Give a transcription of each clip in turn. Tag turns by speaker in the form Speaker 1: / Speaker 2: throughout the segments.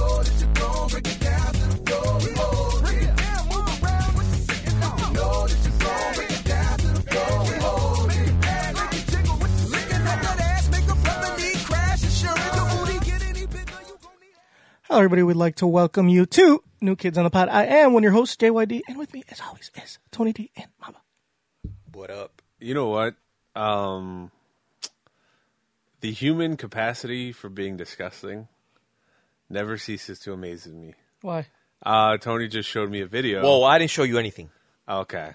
Speaker 1: Hello, everybody. We'd like to welcome you to New Kids on the Pod. I am one of your hosts, JYD, and with me, as always, is Tony D and Mama.
Speaker 2: What up? You know what? Um, the human capacity for being disgusting never ceases to amaze me.
Speaker 1: Why?
Speaker 2: Uh, Tony just showed me a video.
Speaker 3: Whoa, I didn't show you anything.
Speaker 2: Okay.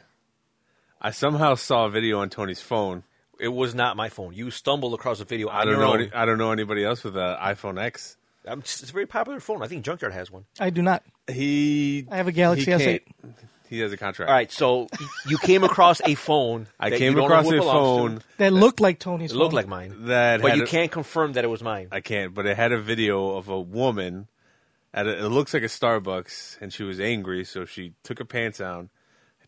Speaker 2: I somehow saw a video on Tony's phone.
Speaker 3: It was not my phone. You stumbled across a video.
Speaker 2: I
Speaker 3: on
Speaker 2: don't
Speaker 3: your
Speaker 2: know.
Speaker 3: own.
Speaker 2: Any, I don't know anybody else with an iPhone X.
Speaker 3: I'm just- it's a very popular phone. I think Junkyard has one.
Speaker 1: I do not.
Speaker 2: He.
Speaker 1: I have a Galaxy
Speaker 2: he can't.
Speaker 1: S8.
Speaker 2: He has a contract.
Speaker 3: All right, so you came across a phone.
Speaker 2: I
Speaker 3: that you
Speaker 2: came
Speaker 3: don't know
Speaker 2: across
Speaker 3: who
Speaker 2: a
Speaker 3: it belongs
Speaker 2: phone
Speaker 3: To.
Speaker 1: That looked like Tony's.
Speaker 3: It looked
Speaker 1: phone.
Speaker 3: like mine,
Speaker 2: that,
Speaker 3: but
Speaker 2: had
Speaker 3: you
Speaker 2: a-
Speaker 3: can't confirm that it was mine.
Speaker 2: I can't, but it had a video of a woman at a, it looks like a Starbucks, and she was angry, so she took her pants down,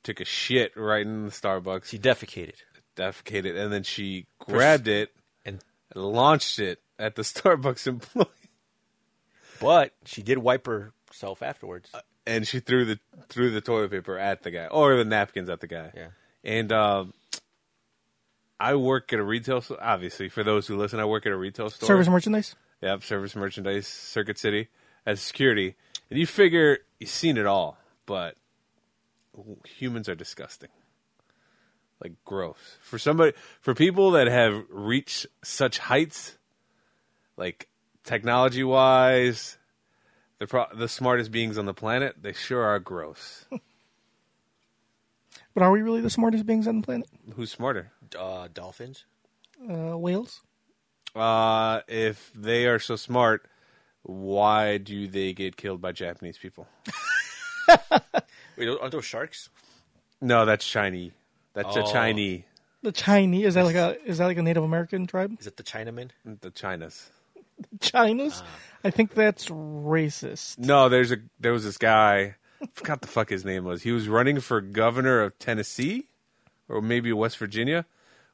Speaker 2: took a shit right in the Starbucks,
Speaker 3: She
Speaker 2: she
Speaker 3: defecated
Speaker 2: defecated, and then she grabbed it
Speaker 3: and
Speaker 2: and launched it at the Starbucks employee,
Speaker 3: but she did wipe herself afterwards.
Speaker 2: and she threw the threw the toilet paper at the guy or the napkins at the guy.
Speaker 3: Yeah.
Speaker 2: and um, I work at a retail store. Obviously, for those who listen, I work at a retail store.
Speaker 1: Service merchandise.
Speaker 2: Yep, service merchandise, Circuit City, as security. And you figure you've seen it all, but humans are disgusting. Like gross. For somebody for people that have reached such heights, like technology wise, the pro- the smartest beings on the planet, they sure are gross.
Speaker 1: But are we really the smartest beings on the planet?
Speaker 2: Who's smarter?
Speaker 3: Uh, dolphins.
Speaker 1: Uh, whales.
Speaker 2: Uh if they are so smart, why do they get killed by Japanese people?
Speaker 3: Wait, aren't those sharks?
Speaker 2: No, that's shiny. That's a
Speaker 3: Oh.
Speaker 2: Chinese.
Speaker 1: The Chinese. Is that like a is that like a Native American tribe?
Speaker 3: Is it the Chinaman?
Speaker 2: The Chinas.
Speaker 1: Chinas. Uh, I think that's racist.
Speaker 2: No, there's a there was this guy. I forgot the fuck his name was. He was running for governor of Tennessee, or maybe West Virginia,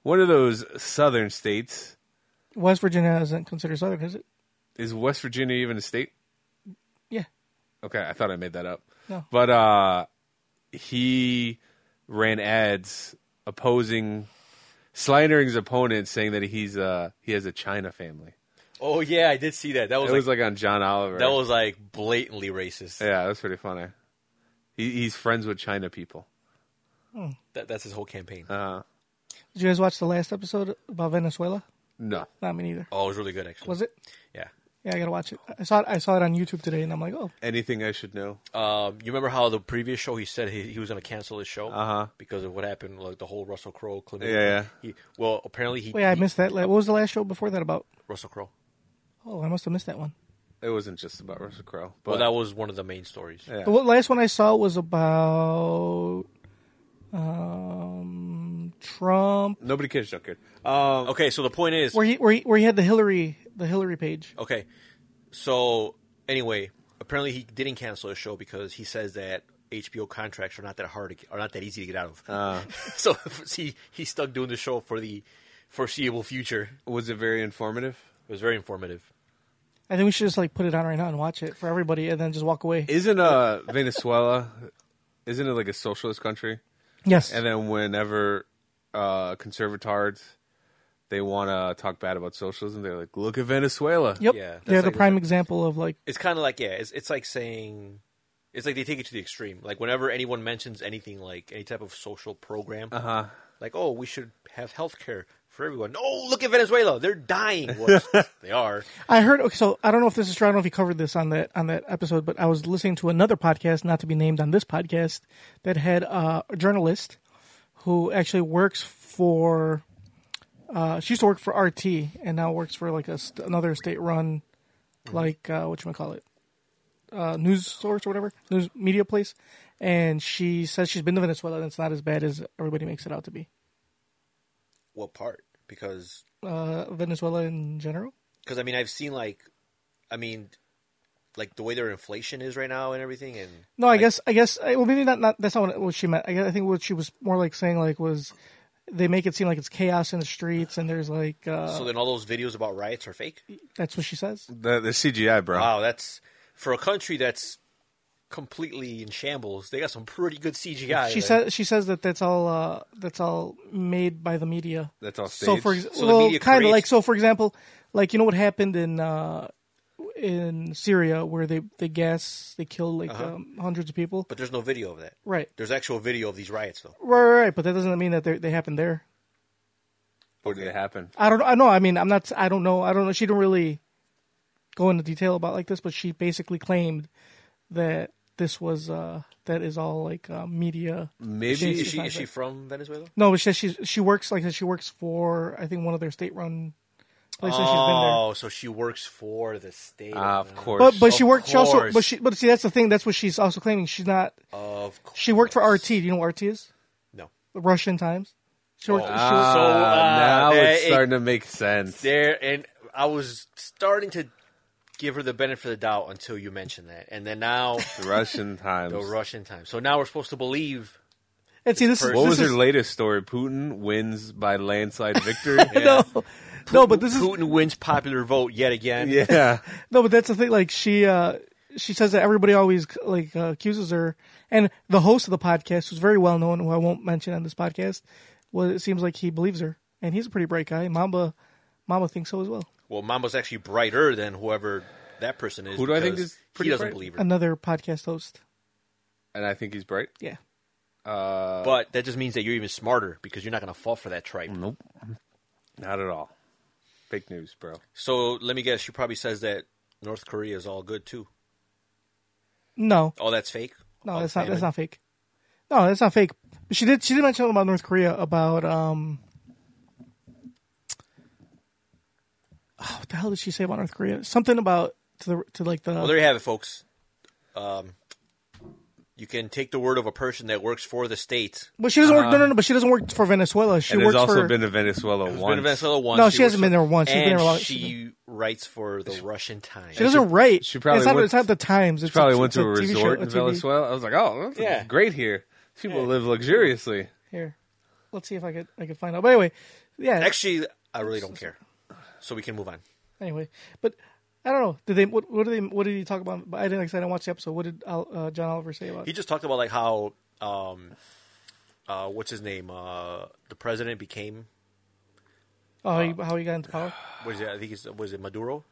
Speaker 2: one of those southern states.
Speaker 1: West Virginia isn't considered southern, is it?
Speaker 2: Is West Virginia even a state?
Speaker 1: Yeah.
Speaker 2: Okay, I thought I made that up.
Speaker 1: No.
Speaker 2: But uh, he ran ads opposing slandering his opponent, saying that he's uh he has a China family.
Speaker 3: Oh yeah, I did see that. That
Speaker 2: It
Speaker 3: was,
Speaker 2: was
Speaker 3: like,
Speaker 2: like on John Oliver.
Speaker 3: that was like blatantly racist.
Speaker 2: yeah, that's pretty funny. He, he's friends with China people.
Speaker 3: That, that's his whole campaign.
Speaker 2: Uh,
Speaker 1: Did you guys watch the last episode about Venezuela?
Speaker 2: no.
Speaker 1: Not me neither.
Speaker 3: oh, it was really good actually.
Speaker 1: Was it?
Speaker 3: Yeah.
Speaker 1: Yeah, I gotta watch it. I saw it. I saw it on YouTube today, and I'm like, oh,
Speaker 2: Anything I should know?
Speaker 3: Um, you remember how the previous show he said he, he was going to cancel his show
Speaker 2: Uh-huh.
Speaker 3: because of what happened, like the whole Russell Crowe. Clement,
Speaker 2: Yeah, yeah.
Speaker 3: He, well, apparently he.
Speaker 1: wait, I
Speaker 3: he-
Speaker 1: missed that. What was the last show before that about?
Speaker 3: Russell Crowe.
Speaker 1: Oh, I must have missed that one.
Speaker 2: It wasn't just about Russell Crowe. But
Speaker 3: Well, that was one of the main stories.
Speaker 2: Yeah.
Speaker 1: The one- last one I saw was about um, Trump,
Speaker 2: nobody cares, Junkyard. Um,
Speaker 3: Okay, so the point is,
Speaker 1: where he, where he where he had the Hillary the Hillary page.
Speaker 3: okay, so anyway, apparently he didn't cancel his show because he says that HBO contracts are not that hard, to get, are not that easy to get out of.
Speaker 2: Uh.
Speaker 3: so he he's stuck doing the show for the foreseeable future.
Speaker 2: was it very informative?
Speaker 3: It was very informative.
Speaker 1: I think we should just like put it on right now and watch it for everybody, and then just walk away.
Speaker 2: Isn't uh, Venezuela? Isn't it like a socialist country?
Speaker 1: yes,
Speaker 2: And then whenever uh, conservatards they want to talk bad about socialism, they're like, "Look at Venezuela."
Speaker 1: yep,
Speaker 3: yeah, that's
Speaker 1: they're the
Speaker 3: like-
Speaker 1: prime example of like
Speaker 3: it's kind of like yeah, it's it's like saying it's like they take it to the extreme. Like whenever anyone mentions anything like any type of social program, uh-huh. like oh, we should have health care for everyone. Oh, look at Venezuela, they're dying. Well, they are.
Speaker 1: I heard. Okay, so I don't know if this is true. I don't know if you covered this on that on that episode, but I was listening to another podcast, not to be named on this podcast, that had uh, a journalist who actually works for. Uh, she used to work for RT and now works for like a st- another state-run, like uh, what you call it, uh, news source or whatever, news media place. And she says she's been to Venezuela and it's not as bad as everybody makes it out to be.
Speaker 3: What part? Because
Speaker 1: Uh, Venezuela in general.
Speaker 3: because I mean I've seen like I mean like the way their inflation is right now and everything. And
Speaker 1: No, I guess I guess I- well maybe not, not that's not what, what she meant. I, guess- I think what she was more like saying like was they make it seem like it's chaos in the streets and there's like uh,
Speaker 3: so then all those videos about riots are fake.
Speaker 1: that's what she says.
Speaker 2: The, the CGI, bro.
Speaker 3: Wow, that's for a country that's completely in shambles. They got some pretty good CGI.
Speaker 1: She
Speaker 3: there.
Speaker 1: says she says that that's all uh, that's all made by the media.
Speaker 2: That's all
Speaker 1: So
Speaker 2: staged.
Speaker 1: for
Speaker 3: So the
Speaker 1: example, well,
Speaker 3: media
Speaker 1: kind of
Speaker 3: creates-
Speaker 1: like so for example, like you know what happened in uh, in Syria where they they gas they killed like
Speaker 3: Uh-huh.
Speaker 1: um, hundreds of people.
Speaker 3: but there's no video of that.
Speaker 1: Right.
Speaker 3: There's actual video of these riots though.
Speaker 1: Right, right, right, but that doesn't mean that they they happened there.
Speaker 2: Where did it happen?
Speaker 3: Ah,
Speaker 1: I don't. I know. I mean, I'm not. I don't know. I don't know. She didn't really go into detail about like this, but she basically claimed that this was uh that is all like uh, media.
Speaker 2: Maybe
Speaker 3: Is she,
Speaker 1: She's
Speaker 3: is she,
Speaker 1: not
Speaker 3: is she
Speaker 1: that-
Speaker 3: from Venezuela?
Speaker 1: No, but she she she works like she works for I think one of their state run places. She's been there.
Speaker 3: Oh, so she works for the state.
Speaker 2: Ah, of course.
Speaker 1: But but she
Speaker 3: Of
Speaker 1: worked. She also but
Speaker 3: course.
Speaker 1: she but see that's the thing. That's what she's also claiming. She's not.
Speaker 3: Of course.
Speaker 1: She worked for RT. Do you know what RT is?
Speaker 3: No.
Speaker 1: The Russian Times. She worked.
Speaker 3: Oh.
Speaker 1: she-
Speaker 2: Ah,
Speaker 3: So, uh,
Speaker 2: now
Speaker 3: there
Speaker 2: it's
Speaker 3: it-
Speaker 2: starting to make sense.
Speaker 3: There and I was starting to give her the benefit of the doubt until you mentioned that. And then now
Speaker 2: The Russian times.
Speaker 3: the Russian time. So now we're supposed to believe
Speaker 1: and see this. is-
Speaker 3: What
Speaker 2: what
Speaker 1: this
Speaker 2: was
Speaker 1: is,
Speaker 2: her latest story? Putin wins by landslide victory.
Speaker 3: Yeah.
Speaker 1: No, but this is
Speaker 3: Putin wins popular vote yet again.
Speaker 2: yeah.
Speaker 1: No, but that's the thing. Like she, uh, she says that everybody always like uh, accuses her, and the host of the podcast, who's very well known, who I won't mention on this podcast, well, it seems like he believes her, and he's a pretty bright guy. Mamba, Mamba thinks so as well.
Speaker 3: Well, Mambo's actually brighter than whoever that person is.
Speaker 2: Who do I think
Speaker 3: because
Speaker 2: is
Speaker 3: he
Speaker 2: pretty
Speaker 3: doesn't
Speaker 2: bright?
Speaker 3: believe her.
Speaker 1: Another podcast host.
Speaker 2: And I think he's bright.
Speaker 1: Yeah,
Speaker 3: But that just means that you're even smarter because you're not going to fall for that tripe.
Speaker 2: Nope. Not at all. Fake news, bro.
Speaker 3: So let me guess, she probably says that North Korea is all good too.
Speaker 1: no,
Speaker 3: Oh, that's fake.
Speaker 1: no,
Speaker 3: Oh,
Speaker 1: that's not.
Speaker 3: damn
Speaker 1: That's
Speaker 3: it.
Speaker 1: not fake. No, that's not fake. But she did. She did mention something about North Korea about um. Oh, what the hell did she say about North Korea? Something about to the to like the
Speaker 3: Well, there you have it, folks. Um, you can take the word of a person that works for the state.
Speaker 1: But she doesn't work. No, no, no. But she doesn't work for Venezuela. She
Speaker 2: Uh-huh. and has
Speaker 1: works
Speaker 2: also
Speaker 1: for.
Speaker 2: been to Venezuela
Speaker 3: She's
Speaker 2: once.
Speaker 3: Been to Venezuela once.
Speaker 1: No, she
Speaker 3: works
Speaker 1: hasn't been there once. She's
Speaker 3: and
Speaker 1: been there a lot.
Speaker 3: She writes for the Russian Times.
Speaker 1: she doesn't write.
Speaker 2: she probably
Speaker 1: it's not,
Speaker 2: went-
Speaker 1: it's not the Times. It's
Speaker 2: She probably
Speaker 1: it's- it's
Speaker 2: went to a
Speaker 1: TV show,
Speaker 2: resort in
Speaker 1: a TV.
Speaker 2: Venezuela. I was like, oh, that's
Speaker 3: Yeah.
Speaker 2: great here. People live luxuriously.
Speaker 1: Here, let's see if I could I could find out. But anyway, yeah.
Speaker 3: Actually, I really don't care. So we can move on.
Speaker 1: anyway, but I don't know. Did they? What, what did they? What did he talk about? But I didn't. Like, I said, I didn't watch the episode. What did Al- uh, John Oliver say about?
Speaker 3: He
Speaker 1: it?
Speaker 3: just talked about like how, um, uh, what's his name? Uh, the president became.
Speaker 1: Oh, how he, how he got into power?
Speaker 3: What is it? I think it's was it Maduro.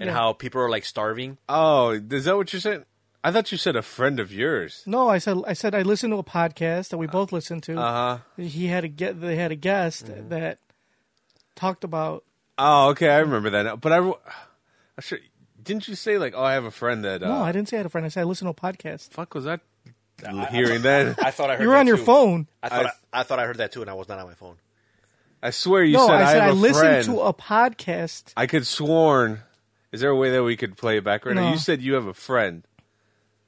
Speaker 3: And
Speaker 1: Yeah.
Speaker 3: how people are like starving.
Speaker 2: Oh, is that what you said? I thought you said a friend of yours.
Speaker 1: No, I said I said I listened to a podcast that we both listened to.
Speaker 2: Uh-huh. Mm-hmm.
Speaker 1: He had a get. They had a guest that talked about.
Speaker 2: Oh, okay, I remember that. now. But I, re- I sure didn't you say like, oh, I have a friend that. Uh,
Speaker 1: No, I didn't say I had a friend. I said I listened to a podcast.
Speaker 2: fuck was that? Hearing that,
Speaker 3: I thought I heard
Speaker 1: You were
Speaker 3: that,
Speaker 1: on your
Speaker 3: too.
Speaker 1: phone.
Speaker 3: I thought
Speaker 2: I-
Speaker 3: I, I thought I heard that too, and I was not on my phone.
Speaker 2: I swear you
Speaker 1: no,
Speaker 2: said I,
Speaker 1: I said I,
Speaker 2: have a
Speaker 1: listened
Speaker 2: friend.
Speaker 1: to a podcast.
Speaker 2: I could sworn. Is there a way that we could play it back right now?
Speaker 1: No.
Speaker 2: You said you have a friend.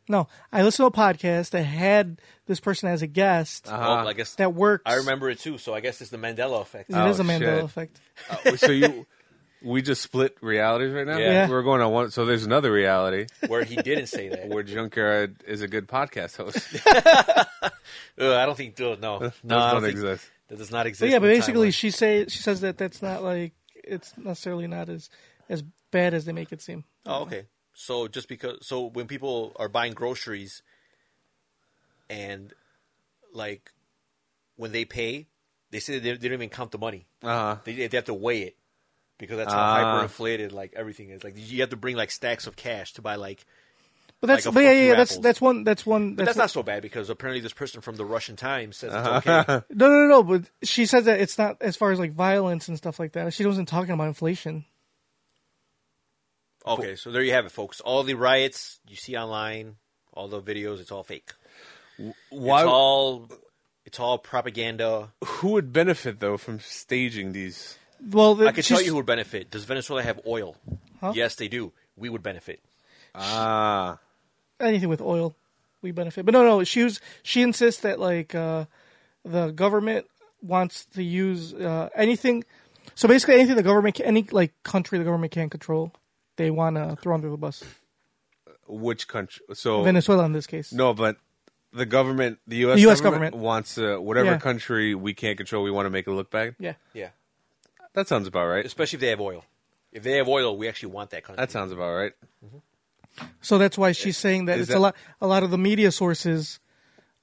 Speaker 1: No, I listened to a podcast that had this person as a guest
Speaker 2: Uh-huh.
Speaker 3: Well, I guess
Speaker 1: that Uh-huh. works.
Speaker 3: Uh-huh. I remember it too. So I guess it's the Mandela effect.
Speaker 1: It is
Speaker 2: Oh,
Speaker 1: a Mandela
Speaker 2: shit.
Speaker 1: effect.
Speaker 2: Uh, so you, we just split realities right now.
Speaker 3: Yeah.
Speaker 1: Yeah.
Speaker 2: we're going on one. So there's another reality
Speaker 3: where he didn't say that.
Speaker 2: where Junkyard is a good podcast host.
Speaker 3: Ugh, I don't think. uh, no, no, I
Speaker 2: Those
Speaker 3: don't
Speaker 2: don't
Speaker 3: think-
Speaker 2: exist.
Speaker 3: That does not exist.
Speaker 1: But yeah,
Speaker 3: in
Speaker 1: but
Speaker 3: the
Speaker 1: basically,
Speaker 3: timeline.
Speaker 1: she say she says that that's not like it's necessarily not as as bad as they make it seem.
Speaker 3: Oh, okay. So just because, so when people are buying groceries, and like when they pay, they say they, they don't even count the money.
Speaker 2: Uh-huh.
Speaker 3: They, they have to weigh it because that's how
Speaker 2: Ah.
Speaker 3: hyperinflated like everything is. Like you have to bring like stacks of cash to buy like.
Speaker 1: But that's
Speaker 3: Like a
Speaker 1: but yeah,
Speaker 3: few
Speaker 1: yeah, yeah, that's
Speaker 3: apples.
Speaker 1: that's one that's one.
Speaker 3: But
Speaker 1: That's,
Speaker 3: that's not so bad because apparently this person from the Russian Times says it's
Speaker 2: Uh-huh.
Speaker 3: okay.
Speaker 1: not no no no. But she says that it's not as far as like violence and stuff like that. She wasn't talking about inflation.
Speaker 3: okay, so there you have it, folks. All the riots you see online, all the videos, it's all fake.
Speaker 2: Why?
Speaker 3: It's all it's all propaganda.
Speaker 2: who would benefit though from staging these?
Speaker 1: Well,
Speaker 3: I can tell you who would benefit. Does Venezuela have oil? Yes, they do. We would benefit.
Speaker 2: Ah,
Speaker 1: anything with oil we benefit but no no she was she insists that like uh the government wants to use uh anything so basically anything the government ca- any like country the government can't control they want to throw under the bus.
Speaker 2: Which country? So
Speaker 1: Venezuela in this case.
Speaker 2: Oh. no, but the government, the U.S.
Speaker 1: The US government.
Speaker 2: wants uh, whatever
Speaker 1: Yeah.
Speaker 2: country we can't control. We want to make it look bad.
Speaker 1: Yeah.
Speaker 3: Yeah,
Speaker 2: That sounds about right.
Speaker 3: especially if they have oil. If they have oil, we actually want that country.
Speaker 2: That sounds about right.
Speaker 1: So that's why she's saying that
Speaker 2: Is
Speaker 1: it's
Speaker 2: that-
Speaker 1: a lot. A lot of the media sources,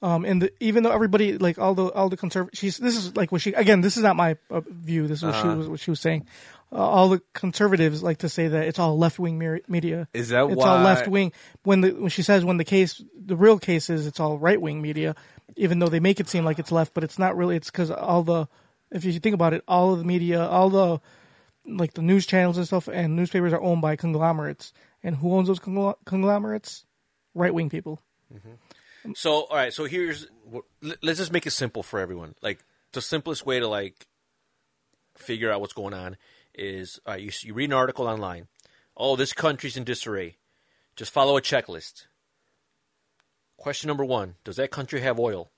Speaker 1: um, and the, even though everybody like all the all the conservative, she's this is like what she again. This is not my uh, view. This is what
Speaker 2: Uh-huh.
Speaker 1: she was what she was saying. Uh, all the conservatives like to say that it's all left wing mer- media.
Speaker 2: Is that
Speaker 1: it's
Speaker 2: why-
Speaker 1: all left wing? When the when she says when the case the real case is it's all right wing media, even though they make it seem like it's left, but it's not really. It's because all the if you think about it, all of the media, all the like the news channels and stuff and newspapers are owned by conglomerates. And who owns those conglo- conglomerates? Right wing people.
Speaker 3: So, all right. So here's l- let's just make it simple for everyone. Like the simplest way to like figure out what's going on is all right, you s- you read an article online. Oh, this country's in disarray. Just follow a checklist. Question number one: Does that country have oil?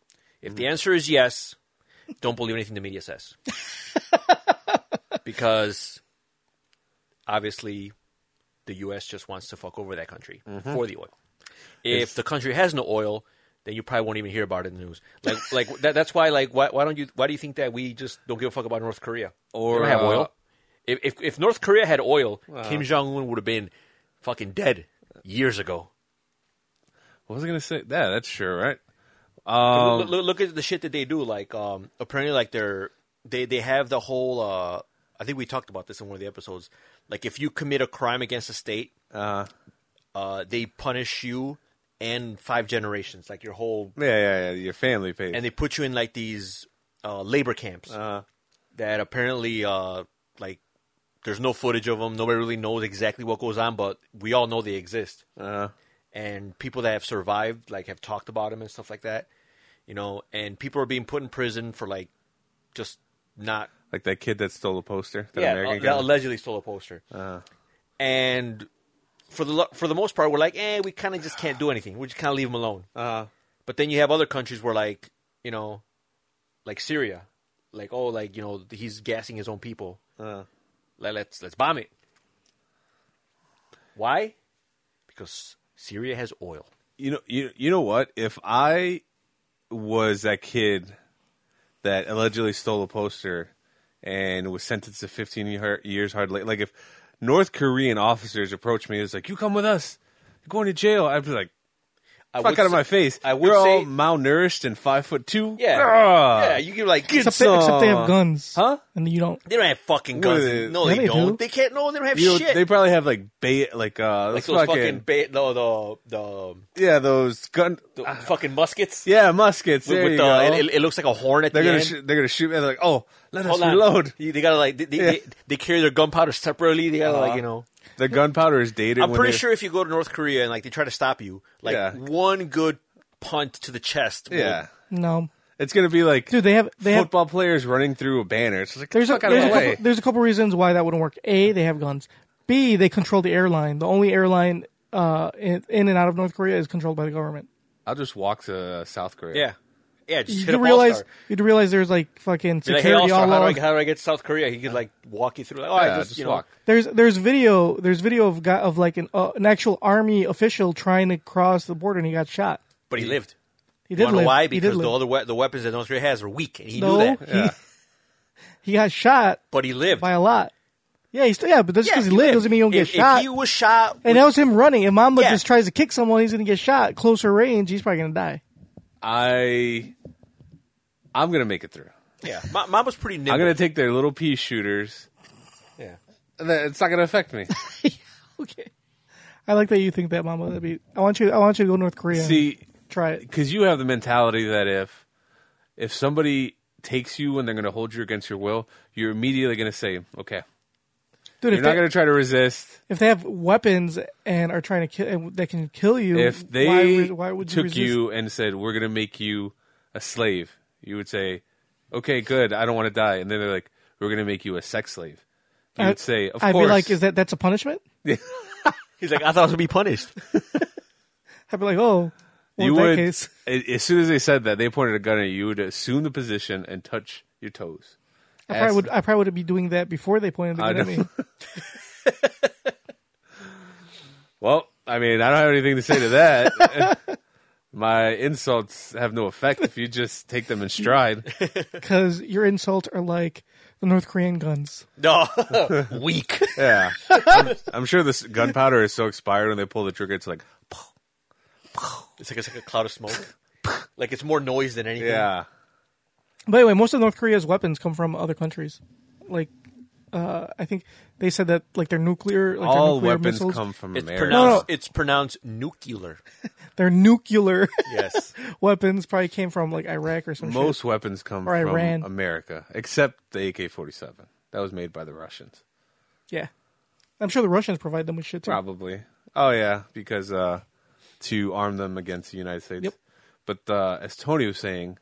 Speaker 3: If the answer is yes, don't believe anything the media says, because obviously the U.S. just wants to fuck over that country
Speaker 2: Mm-hmm.
Speaker 3: for the oil. If the country has no oil, then you probably won't even hear about it in the news. Like, like that, that's why. Like, why, why don't you? Why do you think that we just don't give a fuck about North Korea
Speaker 2: Or,
Speaker 3: They don't have
Speaker 2: uh,
Speaker 3: oil? If, if if North Korea had oil, Kim Jong Un would have been fucking dead years ago.
Speaker 2: What was I gonna say? Yeah, that's sure right.
Speaker 3: look, look, look at the shit that they do. Like, um, apparently, like they're they they have the whole. Uh, I think we talked about this in one of the episodes. Like, if you commit a crime against the state, uh, they punish you and five generations, like your whole,
Speaker 2: Yeah, yeah, yeah. Your family pays.
Speaker 3: and they put you in like these uh, labor camps that apparently, uh, like, there's no footage of them. Nobody really knows exactly what goes on, but we all know they exist
Speaker 2: uh,
Speaker 3: and people that have survived like have talked about him and stuff like that you know and people are being put in prison for like just not
Speaker 2: like that kid that stole a poster. That
Speaker 3: yeah,
Speaker 2: American
Speaker 3: uh,
Speaker 2: kid.
Speaker 3: that allegedly stole a poster and for the lo- for the most part we're like eh we kind of just can't do anything we just kind of leave him alone uh, but then you have other countries where like you know like syria like oh like you know he's gassing his own people
Speaker 2: Uh.
Speaker 3: like, let's let's bomb it why because syria has oil
Speaker 2: you know, you you know what? If I was that kid that allegedly stole a poster and was sentenced to 15 year, years hard labor, like if North Korean officers approached me, it was like, "You come with us. You're going to jail." I'd be like,
Speaker 3: I
Speaker 2: "Fuck
Speaker 3: would
Speaker 2: out of
Speaker 3: say-
Speaker 2: my face!
Speaker 3: I would
Speaker 2: You're
Speaker 3: say,
Speaker 2: all malnourished and five foot two.
Speaker 3: yeah,
Speaker 2: Grr.
Speaker 3: yeah. You can like
Speaker 2: Get
Speaker 3: get.
Speaker 1: Except they, except they
Speaker 2: some-
Speaker 1: have guns.
Speaker 2: Huh?
Speaker 1: And you don't.
Speaker 3: They don't have fucking guns.
Speaker 2: Wait,
Speaker 3: no,
Speaker 1: yeah,
Speaker 3: they,
Speaker 1: they
Speaker 3: don't.
Speaker 1: do.
Speaker 3: They can't. No, they don't have
Speaker 2: You know,
Speaker 3: shit.
Speaker 2: they probably have like bait, like uh,
Speaker 3: like
Speaker 2: those
Speaker 3: those
Speaker 2: fucking,
Speaker 3: fucking ba- no, the
Speaker 2: yeah, those gun,
Speaker 3: the, the fucking muskets.
Speaker 2: Ah. yeah, muskets.
Speaker 3: with,
Speaker 2: there
Speaker 3: with
Speaker 2: you
Speaker 3: the,
Speaker 2: go.
Speaker 3: It, it- it looks like a horn at
Speaker 2: they're
Speaker 3: the
Speaker 2: gonna
Speaker 3: end.
Speaker 2: shoot they're gonna shoot me. They're like, "Oh, let us
Speaker 3: Hold on.
Speaker 2: reload."
Speaker 3: You- They gotta like they, they,
Speaker 2: Yeah.
Speaker 3: they, they carry their gunpowder separately. They gotta like you know.
Speaker 2: The gunpowder is dated.
Speaker 3: I'm
Speaker 2: when
Speaker 3: pretty
Speaker 2: they-
Speaker 3: sure if you go to North Korea and like they try to stop you, like
Speaker 2: Yeah.
Speaker 3: one good punt to the chest. will-
Speaker 2: Yeah,
Speaker 1: No.
Speaker 2: it's gonna be like
Speaker 1: Dude, they have. They have
Speaker 2: football players running through a banner. It's like
Speaker 1: there's, a,
Speaker 2: fuck out of
Speaker 1: there's,
Speaker 2: my
Speaker 1: a
Speaker 2: way.
Speaker 1: couple, there's a couple reasons why that wouldn't work. A, they have guns. B, they control the airline. The only airline uh, in, in and out of North Korea is controlled by the government.
Speaker 2: I'll just walk to South Korea.
Speaker 3: yeah, yeah. Just
Speaker 1: You
Speaker 3: hit
Speaker 1: do
Speaker 3: up
Speaker 1: realize
Speaker 3: All-Star.
Speaker 1: you do realize there's like fucking
Speaker 3: Be like, hey,
Speaker 1: security
Speaker 3: All-Star,
Speaker 1: all
Speaker 3: how, do I,
Speaker 1: over.
Speaker 3: how do I get to South Korea? He could like walk you through. Like, all right,
Speaker 2: Uh-huh. Yeah,
Speaker 3: just,
Speaker 2: just
Speaker 3: you know,
Speaker 2: walk.
Speaker 1: There's there's video there's video of guy, of like an uh, an actual army official trying to cross the border and he got shot.
Speaker 3: But he lived.
Speaker 1: He
Speaker 3: You
Speaker 1: did
Speaker 3: wanna know
Speaker 1: live.
Speaker 3: why?
Speaker 1: He did
Speaker 3: Because the
Speaker 1: live.
Speaker 3: other we- the weapons that North Korea has are weak, and he
Speaker 1: no,
Speaker 3: knew that.
Speaker 1: He, he got shot
Speaker 3: But he lived.
Speaker 1: by a lot. Yeah, he's still yeah, but that's because he, lived doesn't mean he don't get
Speaker 3: if,
Speaker 1: shot.
Speaker 3: If he was shot,
Speaker 1: and that was him running. If Mamba
Speaker 3: Yeah.
Speaker 1: just tries to kick someone, he's gonna get shot closer range. He's probably gonna die.
Speaker 2: I I'm gonna make it through.
Speaker 3: yeah, mom, mom was pretty nimble.
Speaker 2: I'm gonna take their little pea shooters.
Speaker 3: yeah.
Speaker 2: And that- It's not gonna affect me.
Speaker 1: Okay, I like that you think that, Mamba. That'd be. I want you. I want you to go to North Korea. and
Speaker 2: See,
Speaker 1: try it.
Speaker 2: because you have the mentality that if if somebody takes you and they're gonna hold you against your will, you're immediately gonna say, "Okay."
Speaker 1: Dude,
Speaker 2: You're
Speaker 1: if
Speaker 2: not
Speaker 1: they,
Speaker 2: gonna try to resist.
Speaker 1: if they have weapons and are trying to kill, and they can kill you.
Speaker 2: if they
Speaker 1: why, would- why would you
Speaker 2: took
Speaker 1: resist?
Speaker 2: you and said we're going to make you a slave you would say okay good i don't want to die and then they're like we're going to make you a sex slave you
Speaker 1: I-
Speaker 2: would say of
Speaker 1: I'd
Speaker 2: course
Speaker 1: be like, is that that's a punishment?
Speaker 3: He's like, I thought I was gonna be punished.
Speaker 1: I'd be like, oh, well,
Speaker 2: you
Speaker 1: in that
Speaker 2: would
Speaker 1: case,
Speaker 2: a- as soon as they said that they pointed a gun at you you would assume the position and touch your toes
Speaker 1: I probably
Speaker 2: ask-
Speaker 1: would. I probably would be doing that before they pointed the
Speaker 2: I
Speaker 1: gun at
Speaker 2: know.
Speaker 1: me.
Speaker 2: Well, I mean, I don't have anything to say to that. My insults have no effect if you just take them in stride.
Speaker 1: because your insults are like the North Korean guns.
Speaker 3: No, weak.
Speaker 2: Yeah, I'm, I'm sure this gunpowder is so expired when they pull the trigger, it's like,
Speaker 3: It's like it's like a cloud of smoke. like it's more noise than anything.
Speaker 2: yeah,
Speaker 1: By the way, most of North Korea's weapons come from other countries. Like, uh, I think they said that like their nuclear, like their
Speaker 2: all
Speaker 1: nuclear
Speaker 2: weapons
Speaker 1: missiles,
Speaker 2: come from
Speaker 3: It's
Speaker 2: America.
Speaker 3: pronounced.
Speaker 1: No, no.
Speaker 3: It's pronounced nuclear.
Speaker 1: their nuclear
Speaker 3: Yes.
Speaker 1: weapons probably came from like Iraq or some
Speaker 2: Most
Speaker 1: Oh, shit.
Speaker 2: weapons come
Speaker 1: Or
Speaker 2: from
Speaker 1: Iran.
Speaker 2: America, except the AK-47. That was made by the Russians,
Speaker 1: Yeah, I'm sure the Russians provide them with shit too.
Speaker 2: probably. Oh yeah, because uh, to arm them against the United States.
Speaker 1: Yep.
Speaker 2: But uh, as Tony was saying,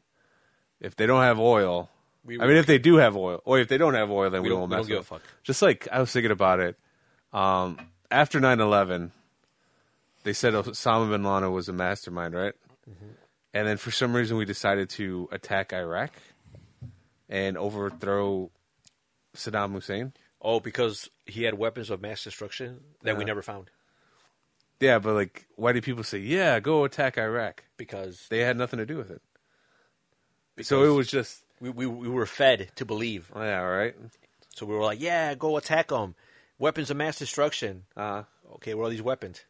Speaker 2: if they don't have oil,
Speaker 3: We
Speaker 2: I mean, if they do have oil, or if they don't have oil, then we,
Speaker 3: don't-
Speaker 2: won't
Speaker 3: we
Speaker 2: mess
Speaker 3: don't give
Speaker 2: with
Speaker 3: a
Speaker 2: it.
Speaker 3: fuck.
Speaker 2: Just like I was thinking about it, um, after 9-11, they said Osama bin Laden was a mastermind, right?
Speaker 3: Mm-hmm.
Speaker 2: And then for some reason, we decided to attack Iraq and overthrow Saddam Hussein.
Speaker 3: Oh, because he had weapons of mass destruction that we
Speaker 2: Yeah.
Speaker 3: never found.
Speaker 2: Yeah, but like, why do people say, "Yeah, go attack Iraq"?
Speaker 3: Because
Speaker 2: They had nothing to do with it. so
Speaker 3: Because-
Speaker 2: it was just,
Speaker 3: we, we, we were fed to believe.
Speaker 2: yeah, all right.
Speaker 3: So we were like, yeah, go attack them. Weapons of mass destruction.
Speaker 2: Uh,
Speaker 3: Okay, where are these weapons?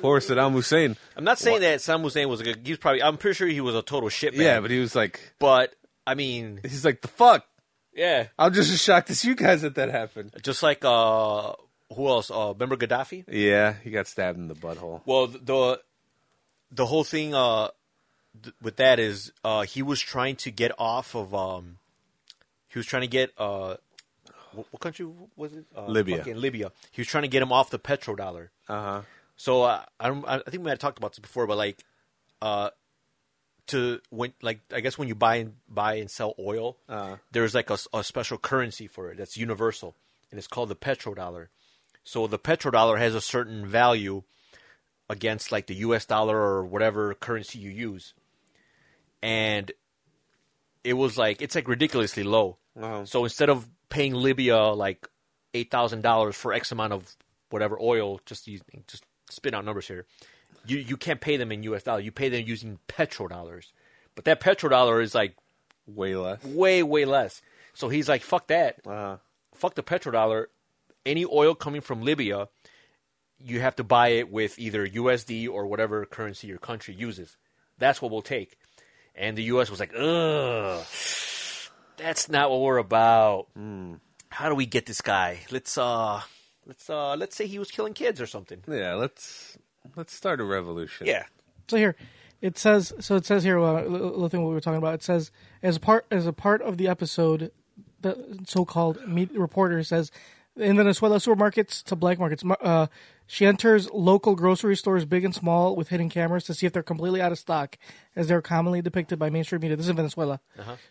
Speaker 2: poor Saddam Hussein.
Speaker 3: I'm not saying that Saddam Hussein was a good, he was probably, I'm pretty sure he was a total shitbag.
Speaker 2: Yeah, but he was like,
Speaker 3: but, I mean,
Speaker 2: he's like, the fuck.
Speaker 3: yeah.
Speaker 2: I'm just as shocked as you guys that that happened.
Speaker 3: Just like, uh, who else? Uh, remember Gaddafi?
Speaker 2: Yeah, he got stabbed in the butthole.
Speaker 3: Well, th- the the whole thing uh, th- with that is uh, he was trying to get off of um, he was trying to get uh, what, what country was it? Uh,
Speaker 2: Libya.
Speaker 3: fucking Libya. He was trying to get him off the petrodollar.
Speaker 2: Uh huh.
Speaker 3: So uh, I don't, I think we had talked about this before, but like, uh, to when like I guess when you buy and buy and sell oil,
Speaker 2: Uh-huh.
Speaker 3: there's like a, s- a special currency for it that's universal, and it's called the petrodollar. So the petrodollar has a certain value against like the U.S. dollar or whatever currency you use, and it was like it's like ridiculously low.
Speaker 2: Wow.
Speaker 3: So instead of paying Libya like eight thousand dollars for X amount of whatever oil, just use, just spit out numbers here, you you can't pay them in U.S. dollar. You pay them using petrodollars, but that petrodollar is like
Speaker 2: Way less.
Speaker 3: way way less. So he's like, fuck that,
Speaker 2: Uh,
Speaker 3: fuck the petrodollar. Any oil coming from Libya, you have to buy it with either USD or whatever currency your country uses. That's what we'll take. And the US was like, ugh, that's not what we're about. How do we get this guy? Let's uh, let's uh, let's say he was killing kids or something.
Speaker 2: yeah, let's let's start a revolution.
Speaker 3: Yeah,
Speaker 1: So here, it says. So it says here. Uh, the thing we were talking about. It says as part as a part of the episode, the so-called meat reporter says in Venezuela supermarkets to black markets. mar- Uh, she enters local grocery stores, big and small, with hidden cameras to see if they're completely out of stock, as they're commonly depicted by mainstream media. This is in Venezuela.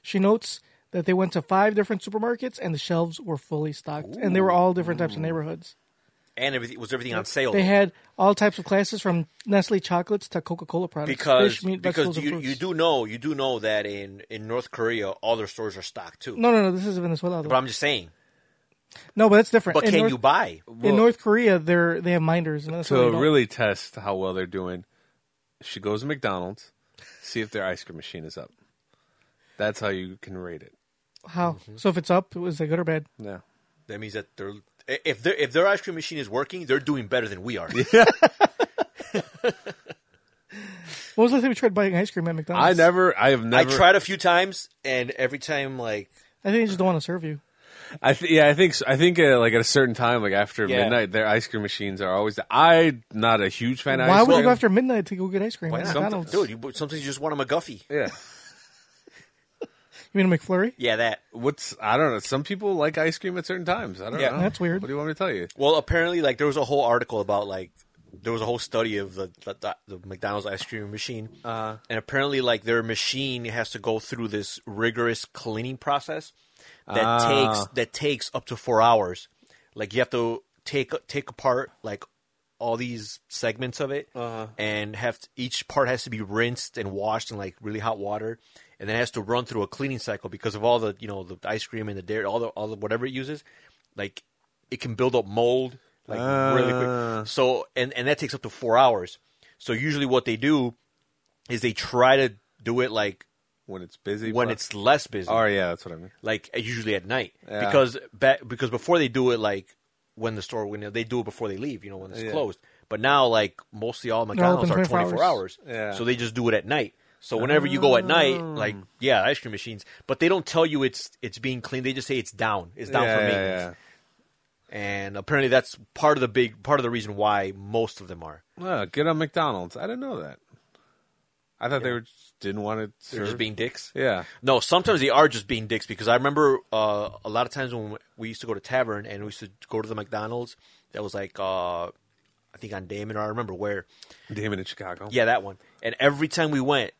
Speaker 1: She notes that they went to five different supermarkets and the shelves were fully stocked, and they were all different types of neighborhoods.
Speaker 3: and everything was everything on sale
Speaker 1: They
Speaker 3: though?
Speaker 1: had all types of classes from Nestle chocolates to Coca Cola products.
Speaker 3: because
Speaker 1: fish, meat,
Speaker 3: because
Speaker 1: vegetables, and
Speaker 3: you,
Speaker 1: fruits.
Speaker 3: you do know you do know that in in North Korea all their stores are stocked too.
Speaker 1: No, no, no. This is Venezuela. Though.
Speaker 3: But I'm just saying.
Speaker 1: no, but that's different.
Speaker 3: But
Speaker 1: in
Speaker 3: can
Speaker 1: North,
Speaker 3: you buy?
Speaker 1: in North Korea? They're they have minders. And that's what
Speaker 2: To
Speaker 1: they don't.
Speaker 2: really test how well they're doing, she goes to McDonald's, see if their ice cream machine is up. That's how you can rate it.
Speaker 1: how
Speaker 3: Mm-hmm.
Speaker 1: so if it's up, was it good or bad?
Speaker 2: Yeah.
Speaker 3: That means that they're if their if their ice cream machine is working, they're doing better than we are.
Speaker 1: What was the last time we tried buying ice cream at
Speaker 2: I
Speaker 1: McDonald's?
Speaker 2: never. I have
Speaker 3: I
Speaker 2: never.
Speaker 3: tried a few times, and every time like
Speaker 1: I think they just don't want to serve you.
Speaker 2: I th- yeah, I think so. I think uh, like at a certain time, like after
Speaker 3: Yeah.
Speaker 2: midnight, their ice cream machines are always. I'm not a huge fan. of
Speaker 1: Why
Speaker 2: ice
Speaker 1: would you
Speaker 2: cream.
Speaker 1: go after midnight to go get ice cream
Speaker 2: Why
Speaker 1: at
Speaker 2: not?
Speaker 1: McDonald's?
Speaker 3: dude, you, sometimes you just want a McGuffey.
Speaker 2: Yeah.
Speaker 1: You mean a McFlurry?
Speaker 3: Yeah, that.
Speaker 2: What's I don't know. Some people like ice cream at certain times. I don't
Speaker 3: Yeah.
Speaker 2: know.
Speaker 1: That's weird.
Speaker 2: What do you want me to tell you?
Speaker 3: Well, apparently, like there was a whole article about like there was a whole study of the the, the McDonald's ice cream machine, uh, and apparently, like their machine has to go through this rigorous cleaning process that
Speaker 2: Ah.
Speaker 3: takes that takes up to four hours. Like you have to take take apart like all these segments of it, and have to, each part has to be rinsed and washed in like really hot water, and then it has to run through a cleaning cycle because of all the you know the ice cream and the dairy, all the all the whatever it uses, like it can build up mold. like really quick. So and and that takes up to four hours. So usually what they do is they try to do it like
Speaker 2: when it's busy.
Speaker 3: when
Speaker 2: but-
Speaker 3: it's less busy
Speaker 2: oh yeah, that's what I mean.
Speaker 3: like uh, usually at night
Speaker 2: Yeah.
Speaker 3: because ba- because before they do it like when the store when they do it before they leave you know when it's
Speaker 2: Yeah.
Speaker 3: closed but now like mostly all McDonald's
Speaker 1: open
Speaker 3: are
Speaker 1: 24
Speaker 3: 24
Speaker 1: hours.
Speaker 3: hours, Oh.
Speaker 2: Yeah.
Speaker 3: so they just do it at night so whenever you go at night like yeah ice cream machines but they don't tell you it's it's being cleaned they just say it's down it's down
Speaker 2: yeah,
Speaker 3: for
Speaker 2: yeah,
Speaker 3: maintenance and apparently that's part of the big part of the reason why most of them are
Speaker 2: yeah. Oh, good on McDonald's. I didn't know that. I thought they were just didn't want it.
Speaker 3: they're just
Speaker 2: served.
Speaker 3: being dicks
Speaker 2: yeah.
Speaker 3: No, sometimes they are just being dicks because I remember uh, a lot of times when we used to go to tavern and we used to go to the McDonald's that was like uh, I think on Damon or I remember where.
Speaker 2: Damon in Chicago.
Speaker 3: Yeah, that one. And every time we went,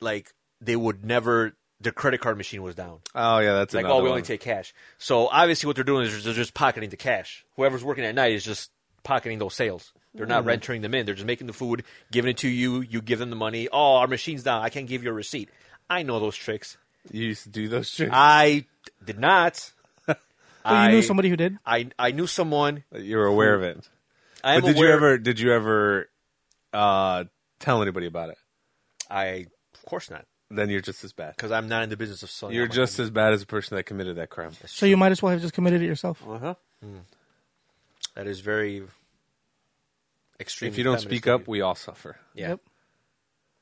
Speaker 3: like they would never their credit card machine was down.
Speaker 2: Oh yeah, that's
Speaker 3: Like,
Speaker 2: another
Speaker 3: oh, we
Speaker 2: one.
Speaker 3: only take cash. So obviously, what they're doing is they're just pocketing the cash. Whoever's working at night is just pocketing those sales. They're not renting them in. They're just making the food, giving it to you. You give them the money. Oh, our machine's down. I can't give you a receipt. I know those tricks.
Speaker 2: You used to do those tricks.
Speaker 3: I did not.
Speaker 1: Well, you
Speaker 3: I-
Speaker 1: knew somebody who did.
Speaker 3: I I knew someone.
Speaker 2: you were aware of it.
Speaker 3: I am
Speaker 2: But did
Speaker 3: aware.
Speaker 2: you ever? Did you ever uh, tell anybody about it?
Speaker 3: I of course not,
Speaker 2: Then you're just as bad.
Speaker 3: because I'm not in the business of selling.
Speaker 2: You're
Speaker 3: out my
Speaker 2: just
Speaker 3: company.
Speaker 2: as bad as the person that committed that crime.
Speaker 1: So you might as well have just committed it yourself.
Speaker 2: Uh-huh.
Speaker 3: Mm. that is very extreme.
Speaker 2: If you don't
Speaker 3: feminist
Speaker 2: speak
Speaker 3: of
Speaker 2: up,
Speaker 3: you.
Speaker 2: we all suffer.
Speaker 3: yeah.
Speaker 1: Yep.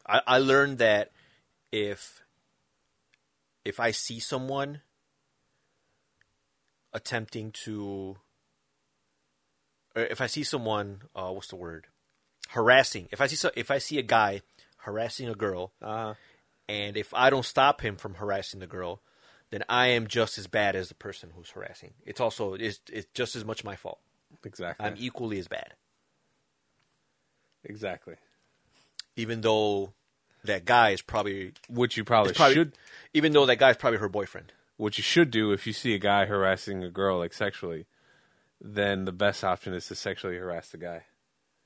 Speaker 3: I, I learned that if if I see someone attempting to, or if I see someone, uh, what's the word, harassing. If I see so, if I see a guy harassing a girl,
Speaker 2: Uh,
Speaker 3: and if I don't stop him from harassing the girl, then I am just as bad as the person who's harassing. It's also it's, it's just as much my fault.
Speaker 2: exactly.
Speaker 3: I'm e- equally as bad,
Speaker 2: exactly.
Speaker 3: even though that guy is probably,
Speaker 2: Which you probably,
Speaker 3: is probably
Speaker 2: should.
Speaker 3: even though that guy's probably her boyfriend.
Speaker 2: What you should do if you see a guy harassing a girl like sexually, then the best option is to sexually harass the guy.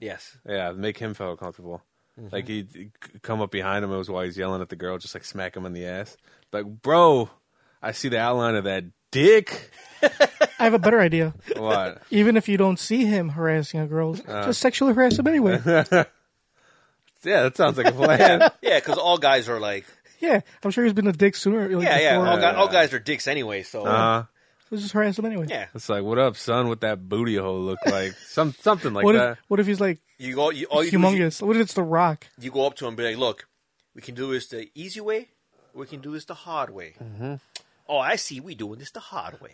Speaker 3: Yes,
Speaker 2: Yeah, make him feel comfortable.
Speaker 3: Mm-hmm.
Speaker 2: Like he'd he'd come up behind him as while he's yelling at the girl, just like smack him in the ass. Like, bro, I see the outline of that dick.
Speaker 1: I have a better idea.
Speaker 2: What?
Speaker 1: Even if you don't see him harassing a girl,
Speaker 3: Uh.
Speaker 1: just sexually harass him anyway.
Speaker 2: yeah, that sounds like a plan.
Speaker 3: yeah, because all guys are like,
Speaker 1: yeah, I'm sure he's been a dick sooner. Like,
Speaker 3: yeah, yeah, oh,
Speaker 1: before.
Speaker 3: all, guy, all guys are dicks anyway. So
Speaker 2: uh,
Speaker 1: So just harass him anyway.
Speaker 3: yeah,
Speaker 2: it's like, what up, son? What that booty hole look like? Some something like
Speaker 1: What
Speaker 2: that.
Speaker 1: if, what if he's like
Speaker 3: you go, you, uh, all you do is you,
Speaker 1: humongous? What if it's The Rock?
Speaker 3: you go up to him and be like, look, we can do this the easy way, we can do this the hard way.
Speaker 2: Mm-hmm.
Speaker 3: Oh, I see, we doing this the hard way.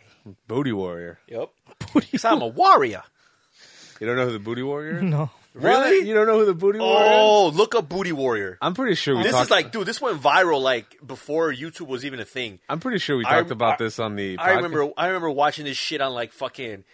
Speaker 2: Booty warrior.
Speaker 3: Yep, because I'm a warrior.
Speaker 2: You don't know who the booty warrior? is?
Speaker 1: No.
Speaker 3: Really?
Speaker 2: What? You don't know who the booty warrior? is?
Speaker 3: Oh, look up Booty Warrior.
Speaker 2: I'm pretty sure we
Speaker 3: This
Speaker 2: talked.
Speaker 3: is like, dude, this went viral like before YouTube was even a thing.
Speaker 2: I'm pretty sure we
Speaker 3: I-
Speaker 2: talked about
Speaker 3: I-
Speaker 2: this on the.
Speaker 3: I
Speaker 2: podcast.
Speaker 3: remember, I remember watching this shit on like fucking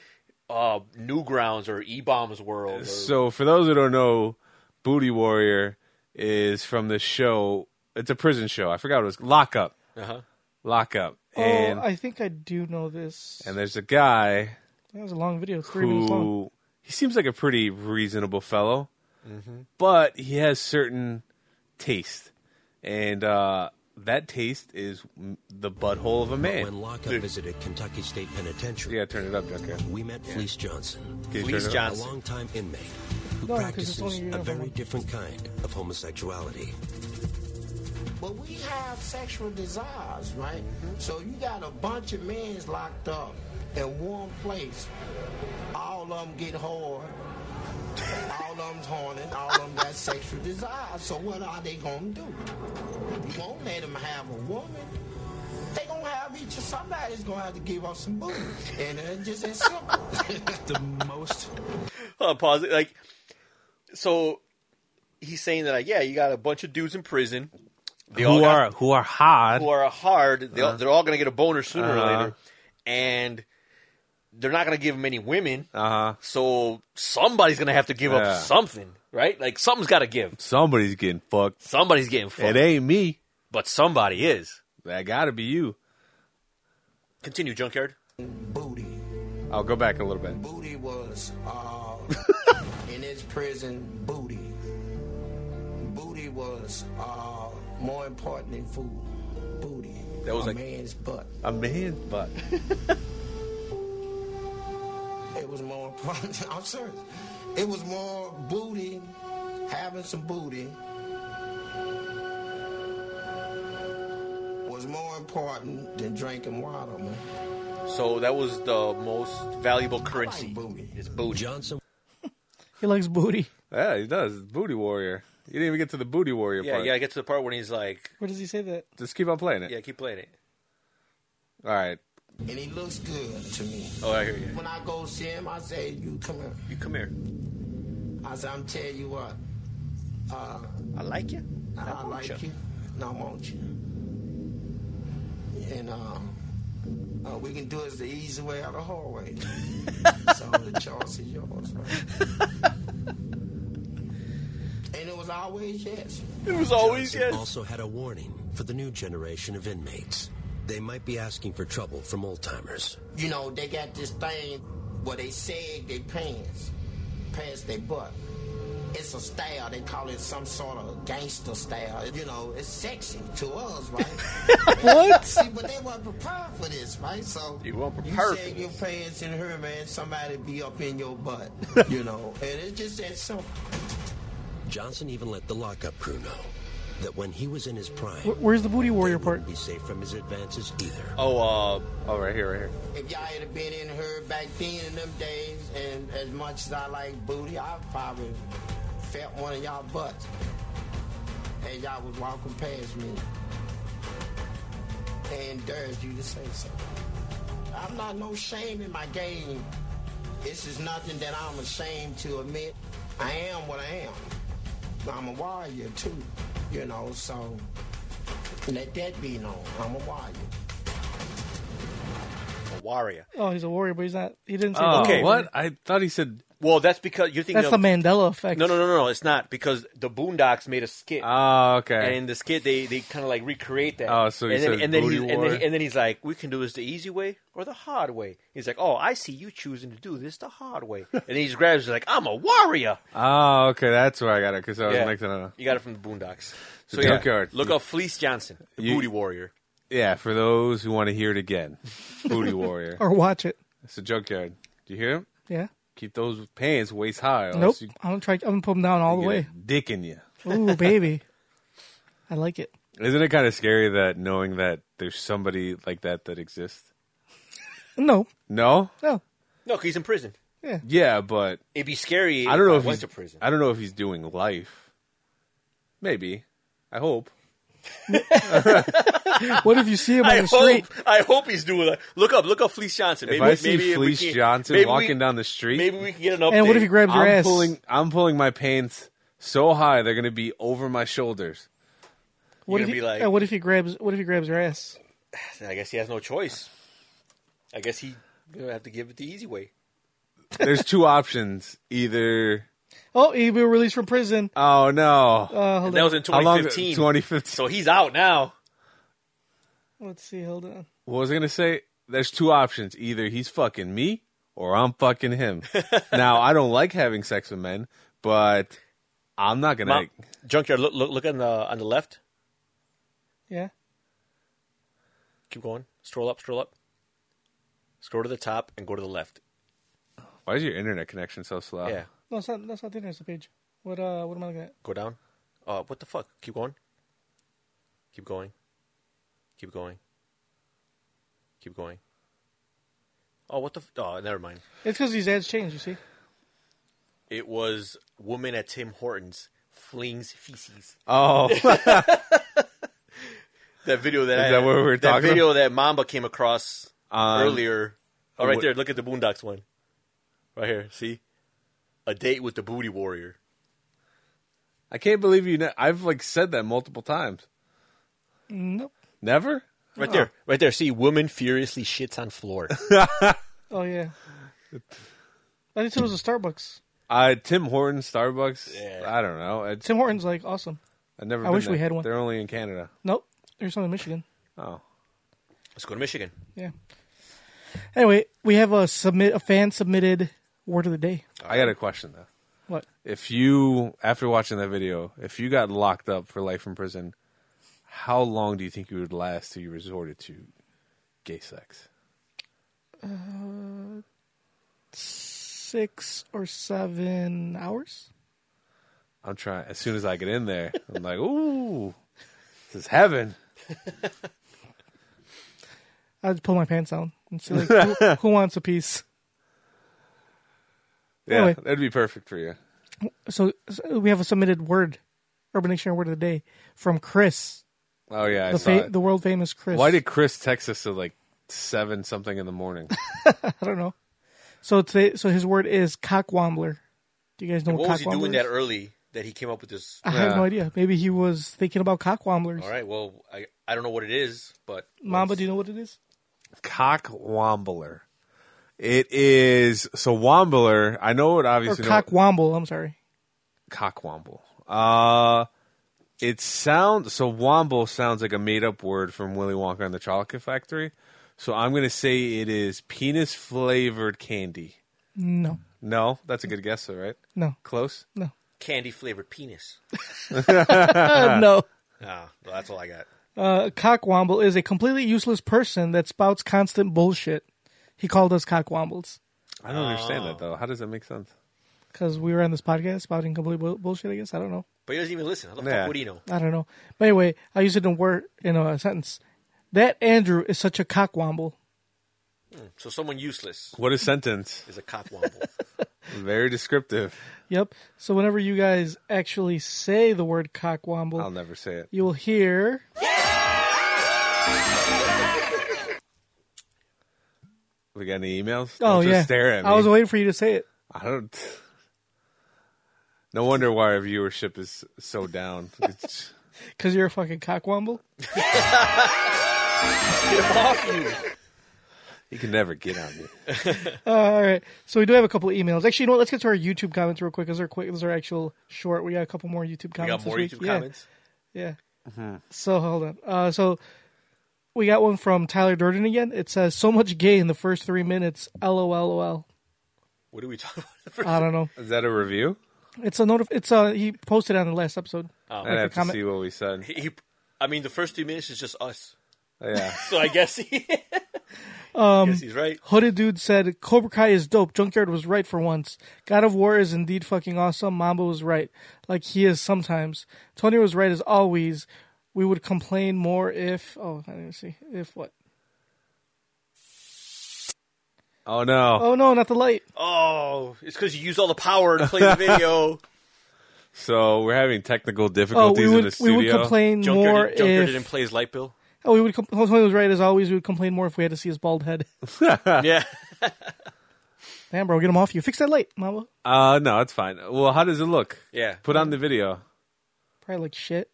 Speaker 3: uh, Newgrounds or E Bombs World. Or,
Speaker 2: So for those who don't know, Booty Warrior is from the show. It's a prison show. I forgot what it was. Lock Up.
Speaker 3: uh-huh.
Speaker 2: Lock Up. And
Speaker 1: oh, I think I do know this.
Speaker 2: and there's a guy
Speaker 1: that was a long video, it's three minutes long.
Speaker 2: who he seems like a pretty reasonable fellow,
Speaker 3: Mm-hmm.
Speaker 2: but he has certain taste, and uh, that taste is m- the butthole of a
Speaker 4: When
Speaker 2: man.
Speaker 4: Lockup visited Kentucky State Penitentiary,
Speaker 2: Yeah, turn it up, Junker.
Speaker 4: we met Fleece Johnson,
Speaker 2: Can you turn
Speaker 3: Fleece
Speaker 2: it up?
Speaker 4: a
Speaker 3: Johnson.
Speaker 4: longtime inmate who
Speaker 1: No, 'cause it's only uh,
Speaker 4: practices
Speaker 1: you
Speaker 4: a
Speaker 1: have
Speaker 4: very
Speaker 1: one.
Speaker 4: different kind of homosexuality.
Speaker 5: But we have sexual desires, right?
Speaker 4: Mm-hmm.
Speaker 5: So you got a bunch of men's locked up in one place. All of them get hard. all of them's horny. All of them got sexual desires. So what are they gonna do? You won't let them have a woman. They gonna have each. Somebody's gonna have to give up some booty, and it's just as simple.
Speaker 4: The most
Speaker 3: Hold on, pause. it. Like, so he's saying that, like, yeah, you got a bunch of dudes in prison. They all
Speaker 2: Who
Speaker 3: got-
Speaker 2: are Uh-huh. who are hard?
Speaker 3: who are hard, they all, they're all going to get a boner sooner
Speaker 2: Uh-huh.
Speaker 3: or later, and they're not going to give them any women.
Speaker 2: Uh-huh.
Speaker 3: So somebody's going to have to give
Speaker 2: Yeah.
Speaker 3: up something, right? Like something's got to give.
Speaker 2: Somebody's getting fucked.
Speaker 3: Somebody's getting fucked,
Speaker 2: It ain't me.
Speaker 3: but somebody is.
Speaker 2: That gotta be you.
Speaker 3: Continue, junkyard.
Speaker 5: booty.
Speaker 2: I'll go back a little bit.
Speaker 5: Booty was uh, in his prison. Booty. Booty was uh, more important than food. Booty.
Speaker 3: That was
Speaker 5: a
Speaker 3: like-
Speaker 5: man's butt.
Speaker 2: A man's butt.
Speaker 5: It was more I'm serious. It was more booty, having some booty was more important than drinking water, man.
Speaker 3: So that was the most valuable currency.
Speaker 5: booty.
Speaker 3: It's booty.
Speaker 4: Johnson
Speaker 1: He likes booty.
Speaker 2: Yeah, he does. Booty warrior. You didn't even get to the booty warrior
Speaker 3: Yeah,
Speaker 2: part.
Speaker 3: yeah. I get to the part when he's like,
Speaker 1: Where does he say that?
Speaker 2: Just keep on playing it.
Speaker 3: "Yeah, keep playing it."
Speaker 2: All right.
Speaker 5: And he looks good to me.
Speaker 3: Oh, I hear you.
Speaker 5: When I go see him, I say, you come here.
Speaker 3: You come here.
Speaker 5: I say, I'm telling you what, uh,
Speaker 3: I like you.
Speaker 5: I, like you. and I want you. And um, uh, we can do it the easy way out of the hallway. so the choice is yours, right? and it was always yes.
Speaker 3: It was always
Speaker 4: Johnson
Speaker 3: yes.
Speaker 4: also had a warning for the new generation of inmates. They might be asking for trouble from old timers.
Speaker 5: you know, they got this thing where they sag their pants, past their butt. It's a style. They call it some sort of gangster style. You know, it's sexy to us, right? what? See, but they weren't prepared for this, right? So
Speaker 3: They weren't
Speaker 5: you
Speaker 3: prepared
Speaker 5: sag
Speaker 3: for
Speaker 5: your pants in here, man. Somebody be up in your butt, you know. And it's just that simple.
Speaker 4: Johnson even let the lockup crew know that when he was in his prime,
Speaker 1: Wh- Where's the booty
Speaker 4: they
Speaker 1: warrior part?
Speaker 4: wouldn't be safe from his advances either.
Speaker 3: Oh, uh,
Speaker 2: Oh, right here, right here.
Speaker 5: If y'all had been in her back then in them days, and as much as I like booty, I probably felt one of y'all butts as y'all was walking past me and dared you to say something. I'm not no shame in my game. This is nothing that I'm ashamed to admit. I am what I am. I'm a warrior too, you know, so let that be known. I'm a warrior.
Speaker 3: a warrior.
Speaker 1: Oh, he's a warrior, but he's not. He didn't say.
Speaker 2: Oh,
Speaker 1: booty
Speaker 3: Okay.
Speaker 2: What? I thought he said.
Speaker 3: Well, that's because you're thinking
Speaker 1: That's the
Speaker 3: of
Speaker 1: Mandela effect.
Speaker 3: No, no, no, no, no. It's not because the Boondocks made a skit,
Speaker 2: Oh, okay.
Speaker 3: and in the skit they, they kind of like recreate that.
Speaker 2: Oh, so he
Speaker 3: and then,
Speaker 2: says
Speaker 3: and then,
Speaker 2: booty
Speaker 3: he's, and, then,
Speaker 2: war.
Speaker 3: and then he's like, "We can do this the easy way or the hard way." He's like, "Oh, I see you choosing to do this the hard way," and then he just grabs. He's like, "I'm a warrior."
Speaker 2: oh, okay. That's where I got it because I was
Speaker 3: Yeah.
Speaker 2: mixing it up.
Speaker 3: You got it from the Boondocks. So
Speaker 2: The
Speaker 3: yeah,
Speaker 2: junkyard.
Speaker 3: look up Fleece Johnson, the
Speaker 2: You-
Speaker 3: booty warrior.
Speaker 2: Yeah, for those who want to hear it again, booty warrior.
Speaker 1: Or watch it.
Speaker 2: It's a junkyard. Do you hear him?
Speaker 1: Yeah.
Speaker 2: Keep those pants waist
Speaker 3: Oh,
Speaker 2: high. or
Speaker 1: Nope.
Speaker 2: else you
Speaker 1: I'm gonna try. I'm gonna put him down all the
Speaker 2: get
Speaker 1: way.
Speaker 2: a Dick in you.
Speaker 1: Ooh, baby. I like it.
Speaker 2: Isn't it kind of scary that knowing that there's somebody like that that exists?
Speaker 1: No,
Speaker 2: No.
Speaker 1: no.
Speaker 3: No, 'cause he's in prison.
Speaker 2: Yeah, but
Speaker 3: It'd be scary.
Speaker 2: I don't know if
Speaker 3: went
Speaker 2: he's
Speaker 3: to prison.
Speaker 2: I don't know if he's doing life. Maybe. I hope.
Speaker 1: What if you see him on
Speaker 3: I
Speaker 1: the street?
Speaker 3: hope. I hope he's doing that. Look up. Look up Fleece Johnson.
Speaker 2: If
Speaker 3: Maybe,
Speaker 2: I see
Speaker 3: maybe we
Speaker 2: Fleece
Speaker 3: can-
Speaker 2: Johnson
Speaker 3: maybe we-
Speaker 2: walking down the street,
Speaker 3: maybe we can get an update.
Speaker 1: And what if he grabs your
Speaker 2: I'm
Speaker 1: ass?
Speaker 2: pulling I'm pulling my pants so high they're gonna be over my shoulders.
Speaker 1: what if
Speaker 3: You're
Speaker 1: he,
Speaker 3: gonna be like-
Speaker 1: yeah, what if he grabs? What if he grabs your ass?
Speaker 3: I guess he has no choice. I guess he gonna have to give it the easy way.
Speaker 2: There's two options. Either
Speaker 1: Oh, he'll be released from prison.
Speaker 2: oh no.
Speaker 3: And that was in
Speaker 2: How long?
Speaker 3: 2015.
Speaker 2: 2015.
Speaker 3: so he's out now.
Speaker 1: Let's see. Hold on.
Speaker 2: what was I gonna say? There's two options. Either he's fucking me or I'm fucking him. now I don't like having sex with men, but I'm not gonna.
Speaker 3: Mount, junkyard. Look, look, look on the on the left.
Speaker 1: Yeah.
Speaker 3: Keep going. Stroll up. Stroll up. Scroll to the top and go to the left.
Speaker 2: Why is your internet connection so slow?
Speaker 3: Yeah.
Speaker 1: No, it's not. That's not the internet it's the page. What? Uh, what am I looking at?
Speaker 3: Go down. Uh, what the fuck? Keep going. Keep going. Keep going. Keep going. Oh, what the? F- oh, never mind.
Speaker 1: It's because these ads change. You see.
Speaker 3: It was woman at Tim Hortons flings feces. Uh,
Speaker 2: Oh,
Speaker 3: that video that
Speaker 2: Is
Speaker 3: I,
Speaker 2: that what we were talking
Speaker 3: video that Mamba came across
Speaker 2: Um,
Speaker 3: earlier. Oh, right
Speaker 2: what-
Speaker 3: there. Look at the Boondocks one. Right here. See, a date with the Booty Warrior.
Speaker 2: I can't believe you. Ne- I've like said that multiple times.
Speaker 1: Nope.
Speaker 2: Never.
Speaker 3: Right
Speaker 2: Oh.
Speaker 3: there. Right there. See, woman furiously shits on floor.
Speaker 1: Oh yeah. I think it was a Starbucks.
Speaker 2: Uh, Tim Hortons, Starbucks.
Speaker 3: Yeah.
Speaker 2: I don't know. It's,
Speaker 1: Tim Hortons like awesome.
Speaker 2: I've never.
Speaker 1: I
Speaker 2: been
Speaker 1: wish we
Speaker 2: there.
Speaker 1: had one.
Speaker 2: They're only in Canada.
Speaker 1: Nope. There's some in Michigan.
Speaker 2: Oh,
Speaker 3: Let's go to Michigan.
Speaker 1: Yeah. Anyway, we have a submit a fan submitted word of the day.
Speaker 2: I got a question though.
Speaker 1: What?
Speaker 2: If you, after watching that video, if you got locked up for life in prison, how long do you think you would last till you resorted to gay sex?
Speaker 1: six or seven hours.
Speaker 2: I'm trying. As soon as I get in there, I'm like, ooh, this is heaven.
Speaker 1: I'd pull my pants down and say, like, who, who wants a piece?
Speaker 2: Yeah,
Speaker 1: Anyway.
Speaker 2: that'd be perfect for you.
Speaker 1: So, so we have a submitted word, Urban Dictionary word of the day from Chris,
Speaker 2: Oh yeah, I
Speaker 1: the,
Speaker 2: saw
Speaker 1: fa-
Speaker 2: it.
Speaker 1: the world famous Chris.
Speaker 2: Why did Chris text us at like seven something in the morning?
Speaker 1: I don't know. So today, so his word is cockwombler. Do you guys know
Speaker 3: What
Speaker 1: what,
Speaker 3: was he
Speaker 1: cockwombler
Speaker 3: doing
Speaker 1: is?
Speaker 3: that early that he came up with this?
Speaker 1: I have
Speaker 2: Yeah.
Speaker 1: no idea. Maybe he was thinking about cockwomblers.
Speaker 3: All right, well, I, I don't know what it is, but
Speaker 1: Mamba, do you know what it is?
Speaker 2: Cock wombler. It is so wombler. I know it
Speaker 1: Or
Speaker 2: obviously. know-
Speaker 1: cockwomble, I'm sorry.
Speaker 2: cockwomble. Uh it sounds so womble sounds like a made up word from Willy Wonka and the Chocolate Factory. So I'm gonna say it is penis flavored candy.
Speaker 1: No,
Speaker 2: No, that's a good guess, though, right?
Speaker 1: no,
Speaker 2: Close.
Speaker 1: no.
Speaker 3: candy flavored penis.
Speaker 1: Uh, no.
Speaker 3: Ah, well, that's all I got.
Speaker 1: Uh, cockwomble is a completely useless person that spouts constant bullshit. He called us cockwombles
Speaker 2: I don't understand that though. How does that make sense?
Speaker 1: because we were on this podcast spouting complete bu- bullshit, I guess. I don't know.
Speaker 3: But he doesn't even listen. How the
Speaker 2: Yeah.
Speaker 3: fuck would he know?
Speaker 1: I don't know. But anyway, I use it in a word in a sentence. That Andrew is such a cockwomble.
Speaker 3: So someone useless
Speaker 2: What a sentence!
Speaker 3: is a cockwomble.
Speaker 2: Very descriptive.
Speaker 1: Yep. So whenever you guys actually say the word cockwomble,
Speaker 2: I'll never say it.
Speaker 1: you will hear
Speaker 2: We got any emails?
Speaker 1: Oh
Speaker 2: Don't
Speaker 1: yeah,
Speaker 2: just stare at me.
Speaker 1: I was waiting for you to say it.
Speaker 2: I don't. No wonder why our viewership is so down. It's,
Speaker 1: Because you're a fucking cockwomble.
Speaker 3: Get off you.
Speaker 2: you can never get on me.
Speaker 1: All right. So we do have a couple of emails. Actually, you know what? Let's get to our YouTube comments real quick. Those are quick. Those are actual short. We got a couple more YouTube
Speaker 3: We
Speaker 1: comments.
Speaker 3: got
Speaker 1: this
Speaker 3: more
Speaker 1: week.
Speaker 3: YouTube
Speaker 1: Yeah,
Speaker 3: comments.
Speaker 1: Yeah. So hold on. Uh, so we got one from Tyler Durden again. It says so much gay in the first three minutes. LOLOL.
Speaker 3: What do we talk about?
Speaker 1: I don't know.
Speaker 2: Is that a review?
Speaker 1: It's a notif- It's a he posted it on the last episode.
Speaker 3: Oh.
Speaker 2: I would have to
Speaker 1: comment.
Speaker 2: see what we said. Oh,
Speaker 3: he, he, I mean, the first two minutes is just us.
Speaker 2: Yeah,
Speaker 3: So I guess he.
Speaker 1: Um,
Speaker 3: guess he's right.
Speaker 1: Hooded dude said Cobra Kai is dope. Junkyard was right for once. God of War is indeed fucking awesome. Mamba was right, like he is sometimes. Tony was right as always. We would complain more if oh I didn't see if what
Speaker 2: Oh no.
Speaker 1: oh no not the light
Speaker 3: Oh, it's because you use all the power to play the video.
Speaker 2: So we're having technical
Speaker 1: oh
Speaker 2: difficulties
Speaker 1: we
Speaker 2: in the
Speaker 1: would we
Speaker 2: studio.
Speaker 1: would complain more
Speaker 3: Junkyard, Junkyard didn't
Speaker 1: if
Speaker 3: play his light bill.
Speaker 1: oh we would com- oh, Tony was right as always. We would complain more if we had to see his bald head.
Speaker 3: yeah.
Speaker 1: Damn bro, get him off you. Fix that light, Mamba.
Speaker 2: Uh, no, it's fine. Well, how does it look?
Speaker 3: Yeah.
Speaker 2: Put on the video.
Speaker 1: Probably like shit.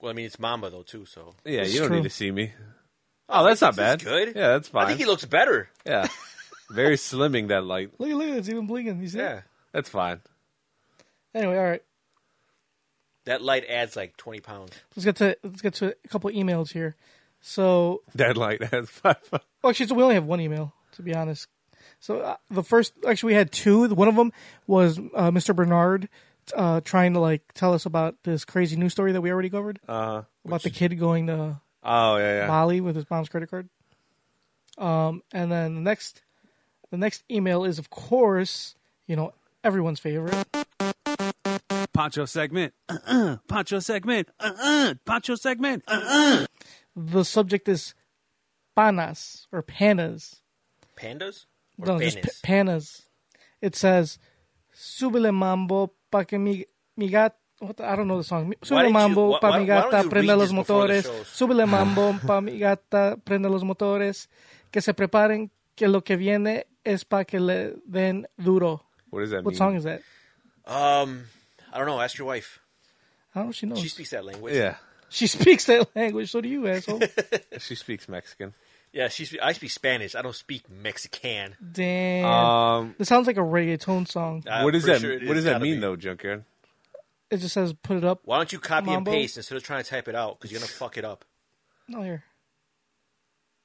Speaker 3: Well, I mean, it's Mamba, though, too, so.
Speaker 2: Yeah,
Speaker 1: It's
Speaker 2: you don't
Speaker 1: true.
Speaker 2: need to see me. Oh, that's not bad.
Speaker 3: It's good.
Speaker 2: Yeah, that's fine.
Speaker 3: I think he looks better.
Speaker 2: yeah, very slimming that light.
Speaker 1: Look at look at it, it's even blinking. You see
Speaker 3: Yeah.
Speaker 1: that?
Speaker 2: That's fine.
Speaker 1: Anyway, all right.
Speaker 3: That light adds like 20 pounds.
Speaker 1: Let's get to let's get to a couple emails here. So
Speaker 2: That light has five.
Speaker 1: Well, actually, so we only have one email to be honest. So uh, the first, actually, we had two. One of them was uh, Mr. Bernard uh, trying to like tell us about this crazy news story that we already covered
Speaker 2: Uh,
Speaker 1: about the kid going to
Speaker 2: oh yeah, yeah.
Speaker 1: Bali with his mom's credit card. Um, and then the next, the next email is of course, you know, everyone's favorite.
Speaker 6: Pancho segment. Uh-uh. Pancho segment. Uh-uh. Pancho segment.
Speaker 1: The subject is panas or panas.
Speaker 3: Pandas? Or
Speaker 1: No,
Speaker 3: penis?
Speaker 1: just p- panas. It says, "Subile mambo pa que mi, mi gat." What the- I don't know the song.
Speaker 3: don't
Speaker 1: Subile
Speaker 3: you-
Speaker 1: mambo
Speaker 3: why-
Speaker 1: pa
Speaker 3: why-
Speaker 1: mi
Speaker 3: why don't
Speaker 1: gata,
Speaker 3: you
Speaker 1: prenda
Speaker 3: read
Speaker 1: los
Speaker 3: this before the
Speaker 1: motores.
Speaker 3: shows?
Speaker 1: Subile mambo pa mi gata, prenda los motores. Que se preparen, que lo que viene es pa que le den duro.
Speaker 2: What does that mean?
Speaker 1: What song is that?
Speaker 3: Um, I don't know. Ask your wife.
Speaker 1: I don't know. if She knows.
Speaker 3: She speaks that language.
Speaker 2: Yeah,
Speaker 1: she speaks that language. So do you, asshole.
Speaker 2: she speaks Mexican.
Speaker 3: Yeah, she spe- I speak Spanish. I don't speak Mexican.
Speaker 1: Damn.
Speaker 2: Um,
Speaker 1: this sounds like a reggaeton song.
Speaker 3: I'm
Speaker 2: what does
Speaker 3: pretty
Speaker 2: that?
Speaker 3: sure it
Speaker 2: what
Speaker 3: is
Speaker 2: does that
Speaker 3: gotta
Speaker 2: mean
Speaker 3: be.
Speaker 2: though, Junkyard?
Speaker 1: It just says, "Put it up."
Speaker 3: Why don't you copy
Speaker 1: Mambo?
Speaker 3: and paste instead of trying to type it out? Because you're gonna fuck it up.
Speaker 1: No, here.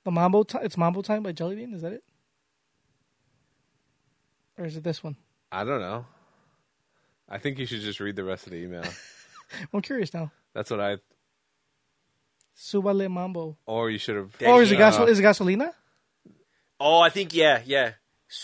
Speaker 1: The Mambo time. It's Mambo time by Jellybean. Is that it? Or is it this one?
Speaker 2: I don't know. I think you should just read the rest of the email.
Speaker 1: I'm curious now.
Speaker 2: That's what I.
Speaker 1: Subale Mambo.
Speaker 2: Or you should have. Uh,
Speaker 3: Daddy
Speaker 1: oh, is it
Speaker 3: Yankee.
Speaker 1: gasol? Is it gasolina?
Speaker 3: Oh, I think yeah, yeah.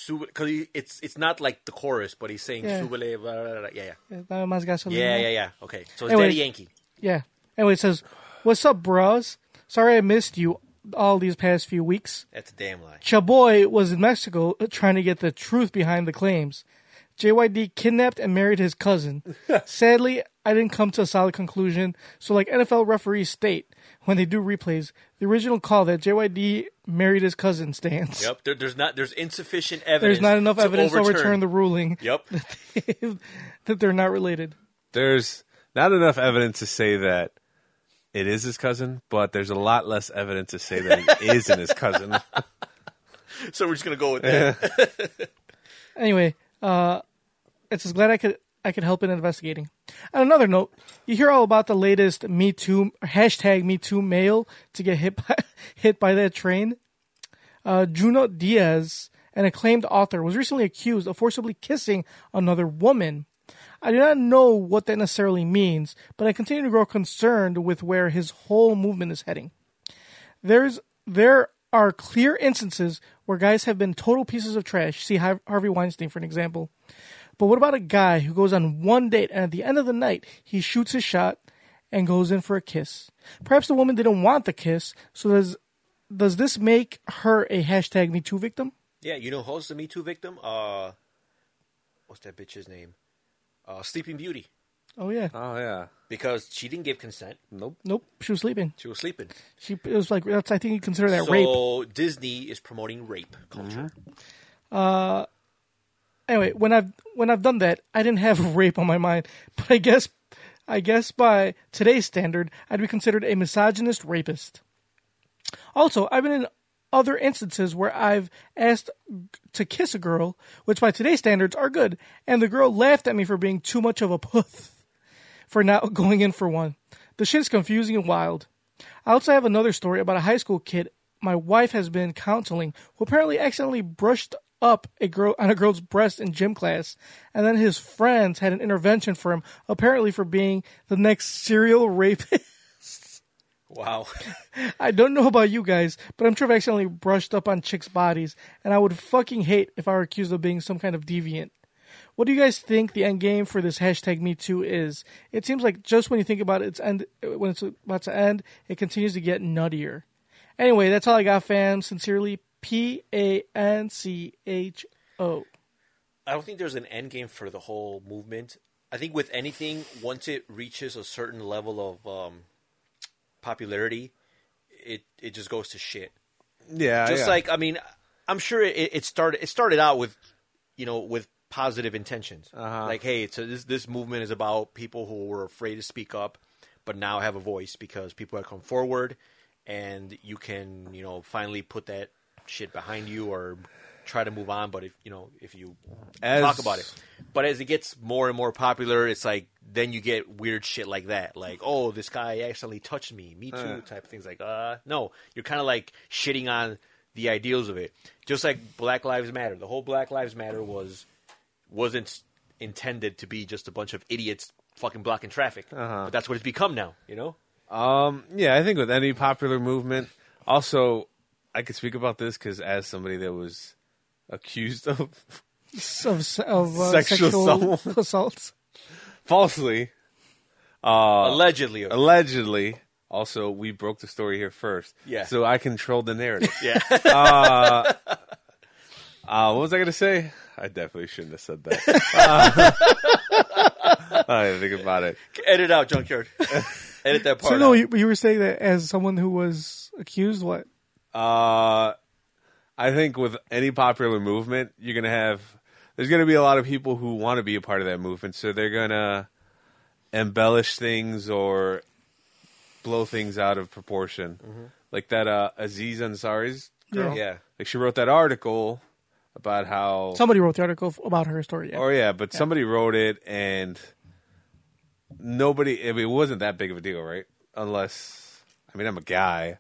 Speaker 3: because it's it's not like the chorus, but he's saying
Speaker 1: Yeah.
Speaker 3: "Súbele, blah, blah, blah, blah." yeah, yeah,
Speaker 1: Nada más gasolina.
Speaker 3: yeah, yeah, yeah. Okay, so it's
Speaker 1: Anyway.
Speaker 3: Daddy Yankee.
Speaker 1: Yeah. Anyway, it says, "What's up, bros? Sorry I missed you all these past few weeks.
Speaker 3: That's a damn lie.
Speaker 1: Chaboy was in Mexico uh, trying to get the truth behind the claims. JYD kidnapped and married his cousin. Sadly, I didn't come to a solid conclusion. So, like NFL referees state when they do replays, the original call that JYD married his cousin stands.
Speaker 3: Yep, there, there's not there's insufficient evidence.
Speaker 1: There's not enough
Speaker 3: to
Speaker 1: evidence to
Speaker 3: overturn.
Speaker 1: overturn the ruling
Speaker 3: Yep,
Speaker 1: that they're not related.
Speaker 2: There's not enough evidence to say that it is his cousin, but there's a lot less evidence to say that it isn't his cousin.
Speaker 3: so we're just gonna go with that.
Speaker 1: Anyway, uh, it says glad I could I could help in investigating. On another note, you hear all about the latest Me Too hashtag Me Too male to get hit by, hit by that train. Uh, Juno Diaz, an acclaimed author, was recently accused of forcibly kissing another woman. I do not know what that necessarily means, but I continue to grow concerned with where his whole movement is heading there's there are clear instances where guys have been total pieces of trash. See Har- Harvey Weinstein for an example. But what about a guy who goes on one date and at the end of the night he shoots his shot and goes in for a kiss? Perhaps the woman didn't want the kiss, so does does this make her a hashtag Me Too victim?
Speaker 3: yeah, you know who's the Me Too victim? Uh, what's that bitch's name? Uh, Sleeping Beauty,
Speaker 1: Oh yeah,
Speaker 2: oh yeah.
Speaker 3: because she didn't give consent.
Speaker 2: Nope.
Speaker 1: nope, she was sleeping.
Speaker 3: She was sleeping.
Speaker 1: She it was like that's, I think you consider that
Speaker 3: so
Speaker 1: rape.
Speaker 3: Disney is promoting rape culture.
Speaker 1: anyway, when I've when I've done that, I didn't have rape on my mind, but I guess I guess by today's standard, I'd be considered a misogynist rapist. Also, I've been in other instances where I've asked g- to kiss a girl, which by today's standards are good, and the girl laughed at me for being too much of a puth for not going in for one. The shit's confusing and wild. I also have another story about a high school kid my wife has been counseling who apparently accidentally brushed up a girl on a girl's breast in gym class, and then his friends had an intervention for him, apparently for being the next serial rapist. Mm-hmm.
Speaker 3: Wow.
Speaker 1: I don't know about you guys, but I'm sure I've accidentally brushed up on chicks' bodies, and I would fucking hate if I were accused of being some kind of deviant. What do you guys think the end game for this hashtag Me Too is? It seems like just when you think about its end, when it's about to end, it continues to get nuttier. Anyway, that's all I got, fam. Sincerely, P A N C H O.
Speaker 3: I don't think there's an end game for the whole movement. I think with anything, once it reaches a certain level of um, popularity, it it just goes to shit.
Speaker 2: Yeah.
Speaker 3: Just
Speaker 2: yeah.
Speaker 3: like I mean, I'm sure it, it started it started out with you know with positive intentions.
Speaker 2: Uh-huh.
Speaker 3: Like, hey, it's a, this this movement is about people who were afraid to speak up, but now have a voice because people have come forward, and you can you know finally put that shit behind you or try to move on. But if you know if you
Speaker 2: As-
Speaker 3: talk about it, but as it gets more and more popular, it's like then you get weird shit like that, like oh this guy accidentally touched me, me too type of things. Like uh no, you're kind of like shitting on the ideals of it, just like Black Lives Matter. The whole Black Lives Matter was wasn't intended to be just a bunch of idiots fucking blocking traffic, but that's what it's become now. You know,
Speaker 2: yeah, I think with any popular movement, also, I could speak about this because as somebody that was accused of
Speaker 1: Of, of uh,
Speaker 2: Sexual
Speaker 1: sexual assault.
Speaker 2: falsely,
Speaker 3: allegedly.
Speaker 2: allegedly, also, we broke the story here first.
Speaker 3: Yeah.
Speaker 2: So I controlled the narrative.
Speaker 3: yeah,
Speaker 2: Uh, what was I going to say? I definitely shouldn't have said that. Uh, I didn't think about it.
Speaker 3: edit out junkyard. edit that part.
Speaker 1: So no,
Speaker 3: out.
Speaker 1: you, you were saying that as someone who was accused. What?
Speaker 2: Uh, I think with any popular movement, you're gonna have there's gonna be a lot of people who want to be a part of that movement, so they're gonna embellish things or blow things out of proportion, like that uh, Aziz Ansari's girl.
Speaker 1: Mm-hmm. Yeah.
Speaker 3: Yeah.
Speaker 2: like she wrote that article about how.
Speaker 1: Somebody wrote the article f- about her story. Yeah.
Speaker 2: oh yeah, but somebody wrote it and nobody. I mean, it wasn't that big of a deal, right? Unless I mean, I'm a guy,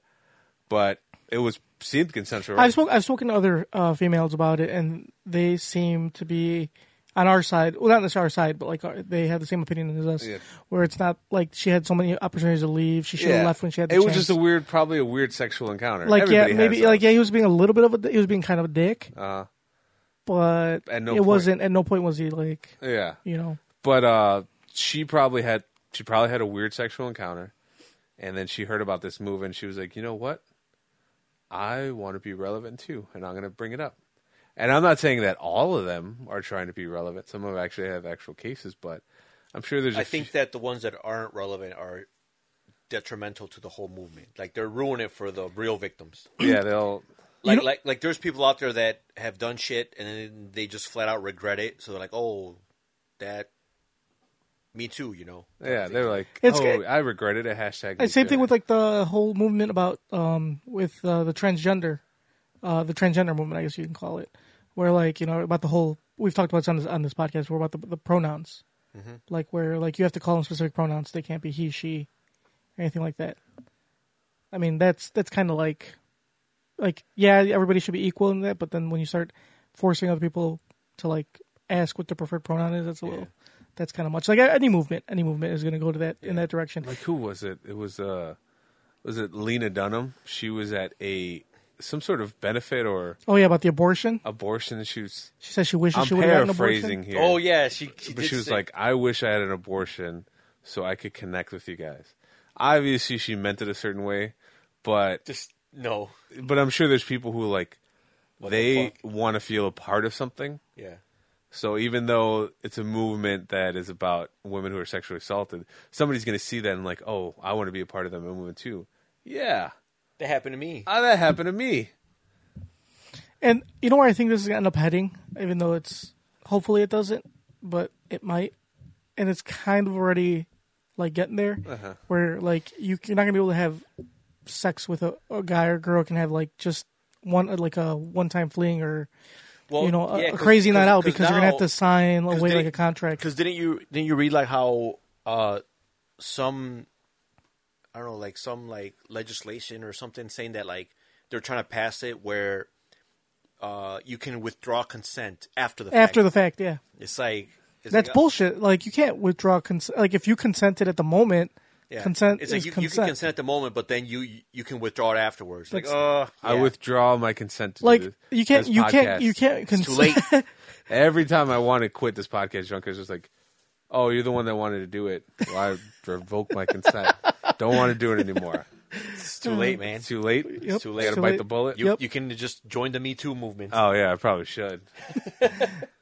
Speaker 2: but it was seemed consensual.
Speaker 1: I've spoken. I've spoken to other uh, females about it, and they seem to be on our side. Well, not necessarily our side, but like uh, they have the same opinion as us.
Speaker 2: Yeah.
Speaker 1: Where it's not like she had so many opportunities to leave. She should have left when she had. The
Speaker 2: it was
Speaker 1: chance.
Speaker 2: just a weird, probably a weird sexual encounter.
Speaker 1: like yeah,
Speaker 2: Everybody has
Speaker 1: maybe
Speaker 2: those. Uh-huh.
Speaker 1: like yeah, he was being a little bit of a. He was being kind of a dick. but
Speaker 2: At no
Speaker 1: it
Speaker 2: point.
Speaker 1: wasn't. At no point was he like
Speaker 2: Yeah.
Speaker 1: you know.
Speaker 2: But uh, she probably had she probably had a weird sexual encounter, and then she heard about this move and she was like, you know what? I want to be relevant too, and I'm going to bring it up. And I'm not saying that all of them are trying to be relevant. Some of them actually have actual cases, but I'm sure there's. a
Speaker 3: I think
Speaker 2: few-
Speaker 3: that the ones that aren't relevant are detrimental to the whole movement. Like they're ruining it for the real victims.
Speaker 2: yeah, they'll.
Speaker 3: Like
Speaker 1: know-
Speaker 3: like like there's people out there that have done shit and then they just flat out regret it. So they're like, oh, that. Me too, you know.
Speaker 2: Yeah, they're like,
Speaker 1: It's
Speaker 2: oh,
Speaker 1: good.
Speaker 2: I regret it. A hashtag. me
Speaker 1: And same
Speaker 2: too."
Speaker 1: thing with like the whole movement about um with uh, the transgender, uh the transgender movement, I guess you can call it, where like you know about the whole we've talked about this on this on this podcast. Where about the the pronouns, like where like you have to call them specific pronouns. They can't be he, she, anything like that. I mean that's that's kind of like, like yeah, everybody should be equal in that. But then when you start forcing other people to like ask what their preferred pronoun is, that's a little. That's kind of much like any movement. Any movement is going to go to that in that direction.
Speaker 2: like who was it? It was uh, was it Lena Dunham? She was at a some sort of benefit or
Speaker 1: Oh yeah, about the abortion.
Speaker 2: abortion. She was
Speaker 1: She says she wishes
Speaker 2: I'm
Speaker 1: she would have gotten an
Speaker 2: paraphrasing
Speaker 1: abortion.
Speaker 2: here.
Speaker 3: Oh yeah, she. She,
Speaker 2: but
Speaker 3: did
Speaker 2: she was
Speaker 3: say-
Speaker 2: like, "I wish I had an abortion so I could connect with you guys." Obviously, she meant it a certain way, but
Speaker 3: just no.
Speaker 2: but I'm sure there's people who like
Speaker 3: the
Speaker 2: they
Speaker 3: fuck?
Speaker 2: want to feel a part of something.
Speaker 3: Yeah.
Speaker 2: So even though it's a movement that is about women who are sexually assaulted, somebody's going to see that and like, "Oh, I want to be a part of that movement too." Yeah,
Speaker 3: That happened to me.
Speaker 2: Ah, that happened to me.
Speaker 1: And you know where I think this is gonna end up heading, even though it's hopefully it doesn't, but it might. And it's kind of already like getting there,
Speaker 3: Uh-huh.
Speaker 1: where like you, you're not gonna be able to have sex with a, a guy or girl can have like just one like a one time fling or
Speaker 3: Well,
Speaker 1: you know a,
Speaker 3: yeah,
Speaker 1: a
Speaker 3: 'cause-
Speaker 1: crazy night
Speaker 3: 'cause-
Speaker 1: out
Speaker 3: 'cause
Speaker 1: because you're gonna have
Speaker 3: now-
Speaker 1: to sign away
Speaker 3: they-
Speaker 1: like a contract.
Speaker 3: Because didn't you didn't you read like how uh some I don't know like some like legislation or something saying that like they're trying to pass it where uh you can withdraw consent after the
Speaker 1: After the
Speaker 3: fact.
Speaker 1: fact, yeah,
Speaker 3: it's like it's
Speaker 1: that's
Speaker 3: like, uh,
Speaker 1: bullshit. Like you can't withdraw consent. Like if you consented at the moment,
Speaker 3: yeah.
Speaker 1: consent
Speaker 3: It's
Speaker 1: is
Speaker 3: like you, you can
Speaker 1: consent.
Speaker 3: consent at the moment, but then you you can withdraw it afterwards. Like
Speaker 1: That's-
Speaker 3: uh,
Speaker 2: I
Speaker 3: yeah.
Speaker 2: withdraw my consent. To do
Speaker 1: like
Speaker 2: this-
Speaker 1: you can't
Speaker 2: this
Speaker 1: you can't
Speaker 2: podcast.
Speaker 1: you can't
Speaker 3: It's too
Speaker 1: consent.
Speaker 3: late.
Speaker 2: Every time I want to quit this podcast, Junker's just like, "Oh, you're the one that wanted to do it. Well, I revoke my consent. Don't want to do it anymore.
Speaker 3: It's too late, man.
Speaker 2: It's too late.
Speaker 1: Yep,
Speaker 2: It's too late.
Speaker 1: it's
Speaker 2: Got to
Speaker 1: too
Speaker 2: bite
Speaker 1: late.
Speaker 2: the bullet.
Speaker 3: You,
Speaker 1: Yep.
Speaker 3: you can just join the Me Too movement.
Speaker 2: Oh yeah, I probably should.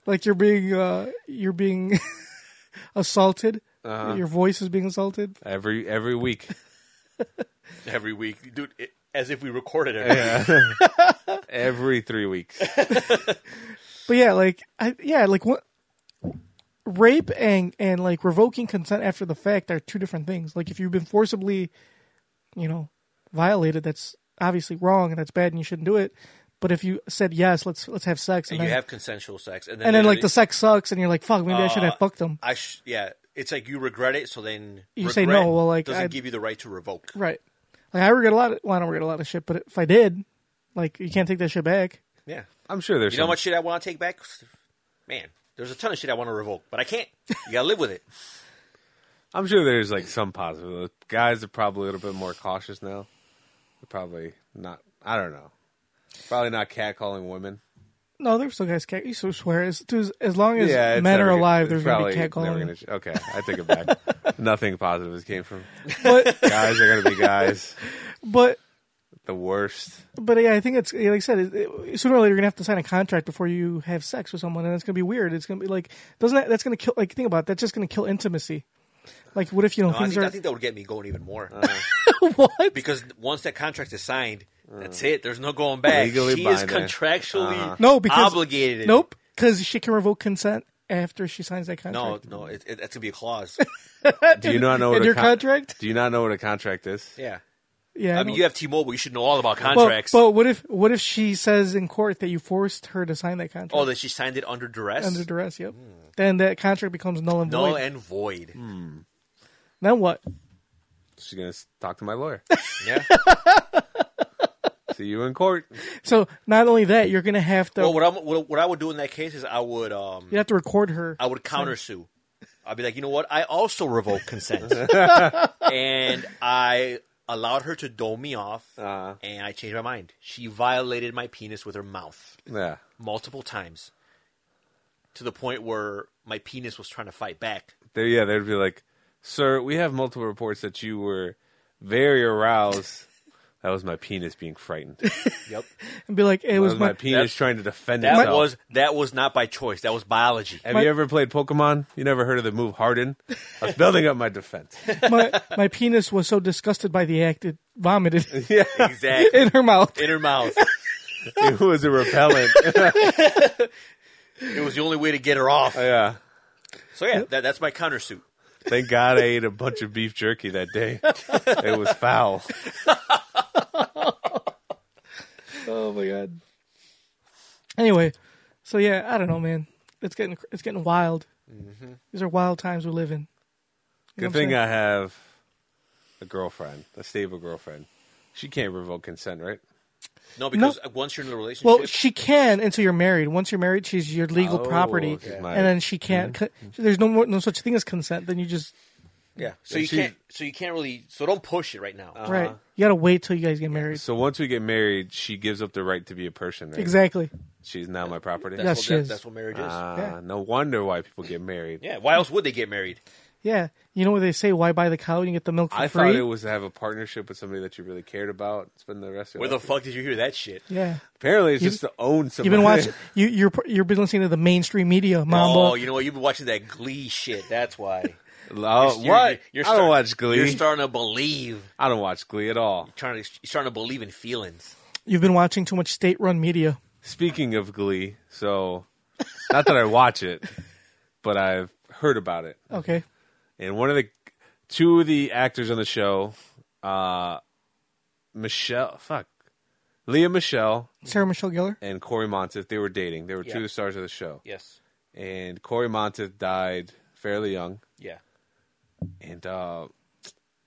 Speaker 1: like you're being uh you're being assaulted
Speaker 3: Uh-huh.
Speaker 1: your voice is being assaulted
Speaker 2: Every every week,
Speaker 3: every week, dude. It, as if we recorded it.
Speaker 2: every three weeks.
Speaker 1: but yeah like i yeah like what rape and and like revoking consent after the fact are two different things like if you've been forcibly you know violated that's obviously wrong and that's bad and you shouldn't do it but if you said yes let's let's have sex and,
Speaker 3: And you
Speaker 1: then,
Speaker 3: have consensual sex, and then
Speaker 1: and then like
Speaker 3: literally-
Speaker 1: the sex sucks and you're like fuck maybe i should
Speaker 3: Uh,
Speaker 1: have fucked them
Speaker 3: I sh- yeah, it's like you regret it, so then
Speaker 1: You say
Speaker 3: regret
Speaker 1: no, well, like,
Speaker 3: doesn't
Speaker 1: I-
Speaker 3: give you the right to revoke.
Speaker 1: right like i regret a lot of, well i don't regret a lot of shit but if i did like you can't take that shit back
Speaker 3: Yeah,
Speaker 2: I'm sure there's
Speaker 3: you know how
Speaker 2: some-
Speaker 3: much shit I want to take back, man. There's a ton of shit I want to revoke, but I can't. You gotta live with it.
Speaker 2: I'm sure there's like some positive. Guys are probably a little bit more cautious now. They're probably not. I don't know. Probably not catcalling women.
Speaker 1: No, there's still guys cat. You so swear as, dude, as- as long as
Speaker 2: it's
Speaker 1: men
Speaker 2: never
Speaker 1: are
Speaker 2: gonna-
Speaker 1: alive,
Speaker 2: it's
Speaker 1: there's gonna be
Speaker 2: probably
Speaker 1: cat
Speaker 2: never
Speaker 1: calling.
Speaker 2: gonna ch- okay, I take it back. Nothing positive has came from
Speaker 1: But
Speaker 2: guys are gonna be guys.
Speaker 1: but
Speaker 2: The worst.
Speaker 1: but yeah, I think it's yeah, like I said. It, it, sooner or later, you're gonna have to sign a contract before you have sex with someone, and it's gonna be weird. It's gonna be like doesn't that that's gonna kill? Like think about it, that's just gonna kill intimacy. Like what if you know
Speaker 3: No, I,
Speaker 1: things
Speaker 3: think,
Speaker 1: are
Speaker 3: I think that would get me going even more
Speaker 1: what?
Speaker 3: because once that contract is signed, that's it. There's no going back.
Speaker 2: Legally
Speaker 3: she is
Speaker 2: binding.
Speaker 3: contractually
Speaker 1: No, because
Speaker 3: obligated.
Speaker 1: Nope, because she can revoke consent after she signs that
Speaker 3: No,
Speaker 1: contract.
Speaker 3: no, it, it, that's gonna be a clause.
Speaker 2: Do you not know
Speaker 1: in
Speaker 2: what a
Speaker 1: your
Speaker 2: con-
Speaker 1: contract?
Speaker 2: Do you not know what a contract is?
Speaker 3: yeah,
Speaker 1: Yeah,
Speaker 3: I mean,
Speaker 1: don't-
Speaker 3: you have T-Mobile. You should know all about
Speaker 1: Well,
Speaker 3: contracts.
Speaker 1: but what if what if she says in court that you forced her to sign that contract
Speaker 3: oh, that she signed it under duress,
Speaker 1: under duress? Yep. Then that contract becomes null and
Speaker 3: null
Speaker 1: void.
Speaker 3: and void.
Speaker 1: Then what?
Speaker 2: She's gonna s- talk to my lawyer.
Speaker 3: Yeah.
Speaker 2: See you in court.
Speaker 1: So not only that, you're gonna have to
Speaker 3: Well, what, I'm, what, what I would do in that case is I would um
Speaker 1: you have to record her.
Speaker 3: I would countersue. I'd be like, you know what? I also revoke consent, and I allowed her to dome me off, and I changed my mind. She violated my penis with her mouth
Speaker 2: Yeah.
Speaker 3: multiple times. to the point where my penis was trying to fight back.
Speaker 2: They, yeah, they'd be like, "Sir, we have multiple reports that you were very aroused." that was my penis being frightened. It
Speaker 3: Yep.
Speaker 1: and be like, it
Speaker 2: was,
Speaker 1: was,
Speaker 2: my,
Speaker 1: my,
Speaker 2: penis trying to defend
Speaker 3: That
Speaker 2: itself.
Speaker 3: was that was not by choice. That was biology.
Speaker 2: have
Speaker 1: my-
Speaker 2: you ever played Pokemon? You never heard of the move Harden? I was building up my defense.
Speaker 1: my my penis was so disgusted by the act it vomited
Speaker 3: Exactly.
Speaker 1: in her mouth.
Speaker 3: In her mouth.
Speaker 2: It was a repellent.
Speaker 3: It was the only way to get her off.
Speaker 2: yeah.
Speaker 3: So yeah, that, that's my countersuit.
Speaker 2: Thank God I ate a bunch of beef jerky that day. It was foul.
Speaker 1: Oh my god. Anyway, so yeah, I don't know, man. It's getting it's getting wild.
Speaker 3: Mm-hmm.
Speaker 1: These are wild times we live in. You know what
Speaker 2: Good
Speaker 1: I'm
Speaker 2: thing
Speaker 1: saying?
Speaker 2: I have a girlfriend, a stable girlfriend. She can't revoke consent, right?
Speaker 3: No, because once you're in a relationship,
Speaker 1: Well, she can until you're married. Once you're married, she's your legal
Speaker 2: Oh,
Speaker 1: property,
Speaker 2: she's Mm-hmm.
Speaker 1: and
Speaker 2: my-
Speaker 1: then she can't. co- There's no more, no such thing as consent. Then you just
Speaker 3: yeah. So
Speaker 2: And
Speaker 3: you
Speaker 2: she-
Speaker 3: can't. So you can't really. So don't push it right now.
Speaker 1: right. You gotta wait till you guys get married.
Speaker 2: So once we get married, she gives up the right to be a person. Right?
Speaker 1: Exactly.
Speaker 2: She's now my property.
Speaker 3: That's
Speaker 1: Yes,
Speaker 3: what,
Speaker 1: she
Speaker 3: that-
Speaker 1: is.
Speaker 3: That's what marriage is.
Speaker 2: Ah,
Speaker 1: Yeah.
Speaker 2: No wonder why people get married.
Speaker 3: Uh, yeah. Why else would they get married?
Speaker 1: Yeah. You know what they say? Why buy the cow and you get the milk for
Speaker 2: I
Speaker 1: free?
Speaker 2: thought it was to have a partnership with somebody that you really cared about. Spend the rest of
Speaker 3: Where
Speaker 2: your
Speaker 3: the
Speaker 2: life.
Speaker 3: fuck did you hear that shit?
Speaker 1: yeah.
Speaker 2: Apparently, it's
Speaker 1: You-
Speaker 2: just to own somebody.
Speaker 1: You've been watching. You, you're you've been listening to the mainstream media, Mambo.
Speaker 3: Oh, you know what? You've been watching that Glee shit. That's why.
Speaker 2: Oh, what? I
Speaker 3: start-
Speaker 2: don't watch Glee.
Speaker 3: You're starting to believe.
Speaker 2: I don't watch Glee at all.
Speaker 3: Trying to, you're starting to believe in feelings.
Speaker 1: You've been watching too much state-run media.
Speaker 2: Speaking of Glee, so not that I watch it, but I've heard about it.
Speaker 1: Okay.
Speaker 2: and one of the two of the actors on the show, uh, Michelle, fuck, Leah Michelle
Speaker 1: Sarah Michelle Gellar.
Speaker 2: and Corey Monteith, they were dating. They were two
Speaker 3: Yeah.
Speaker 2: of the stars of the show,
Speaker 3: Yes.
Speaker 2: and Corey Monteith died fairly young,
Speaker 3: Yeah.
Speaker 2: and uh,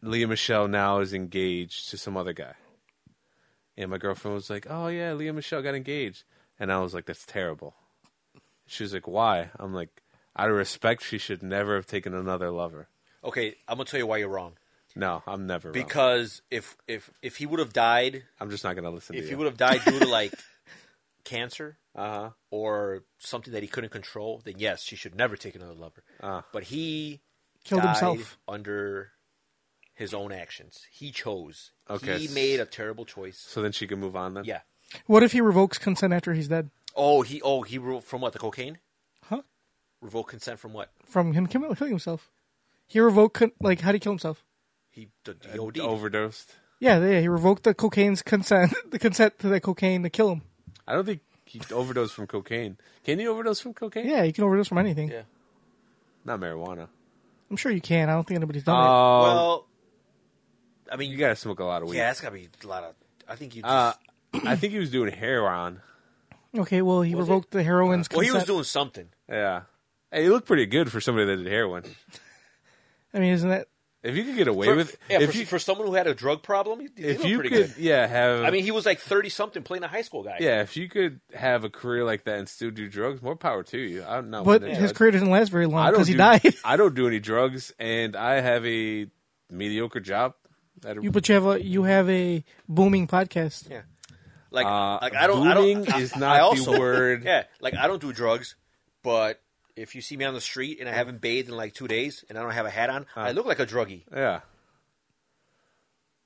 Speaker 2: Leah Michelle now is engaged to some other guy. And my girlfriend was like, "Oh yeah, Leah Michelle got engaged," and I was like, "That's terrible." She was like, "Why?" I'm like, "Out of respect, she should never have taken another lover."
Speaker 3: Okay, I'm gonna tell you why you're wrong.
Speaker 2: No, I'm never wrong.
Speaker 3: Because if if if he would have died,
Speaker 2: I'm just not gonna listen.
Speaker 3: if
Speaker 2: to
Speaker 3: he
Speaker 2: you.
Speaker 3: would have died due to like cancer
Speaker 2: Uh-huh.
Speaker 3: or something that he couldn't control, then yes, she should never take another lover.
Speaker 2: Uh.
Speaker 3: but he
Speaker 1: Killed
Speaker 3: died
Speaker 1: himself.
Speaker 3: under his own actions. He chose.
Speaker 2: Okay.
Speaker 3: He made a terrible choice.
Speaker 2: So then she can move on then?
Speaker 3: Yeah.
Speaker 1: What if he revokes consent after he's dead?
Speaker 3: Oh, he oh he re- from what the cocaine?
Speaker 1: Huh?
Speaker 3: Revoke consent from what?
Speaker 1: From him kill- killing himself. He revoked con- like how would he kill himself?
Speaker 3: He the, the OD.
Speaker 2: Overdosed.
Speaker 1: Yeah, yeah. He revoked the cocaine's consent, the consent to that cocaine to kill him.
Speaker 2: I don't think he overdosed from cocaine. Can you overdose from cocaine?
Speaker 1: Yeah, you can overdose from anything.
Speaker 3: Yeah.
Speaker 2: Not marijuana.
Speaker 1: I'm sure you can. I don't think anybody's done
Speaker 3: Uh,
Speaker 1: it.
Speaker 2: Oh,
Speaker 3: well, I mean,
Speaker 2: you gotta smoke a lot of weed.
Speaker 3: yeah, that's gotta be a lot of. I think you. Just,
Speaker 2: Uh, I think he was doing heroin.
Speaker 1: Okay, well, he
Speaker 3: Was
Speaker 1: revoked the heroin's
Speaker 3: well,
Speaker 1: consent.
Speaker 3: he was doing something.
Speaker 2: Yeah. Hey, he looked pretty good for somebody that did heroin.
Speaker 1: I mean, isn't that
Speaker 2: If you could get away
Speaker 3: For,
Speaker 2: with,
Speaker 3: yeah,
Speaker 2: if
Speaker 3: for,
Speaker 2: you,
Speaker 3: for someone who had a drug problem, he, he
Speaker 2: if
Speaker 3: looked
Speaker 2: you
Speaker 3: pretty
Speaker 2: could,
Speaker 3: good.
Speaker 2: yeah, have,
Speaker 3: I mean, he was like thirty something playing a high school guy.
Speaker 2: yeah, if you could have a career like that and still do drugs, more power to you. I'm not.
Speaker 1: But
Speaker 2: one that-
Speaker 1: his career didn't last very long
Speaker 2: I don't
Speaker 1: because he
Speaker 2: do-
Speaker 1: died.
Speaker 2: I don't do any drugs, and I have a mediocre job. At a,
Speaker 1: you but you have a you have a booming podcast.
Speaker 3: Yeah. Like,
Speaker 2: Uh,
Speaker 3: like I don't. I
Speaker 2: booming
Speaker 3: don't. I-
Speaker 2: is
Speaker 3: I
Speaker 2: not the
Speaker 3: also-
Speaker 2: word.
Speaker 3: Yeah, like I don't do drugs, but if you see me on the street and I haven't bathed in like two days and I don't have a hat on, I look like a druggie.
Speaker 2: yeah.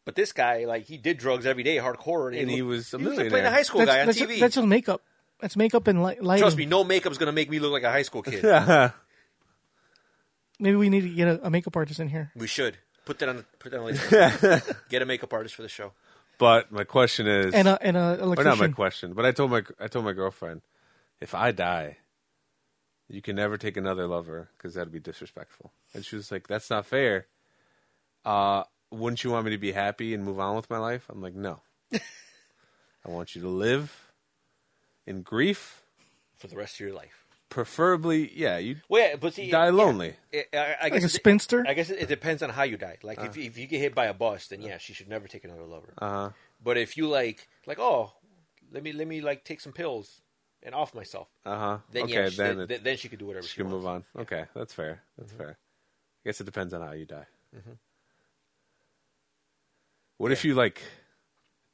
Speaker 3: But this guy, like, he did drugs every day, hardcore, and,
Speaker 2: And he
Speaker 3: looked-
Speaker 2: was a
Speaker 3: like playing a
Speaker 2: millionaire.
Speaker 3: high school
Speaker 1: that's,
Speaker 3: guy on
Speaker 1: that's,
Speaker 3: TV.
Speaker 1: that's just makeup. That's makeup and li- lighting.
Speaker 3: Trust me, no makeup's gonna make me look like a high school kid.
Speaker 1: Maybe we need to get a, a makeup artist in here.
Speaker 3: We should put that on. The, put that on. The list. Get a makeup artist for the show.
Speaker 2: But my question is,
Speaker 1: And uh, a and a
Speaker 2: or
Speaker 1: electrician.
Speaker 2: not my question, but I told my I told my girlfriend, if I die, you can never take another lover because that'd be disrespectful. And she was like, "That's not fair. Uh, wouldn't you want me to be happy and move on with my life?" I'm like, "No. I want you to live in grief,
Speaker 3: for the rest of your life.
Speaker 2: preferably. Yeah, you
Speaker 3: Well, yeah, but see,
Speaker 2: die
Speaker 3: it-
Speaker 2: lonely.
Speaker 3: it- I, I
Speaker 1: like
Speaker 3: guess
Speaker 1: a
Speaker 3: it-
Speaker 1: spinster.
Speaker 3: I guess it, it depends on how you die. Like if if you get hit by a bus, then yeah, she should never take another lover.
Speaker 2: Uh. Uh-huh.
Speaker 3: But if you like, like oh, let me let me like take some pills and off myself,
Speaker 2: Uh huh.
Speaker 3: then
Speaker 2: okay,
Speaker 3: yeah, she,
Speaker 2: then
Speaker 3: then,
Speaker 2: it-
Speaker 3: then, she could do whatever she,
Speaker 2: she can
Speaker 3: wants.
Speaker 2: move on. Okay, that's fair. That's fair. I guess it depends on how you die. What if you like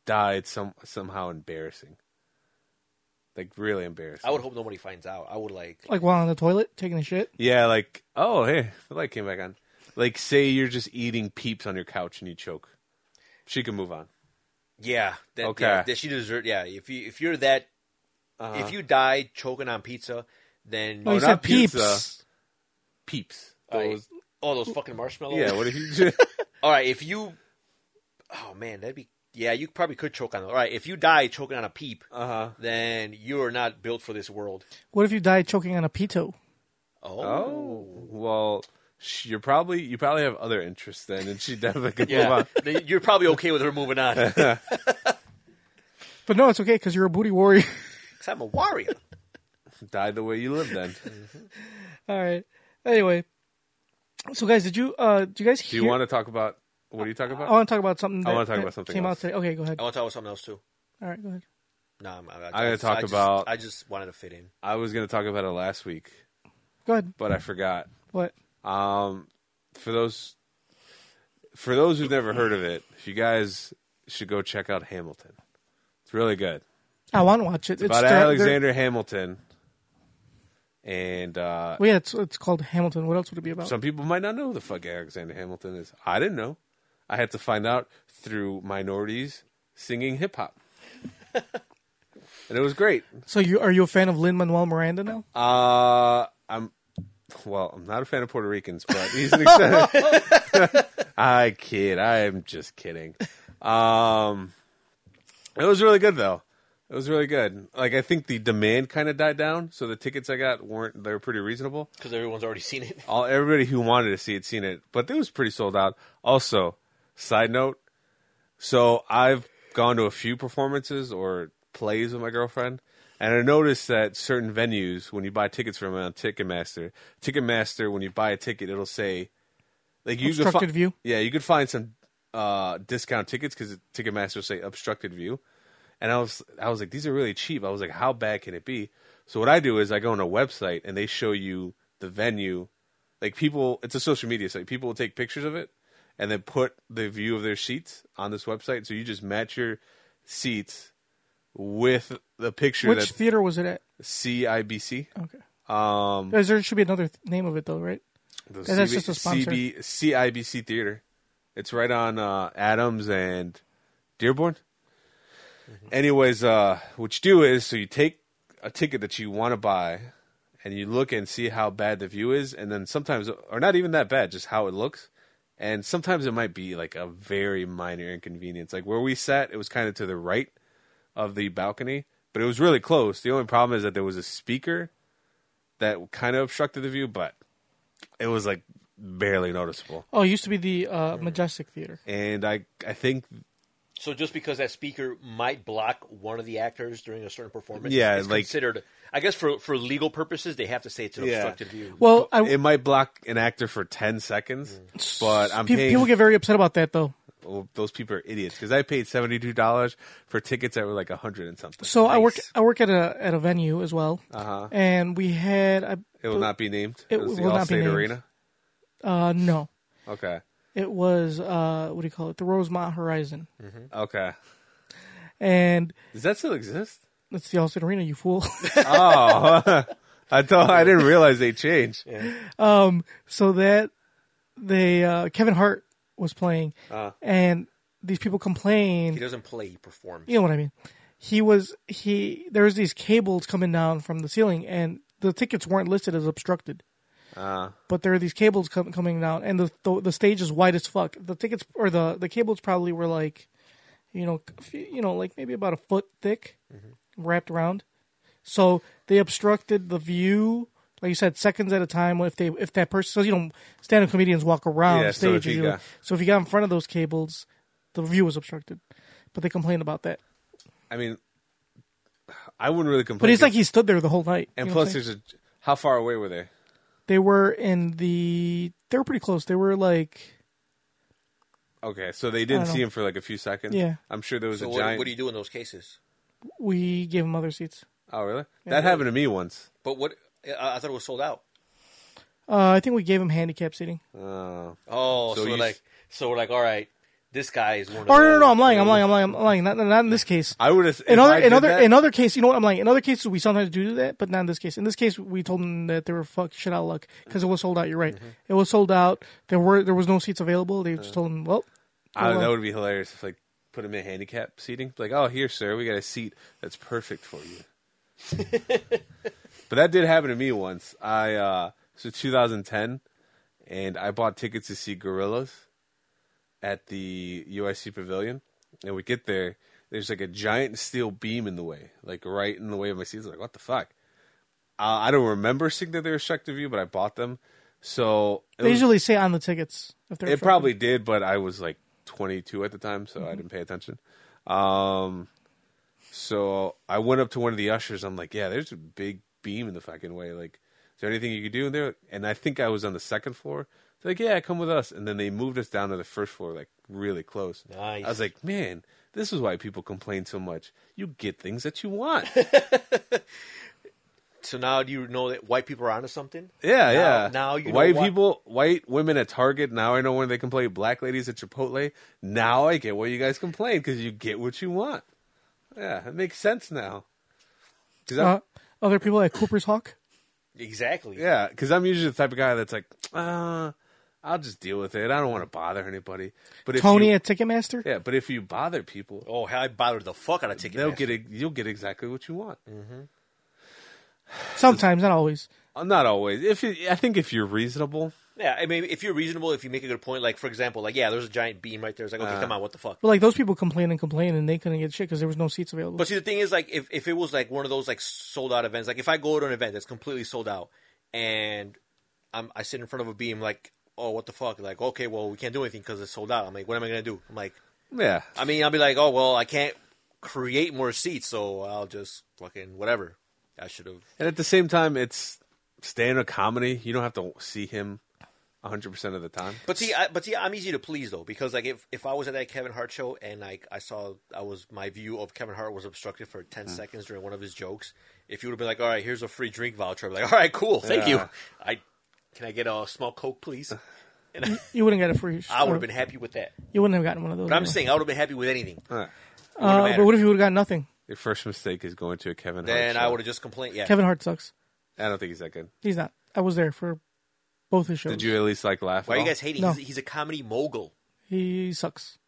Speaker 2: died some somehow embarrassing? Like really embarrassing.
Speaker 3: I would hope nobody finds out. I would like.
Speaker 1: Like while on the toilet taking a shit.
Speaker 2: Yeah, like oh hey, the light came back on. Like say you're just eating peeps on your couch and you choke. She can move on.
Speaker 3: Yeah. That,
Speaker 2: Okay. Uh-huh.
Speaker 3: Yeah, that she deserved. Yeah. If you if you're that, if you die choking on pizza, then
Speaker 1: Oh, you
Speaker 2: not
Speaker 1: said peeps.
Speaker 2: pizza. Peeps.
Speaker 3: I-
Speaker 2: Those,
Speaker 3: all Oh, those fucking marshmallows.
Speaker 2: yeah. What if you? Just,
Speaker 3: All right. If you. Oh man, that'd be. Yeah, you probably could choke on. All right. If you die choking on a peep,
Speaker 2: uh-huh.
Speaker 3: then you are not built for this world.
Speaker 1: What if you die choking on a pito?
Speaker 3: Oh.
Speaker 2: Oh well, sh- you're probably you probably have other interests then, and she definitely could move
Speaker 3: Yeah.
Speaker 2: on.
Speaker 3: Then you're probably okay with her moving on. Because
Speaker 1: But no, it's okay because you're a booty warrior.
Speaker 3: I'm a warrior.
Speaker 2: Die the way you live then.
Speaker 1: All right. Anyway, so guys, did you uh do you guys
Speaker 2: Do
Speaker 1: hear?
Speaker 2: you want to talk about what are you talking
Speaker 1: I
Speaker 2: about?
Speaker 1: want to talk about something. That,
Speaker 2: I wanna talk
Speaker 1: that
Speaker 2: about something
Speaker 1: came
Speaker 2: else. Oh.
Speaker 1: out today. Okay, go ahead.
Speaker 3: I want to talk about something else too.
Speaker 1: All right, go ahead.
Speaker 3: No, I'm, I, I,
Speaker 2: gotta
Speaker 3: just-
Speaker 2: talk
Speaker 3: I just-
Speaker 2: about-
Speaker 3: I just wanted to fit in.
Speaker 2: I was going to talk about it last week,
Speaker 1: Go ahead.
Speaker 2: but I forgot.
Speaker 1: What?
Speaker 2: Um, for those for those who've never heard of it, you guys should go check out Hamilton. It's really good.
Speaker 1: I want to watch it. It's,
Speaker 2: About
Speaker 1: they're- they're-
Speaker 2: Alexander Hamilton, and uh,
Speaker 1: Well, Oh, yeah, it's it's called Hamilton. What else would it be about?
Speaker 2: some people might not know who the fuck Alexander Hamilton is. I didn't know. I had to find out through minorities singing hip hop, and it was great.
Speaker 1: so you are you a fan of Lin Manuel Miranda now?
Speaker 2: Uh, I'm well. I'm not a fan of Puerto Ricans, but he's an exception. I kid. I'm just kidding. Um, it was really good though. It was really good. Like I think the demand kind of died down, so the tickets I got weren't they were pretty reasonable.
Speaker 3: Because everyone's already seen it.
Speaker 2: All everybody who wanted to see it seen it, but it was pretty sold out. Also, side note, so I've gone to a few performances or plays with my girlfriend, and I noticed that certain venues, when you buy tickets from on Ticketmaster, Ticketmaster, when you buy a ticket, it'll say like you could fi-
Speaker 1: Obstructed view?
Speaker 2: Yeah, you could find some uh, discount tickets because Ticketmaster will say obstructed view, and I was I was like these are really cheap. I was like how bad can it be? So what I do is I go on a website and they show you the venue, like people. It's a social media site. People will take pictures of it and then put the view of their seats on this website. So you just match your seats with the picture
Speaker 1: Which
Speaker 2: that
Speaker 1: theater was it at?
Speaker 2: CIBC.
Speaker 1: Okay.
Speaker 2: Um,
Speaker 1: Guys, There should be another th- name of it though, right?
Speaker 2: the
Speaker 1: Yeah, that's
Speaker 2: CB
Speaker 1: just a sponsor.
Speaker 2: CB CIBC Theater. It's right on uh, Adams and Dearborn. Anyways, uh, what you do is so you take a ticket that you want to buy, and you look and see how bad the view is, and then sometimes, or not even that bad, just how it looks. And sometimes it might be like a very minor inconvenience. Like where we sat, it was kind of to the right of the balcony, but it was really close. The only problem is that there was a speaker that kind of obstructed the view, but it was like barely noticeable.
Speaker 1: Oh, it used to be the uh, Majestic Theater.
Speaker 2: And I I think
Speaker 3: So just because that speaker might block one of the actors during a certain performance,
Speaker 2: Yeah,
Speaker 3: is
Speaker 2: like-
Speaker 3: considered. I guess for for legal purposes, they have to say it's an
Speaker 2: Yeah.
Speaker 3: obstructed view.
Speaker 1: Well, I,
Speaker 2: it might block an actor for ten seconds, but I'm
Speaker 1: pe-
Speaker 2: paying.
Speaker 1: people get very upset about that though.
Speaker 2: oh, those people are idiots because I paid seventy two dollars for tickets that were like a hundred and something.
Speaker 1: So I work
Speaker 2: Nice.
Speaker 1: I work at a at a venue as well, uh-huh. and we had I,
Speaker 2: It will not be named.
Speaker 1: It
Speaker 2: was the
Speaker 1: will not be
Speaker 2: Allstate
Speaker 1: named.
Speaker 2: Arena.
Speaker 1: uh no,
Speaker 2: Okay.
Speaker 1: it was uh what do you call it the Rosemont Horizon,
Speaker 2: Okay.
Speaker 1: and
Speaker 2: Does that still exist?
Speaker 1: that's the Allstate Arena. You fool.
Speaker 2: I thought I didn't realize they changed.
Speaker 1: so that they uh, Kevin Hart was playing,
Speaker 2: Uh.
Speaker 1: and these people
Speaker 3: He
Speaker 1: complained.
Speaker 3: doesn't play; he performs.
Speaker 1: You know what I mean? He was he. There was these cables coming down from the ceiling, and the tickets weren't listed as obstructed.
Speaker 2: Uh.
Speaker 1: But there are these cables com- coming down, and the, the the stage is wide as fuck. The tickets or the the cables probably were like, you know, a few- you know, like maybe about a foot thick,
Speaker 2: Mm-hmm.
Speaker 1: wrapped around. So they obstructed the view, like you said, seconds at a time. If they if that person, so you know, stand up comedians walk around
Speaker 2: Yeah,
Speaker 1: the
Speaker 2: so
Speaker 1: stage.
Speaker 2: if you
Speaker 1: usually.
Speaker 2: got-
Speaker 1: so if you got in front of those cables, the view was obstructed. But they complained about that.
Speaker 2: I mean, I wouldn't really complain.
Speaker 1: But it's like he stood there the whole night.
Speaker 2: and
Speaker 1: you know what I'm saying?
Speaker 2: plus, there's a how far away were they?
Speaker 1: they were in the they were pretty close. They were like
Speaker 2: Okay, so they didn't
Speaker 1: don't
Speaker 2: see
Speaker 1: know.
Speaker 2: him for like a few seconds.
Speaker 1: Yeah.
Speaker 2: I'm sure there was
Speaker 3: So
Speaker 2: a
Speaker 3: what,
Speaker 2: giant.
Speaker 3: what do you do in those cases?
Speaker 1: we gave him other seats.
Speaker 2: oh, really? that happened to me once.
Speaker 3: But what I, I thought it was sold out.
Speaker 1: Uh, I think we gave him handicap seating.
Speaker 2: Oh.
Speaker 3: Oh,
Speaker 2: So
Speaker 3: so,
Speaker 2: you
Speaker 3: we're
Speaker 2: s-
Speaker 3: like, so we're like, all right. This guy is one. Of
Speaker 1: Oh no, no, no,
Speaker 3: those-
Speaker 1: I'm lying. I'm lying. I'm lying. I'm lying. Not, not in this case.
Speaker 2: I would have.
Speaker 1: in other,
Speaker 2: I
Speaker 1: in
Speaker 2: did
Speaker 1: other,
Speaker 2: that,
Speaker 1: in other case, you know what I'm like. In other cases, we sometimes do that, but not in this case. In this case, we told them that they were fuck shit out of luck because it was sold out. You're right.
Speaker 2: Mm-hmm.
Speaker 1: It was sold out. There were there was no seats available. They
Speaker 2: Uh-huh.
Speaker 1: just told them, well,
Speaker 2: I, that would be hilarious if like put him in handicap seating. Like, oh, here, sir, we got a seat that's perfect for you. but that did happen to me once. I uh so 2010, and I bought tickets to see Gorillas at the UIC Pavilion, and we get there. There's like a giant steel beam in the way, like right in the way of my seats. I'm like, what the fuck? Uh, I don't remember seeing that they were struck to view, but I bought them. So it
Speaker 1: they
Speaker 2: was-
Speaker 1: usually say on the tickets if they're
Speaker 2: it probably did, but I was like 22 at the time, so I didn't pay attention. Um, so I went up to one of the ushers. I'm like, "Yeah, there's a big beam in the fucking way. Like, is there anything you could do in there?" And I think I was on the second floor. They're like, "Yeah, come with us." And then they moved us down to the first floor, like really close.
Speaker 3: Nice.
Speaker 2: I was like, "Man, this is why people complain so much. You get things that you want."
Speaker 3: So now do you know that white people are onto something?
Speaker 2: Yeah,
Speaker 3: Now-
Speaker 2: yeah.
Speaker 3: now you know
Speaker 2: white
Speaker 3: why-
Speaker 2: people, white women at Target. Now I know when they complain. Black ladies at Chipotle. Now I get why you guys complain because you get what you want. Yeah, it makes sense now. Cause I'm,
Speaker 1: uh, other people at Cooper's Hawk.
Speaker 3: Exactly.
Speaker 2: yeah, because I'm usually the type of guy that's like, uh, I'll just deal with it. I don't want to bother anybody. But if
Speaker 1: Tony
Speaker 2: you,
Speaker 1: at Ticketmaster.
Speaker 2: yeah, but if you bother people,
Speaker 3: Oh, hell, I bothered the fuck out of Ticketmaster.
Speaker 2: they'll get it. You'll get exactly what you want.
Speaker 1: Sometimes, not always.
Speaker 2: Uh, Not always. If you, I think if you're reasonable,
Speaker 3: Yeah, I mean, if you're reasonable, if you make a good point, like for example, like yeah, there's a giant beam right there. It's like,
Speaker 2: Uh-huh.
Speaker 3: okay, come on, what the fuck?
Speaker 1: But like those people complain and complain, and they couldn't get shit because there was no seats available.
Speaker 3: But see, the thing is, like, if, if it was like one of those like sold out events, like if I go to an event that's completely sold out, and I'm I sit in front of a beam, like, oh, what the fuck? Like, okay, well, we can't do anything because it's sold out. I'm like, what am I gonna do? I'm like,
Speaker 2: yeah,
Speaker 3: I mean, I'll be like, oh, well, I can't create more seats, so I'll just fucking whatever. I should have.
Speaker 2: And at the same time, it's stand up comedy. You don't have to see him 100% of the time.
Speaker 3: But see, I, but see, I'm easy to please though because like if, if I was at that Kevin Hart show and like I saw I was my view of Kevin Hart was obstructed for ten seconds during one of his jokes, if you would have been like, all right, here's a free drink voucher, I'd be like, all right, cool, thank you.
Speaker 2: Yeah.
Speaker 3: I can I get a small coke, please? And I,
Speaker 1: you wouldn't get a free.
Speaker 3: I would have been happy with that.
Speaker 1: You wouldn't have gotten one of those.
Speaker 3: But I'm
Speaker 1: anyway.
Speaker 3: just saying, I would have been happy with anything.
Speaker 2: Huh.
Speaker 1: Uh,
Speaker 3: mattered.
Speaker 1: but what if you would have gotten nothing?
Speaker 2: Your first mistake is going to a Kevin Hart.
Speaker 3: Then
Speaker 2: show.
Speaker 3: I would have just complained. Yeah,
Speaker 1: Kevin Hart sucks.
Speaker 2: I don't think he's that good.
Speaker 1: He's not. I was there for both his shows.
Speaker 2: Did you at least like laugh?
Speaker 3: why
Speaker 2: at
Speaker 3: are you
Speaker 2: all?
Speaker 3: guys hating?
Speaker 1: No.
Speaker 3: He's, he's a comedy mogul,
Speaker 1: He sucks.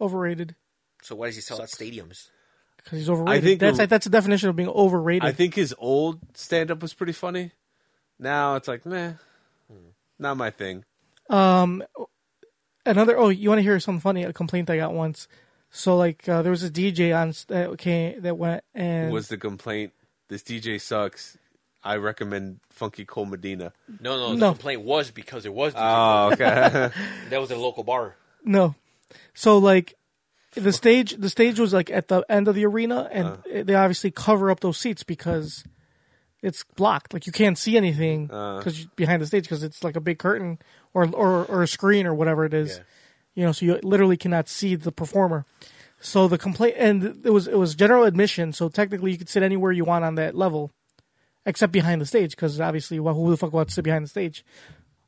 Speaker 1: Overrated
Speaker 3: so why does he sell out stadiums?
Speaker 1: because he's overrated.
Speaker 2: I think
Speaker 1: that's
Speaker 2: the-
Speaker 1: like, that's the definition of being overrated.
Speaker 2: I think his old stand up was pretty funny. Now it's like, meh, not my thing.
Speaker 1: Another. Oh, you want to hear something funny? A complaint I got once. So like uh, there was a DJ on s- that came that went and
Speaker 2: Was the complaint, this DJ sucks. I recommend Funky Cole Medina.
Speaker 3: No, no, the
Speaker 1: No.
Speaker 3: complaint was because it was
Speaker 2: Oh, okay.
Speaker 3: that was a local bar.
Speaker 1: no. So like the stage the stage was like at the end of the arena and it- they obviously cover up those seats because it's blocked. Like you can't see anything because behind the stage because it's like a big curtain or or or a screen or whatever it is.
Speaker 3: Yeah.
Speaker 1: You know, so you literally cannot see the performer. So the complaint and it was it was general admission, so technically you could sit anywhere you want on that level, except behind the stage because obviously, well, who the fuck wants to sit behind the stage?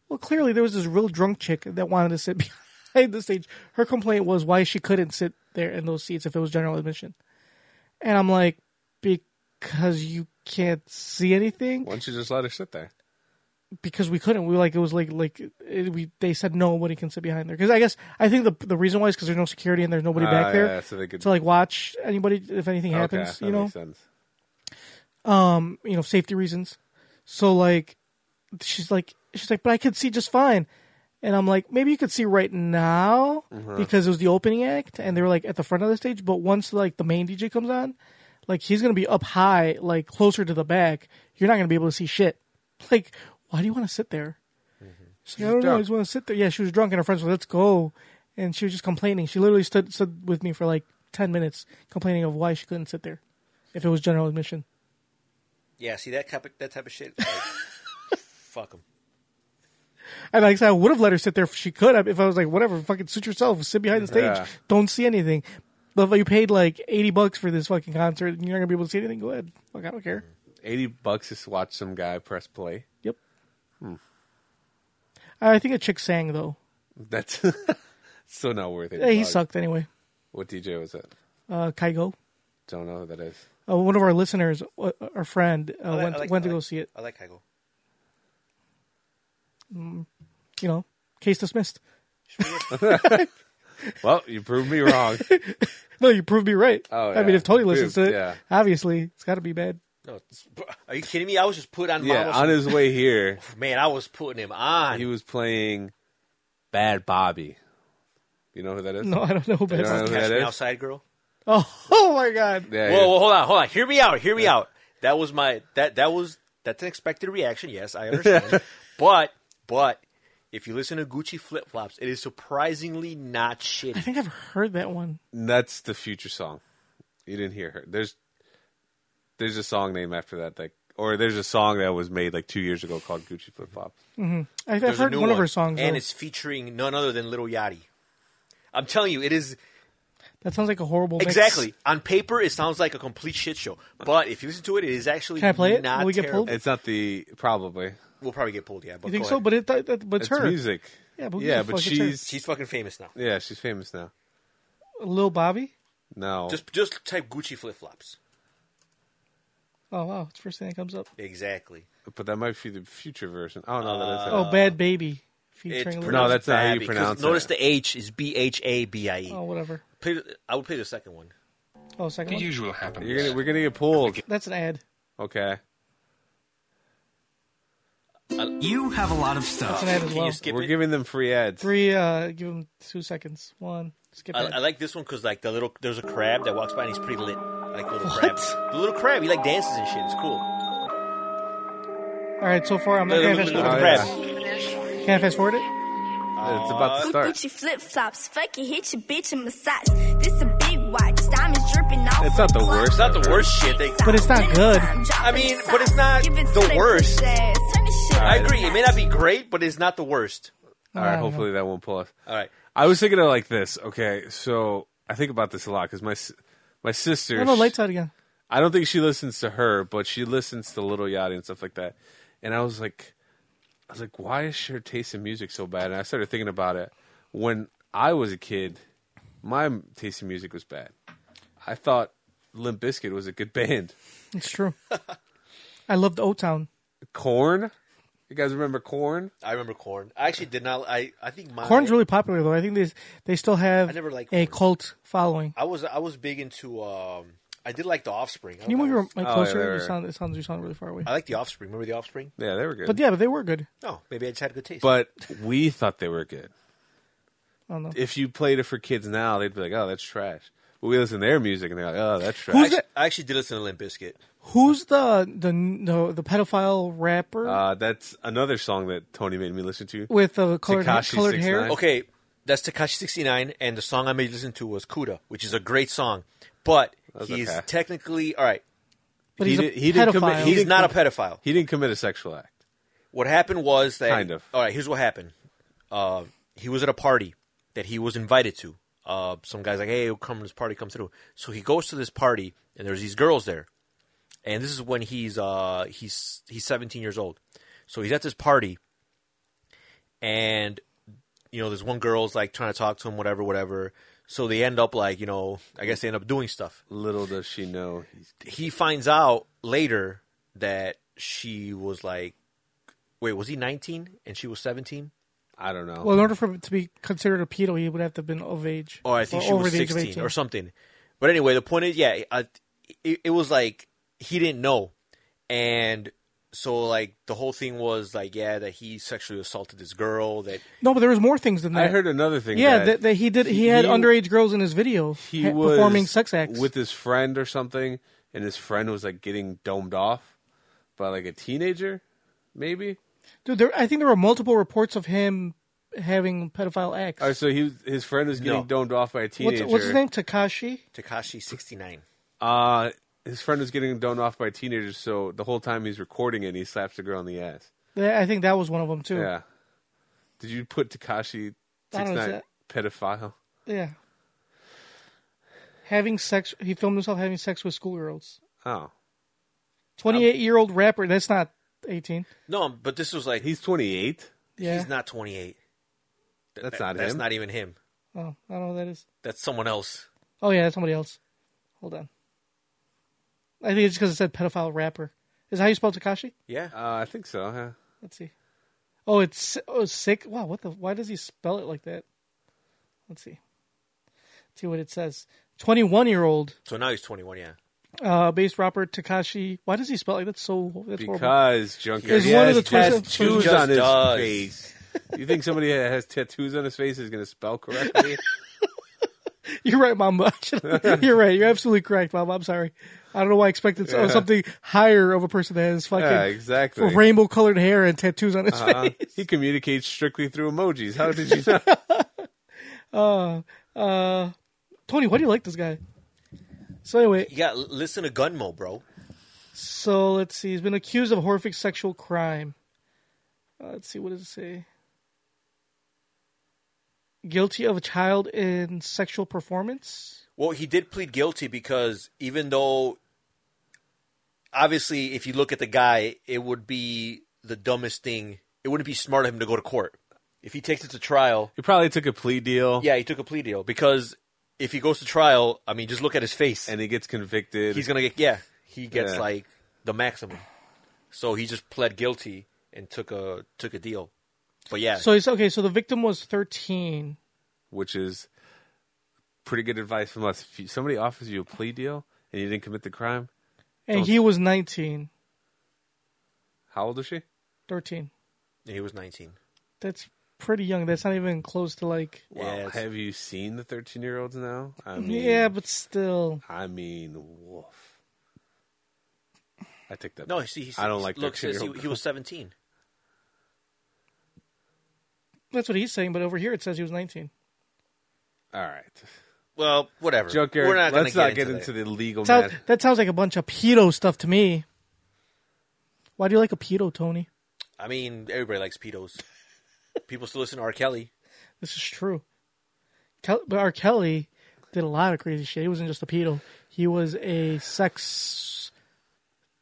Speaker 1: Well, clearly there was this real drunk chick that wanted to sit behind the stage. Her complaint was why she couldn't sit there in those seats if it was general admission. And I'm like, because you can't see anything.
Speaker 2: Why don't you just let her sit there?
Speaker 1: Because we couldn't. We were like it was like like it, we they said nobody can sit behind there. Because I guess I think the the reason why is because there's no security and there's nobody
Speaker 2: Ah,
Speaker 1: back there
Speaker 2: yeah, so they could-
Speaker 1: to like watch anybody if anything
Speaker 2: Okay,
Speaker 1: happens.
Speaker 2: that
Speaker 1: you know,
Speaker 2: makes sense.
Speaker 1: you know safety reasons so like she's like she's like but i could see just fine and i'm like maybe you could see right now because it was the opening act and they were like at the front of the stage but once like the main dj comes on like he's gonna be up high like closer to the back you're not gonna be able to see shit like why do you want to sit there She's like, i don't know i just want to sit there yeah she was drunk and her friends were let's go and she was just complaining she literally stood stood with me for like 10 minutes complaining of why she couldn't sit there if it was general admission
Speaker 3: Yeah, see that type of, that type of shit. Like, fuck him.
Speaker 1: And like I said, I would have let her sit there if she could have. If I was like, whatever, fucking suit yourself, sit behind the stage,
Speaker 2: Yeah.
Speaker 1: don't see anything. But if you paid like eighty bucks for this fucking concert and you're not gonna be able to see anything, go ahead. Fuck, I don't care.
Speaker 2: Hmm. 80 bucks just to watch some guy press play. Hmm.
Speaker 1: Yep. I think a chick sang though.
Speaker 2: That's Still not worth it.
Speaker 1: Yeah, he sucked anyway.
Speaker 2: What DJ was that?
Speaker 1: Uh, Kygo,
Speaker 2: Don't know who that is.
Speaker 1: uh, one of our listeners, uh, our friend, uh,
Speaker 3: I like-
Speaker 1: went,
Speaker 3: I like-
Speaker 1: went to
Speaker 3: I
Speaker 1: go
Speaker 3: like-
Speaker 1: see it.
Speaker 3: I like Kygo.
Speaker 1: You know, case dismissed.
Speaker 2: Well, you proved me wrong.
Speaker 1: No, you proved me right.
Speaker 2: Oh,
Speaker 1: I mean,
Speaker 2: yeah.
Speaker 1: if Tony listens to
Speaker 2: Dude,
Speaker 1: it,
Speaker 2: yeah.
Speaker 1: obviously it's got to be bad.
Speaker 3: No, it's- are you kidding me? I was just putting on.
Speaker 2: yeah,
Speaker 3: Mama's-
Speaker 2: on his way here,
Speaker 3: man, I was putting him on.
Speaker 2: he was playing Bad Bobby. You know who that is?
Speaker 1: No, I don't know
Speaker 2: You don't know
Speaker 1: bad.
Speaker 2: who
Speaker 3: Catch
Speaker 2: that
Speaker 3: me
Speaker 2: is?
Speaker 3: outside, girl.
Speaker 1: Oh, oh my god.
Speaker 2: Yeah, yeah.
Speaker 3: Whoa, whoa, hold on, hold on. Hear me out. Hear me out. That was my that that was that's an expected reaction. Yes, I understand. but but if you listen to Gucci Flip Flops, it is surprisingly not
Speaker 1: I
Speaker 3: shitty.
Speaker 1: think I've heard that one.
Speaker 2: That's the future song. You didn't hear her. There's there's a song named after that, like, or there's a song that was made like two years ago called Gucci Flip Flop.
Speaker 1: I've, I've
Speaker 3: There's a
Speaker 1: heard
Speaker 3: new
Speaker 1: one, of her songs.
Speaker 3: and
Speaker 1: though.
Speaker 3: it's featuring none other than Little Yachty. I'm telling you, it is
Speaker 1: That sounds like a horrible. mix.
Speaker 3: exactly on paper. It sounds like a complete shit show, but if you listen to it, it is actually
Speaker 1: Can I play it?
Speaker 3: Not
Speaker 1: Will we get
Speaker 3: terrible.
Speaker 1: pulled?
Speaker 2: It's not the probably.
Speaker 3: We'll probably get pulled. Yeah, but
Speaker 1: You think
Speaker 3: go
Speaker 1: so?
Speaker 3: ahead.
Speaker 1: But it, that, that- but it's,
Speaker 2: It's
Speaker 1: her.
Speaker 2: music.
Speaker 1: Yeah, but who
Speaker 2: yeah,
Speaker 1: gives a
Speaker 2: but
Speaker 1: fuck? It's her.
Speaker 2: she's
Speaker 3: she's fucking famous now.
Speaker 2: yeah, she's famous now.
Speaker 1: Lil Bobby.
Speaker 2: No,
Speaker 3: Just just type Gucci Flip Flops.
Speaker 1: Oh wow, it's the first thing that comes up.
Speaker 3: Exactly.
Speaker 2: but that might be the future version. Oh no, that is it.
Speaker 1: Oh,
Speaker 3: Uh,
Speaker 1: bad baby featuring. Lil-
Speaker 2: pronounced- No, that's not how you
Speaker 3: Babby, 'cause
Speaker 2: pronounce it.
Speaker 3: Notice the H is B H A B I E.
Speaker 1: oh whatever.
Speaker 3: Play the- I would play the second one.
Speaker 1: Oh second one.
Speaker 7: usual happens.
Speaker 2: You're gonna, we're gonna get pulled.
Speaker 1: That's an ad.
Speaker 2: Okay,
Speaker 7: You have a lot of stuff.
Speaker 1: That's an ad as
Speaker 3: Oh, Can
Speaker 1: well.
Speaker 3: you skip
Speaker 2: we're
Speaker 3: it?
Speaker 2: giving them free ads.
Speaker 1: Three. Uh, give him two seconds. One. Skip
Speaker 3: I,
Speaker 1: that.
Speaker 3: I like this one because like the little there's a crab that walks by and he's pretty lit. I Like the little crab, the little crab. He like dances and shit. It's cool.
Speaker 1: All right, so far I'm not
Speaker 3: The
Speaker 1: gonna
Speaker 3: little,
Speaker 1: fast
Speaker 3: little
Speaker 1: forward.
Speaker 2: Oh,
Speaker 3: crab.
Speaker 1: it. Can I fast forward it?
Speaker 2: It's about to start.
Speaker 8: Gucci flip flops, fucking hit your bitch in my socks. This a big watch, diamonds dripping off.
Speaker 2: It's not the worst.
Speaker 3: It's not the worst shit. They,
Speaker 1: But it's not good.
Speaker 8: I
Speaker 3: mean, but it's not the worst. I agree. It may not be great, but it's not the worst.
Speaker 2: All right, hopefully that won't pull us.
Speaker 3: All right.
Speaker 2: I was thinking of like this. Okay, so I think about this a lot because my s- my sister.
Speaker 1: Oh no, lights out again.
Speaker 2: I don't think she listens to her, but she listens to Little Yachty and stuff like that. And I was like, I was like, why is her taste in music so bad? And I started thinking about it. When I was a kid, my m- taste in music was bad. I thought Limp Bizkit was a good band.
Speaker 1: It's true. I loved O Town.
Speaker 2: Corn, you guys remember Corn?
Speaker 3: I remember corn. I actually did not. I I think my
Speaker 1: Corn's really popular though. I think they they still have
Speaker 3: I never liked
Speaker 1: a
Speaker 3: Korn.
Speaker 1: cult following.
Speaker 3: I was I was big into. um I did like the Offspring.
Speaker 1: Can you move your mic
Speaker 2: Oh,
Speaker 1: closer?
Speaker 2: yeah, there
Speaker 1: you
Speaker 2: we are.
Speaker 1: sound it sounds you sound really far away.
Speaker 3: I like the Offspring. Remember the Offspring?
Speaker 2: Yeah, they were good.
Speaker 1: But yeah, but they were good.
Speaker 3: No, Oh, maybe I just had good taste.
Speaker 2: But we thought they were good.
Speaker 1: I don't know.
Speaker 2: If you played it for kids now, they'd be like, oh, that's trash. But we listen to their music and they're like, oh, that's trash.
Speaker 3: I, actu- I actually did listen to Limp Bizkit.
Speaker 1: Who's the the the, the pedophile rapper
Speaker 2: Uh, that's another song that Tony made me listen to.
Speaker 1: with the colored
Speaker 2: Tekashi
Speaker 1: colored hair?
Speaker 2: 69.
Speaker 3: Okay, that's Takashi 69, and the song I made you listen to was Kuda, which is a great song. But
Speaker 2: That's
Speaker 3: he's
Speaker 2: okay.
Speaker 3: technically, all right,
Speaker 1: But
Speaker 2: He
Speaker 1: he's a
Speaker 2: did- he didn't
Speaker 1: pedophile.
Speaker 2: commit- he
Speaker 3: he's
Speaker 2: didn't-
Speaker 3: not a pedophile.
Speaker 2: He didn't commit a sexual act.
Speaker 3: What happened was that.
Speaker 2: Kind of.
Speaker 3: All right, here's what happened. Uh, he was at a party that he was invited to. Uh, some guy's like, hey, come to this party, come through. So he goes to this party, and there's these girls there. And this is when he's uh, he's he's 17 years old. So he's at this party, and you know, there's one girl's like trying to talk to him, whatever, whatever. So they end up like, you know, I guess they end up doing stuff.
Speaker 2: Little does she know. He's,
Speaker 3: He finds out later that she was like, wait, was he 19 and she was 17?
Speaker 2: I don't know.
Speaker 1: Well, in order for him to be considered a pedo, he would have to have been of age.
Speaker 2: Oh,
Speaker 3: Or I think she
Speaker 1: over
Speaker 3: was
Speaker 1: the age of
Speaker 3: 16
Speaker 1: 18.
Speaker 3: or something. But anyway, the point is, yeah, I, it, it was like he didn't know. And so, like, the whole thing was like, yeah, that he sexually assaulted this girl, that
Speaker 1: No, but there was more things than that.
Speaker 2: I heard another thing.
Speaker 1: Yeah,
Speaker 2: that,
Speaker 1: that, that he did. He, had underage girls in his video
Speaker 2: He
Speaker 1: ha-
Speaker 2: was
Speaker 1: performing sex acts.
Speaker 2: with his friend or something, and his friend was like getting domed off by like a teenager, maybe.
Speaker 1: Dude, there, I think there were multiple reports of him having pedophile acts.
Speaker 2: Or so he was, his friend was getting
Speaker 3: No.
Speaker 2: domed off by a
Speaker 1: what's,
Speaker 2: teenager.
Speaker 1: what's his name? Takashi.
Speaker 3: Takashi 69.
Speaker 2: Uh, his friend was getting domed off by a teenager. So the whole time he's recording it, and he slaps the girl in the ass.
Speaker 1: Yeah, I think that was one of them too.
Speaker 2: Yeah. Did you put
Speaker 1: I
Speaker 2: Takashi six
Speaker 1: don't know, is
Speaker 2: nine pedophile?
Speaker 1: Yeah. Having sex, he filmed himself having sex with schoolgirls.
Speaker 2: Oh,
Speaker 1: Twenty-eight-year-old rapper. That's not eighteen.
Speaker 3: No, but this was like,
Speaker 2: he's twenty eight.
Speaker 1: Yeah.
Speaker 3: he's not 28.
Speaker 2: That's not
Speaker 3: That's
Speaker 2: him.
Speaker 3: not even him.
Speaker 1: Oh, I don't know what that is.
Speaker 3: That's someone else.
Speaker 1: Oh yeah, that's somebody else. Hold on. I think it's because it said pedophile rapper. Is that how you spell Takashi?
Speaker 3: Yeah.
Speaker 2: Uh, I think so. Huh?
Speaker 1: Let's see. Oh, it's oh sick. Wow, what the? Why does he spell it like that? Let's see. Let's see what it says. Twenty-one-year-old
Speaker 3: So now he's 21, yeah.
Speaker 1: uh, bass rapper Takashi. Why does he spell like that's so? That's horrible.
Speaker 2: Because Junker
Speaker 1: Is
Speaker 2: he
Speaker 1: one
Speaker 2: has
Speaker 1: of the twists of-
Speaker 2: tattoos
Speaker 3: Just
Speaker 2: on his
Speaker 3: does.
Speaker 2: face. You think somebody that has tattoos on his face is going to spell correctly?
Speaker 1: You're right, Mamba. You're right. You're absolutely correct, Mamba. I'm sorry. I don't know why I expected so- something higher of a person that has fucking
Speaker 2: yeah, exactly.
Speaker 1: rainbow colored hair and tattoos on his
Speaker 2: Uh,
Speaker 1: face.
Speaker 2: he communicates strictly through emojis. How did you know?
Speaker 1: Tony, why do you like this guy? So anyway,
Speaker 3: You got to listen to Gunmo, bro.
Speaker 1: so let's see. He's been accused of horrific sexual crime. Uh, let's see. What does it say? Guilty of a child in sexual performance.
Speaker 3: Well, he did plead guilty because even though, obviously, if you look at the guy, it would be the dumbest thing. It wouldn't be smart of him to go to court. If he takes it to trial,
Speaker 2: he probably took a plea deal.
Speaker 3: yeah, he took a plea deal because if he goes to trial, I mean, just look at his face.
Speaker 2: And he gets convicted.
Speaker 3: he's gonna get yeah he gets
Speaker 2: Yeah.
Speaker 3: like the maximum so he just pled guilty and took a took a deal but yeah
Speaker 1: So he's okay. So the victim was 13.
Speaker 2: which is pretty good advice from us. If you, somebody offers you a plea deal and you didn't commit the crime,
Speaker 1: And he was 19.
Speaker 2: how old is she?
Speaker 1: 13.
Speaker 3: he was 19
Speaker 1: That's pretty young. That's not even close to like.
Speaker 3: Yeah,
Speaker 2: Well,
Speaker 3: it's-
Speaker 2: have you seen the 13 year olds now? I mean,
Speaker 1: Yeah, but still.
Speaker 2: I mean, woof. I take that.
Speaker 3: no
Speaker 2: back.
Speaker 3: see he's,
Speaker 2: I don't like
Speaker 3: look says
Speaker 2: 13
Speaker 3: he,
Speaker 2: year
Speaker 3: he was 17
Speaker 1: That's what he's saying, but over here it says he was 19.
Speaker 2: All right.
Speaker 3: well whatever
Speaker 2: Joe Garrett,
Speaker 3: we're not gonna
Speaker 2: let's
Speaker 3: get
Speaker 2: not get
Speaker 3: into,
Speaker 2: into
Speaker 3: that.
Speaker 2: the legal
Speaker 1: Sounds,
Speaker 2: matter.
Speaker 1: that sounds like a bunch of pedo stuff to me. Why do you like a pedo, Tony?
Speaker 3: i mean everybody likes pedos people still listen to r kelly
Speaker 1: This is true. Kel- but R. Kelly did a lot of crazy shit. He wasn't just a pedo. He was a sex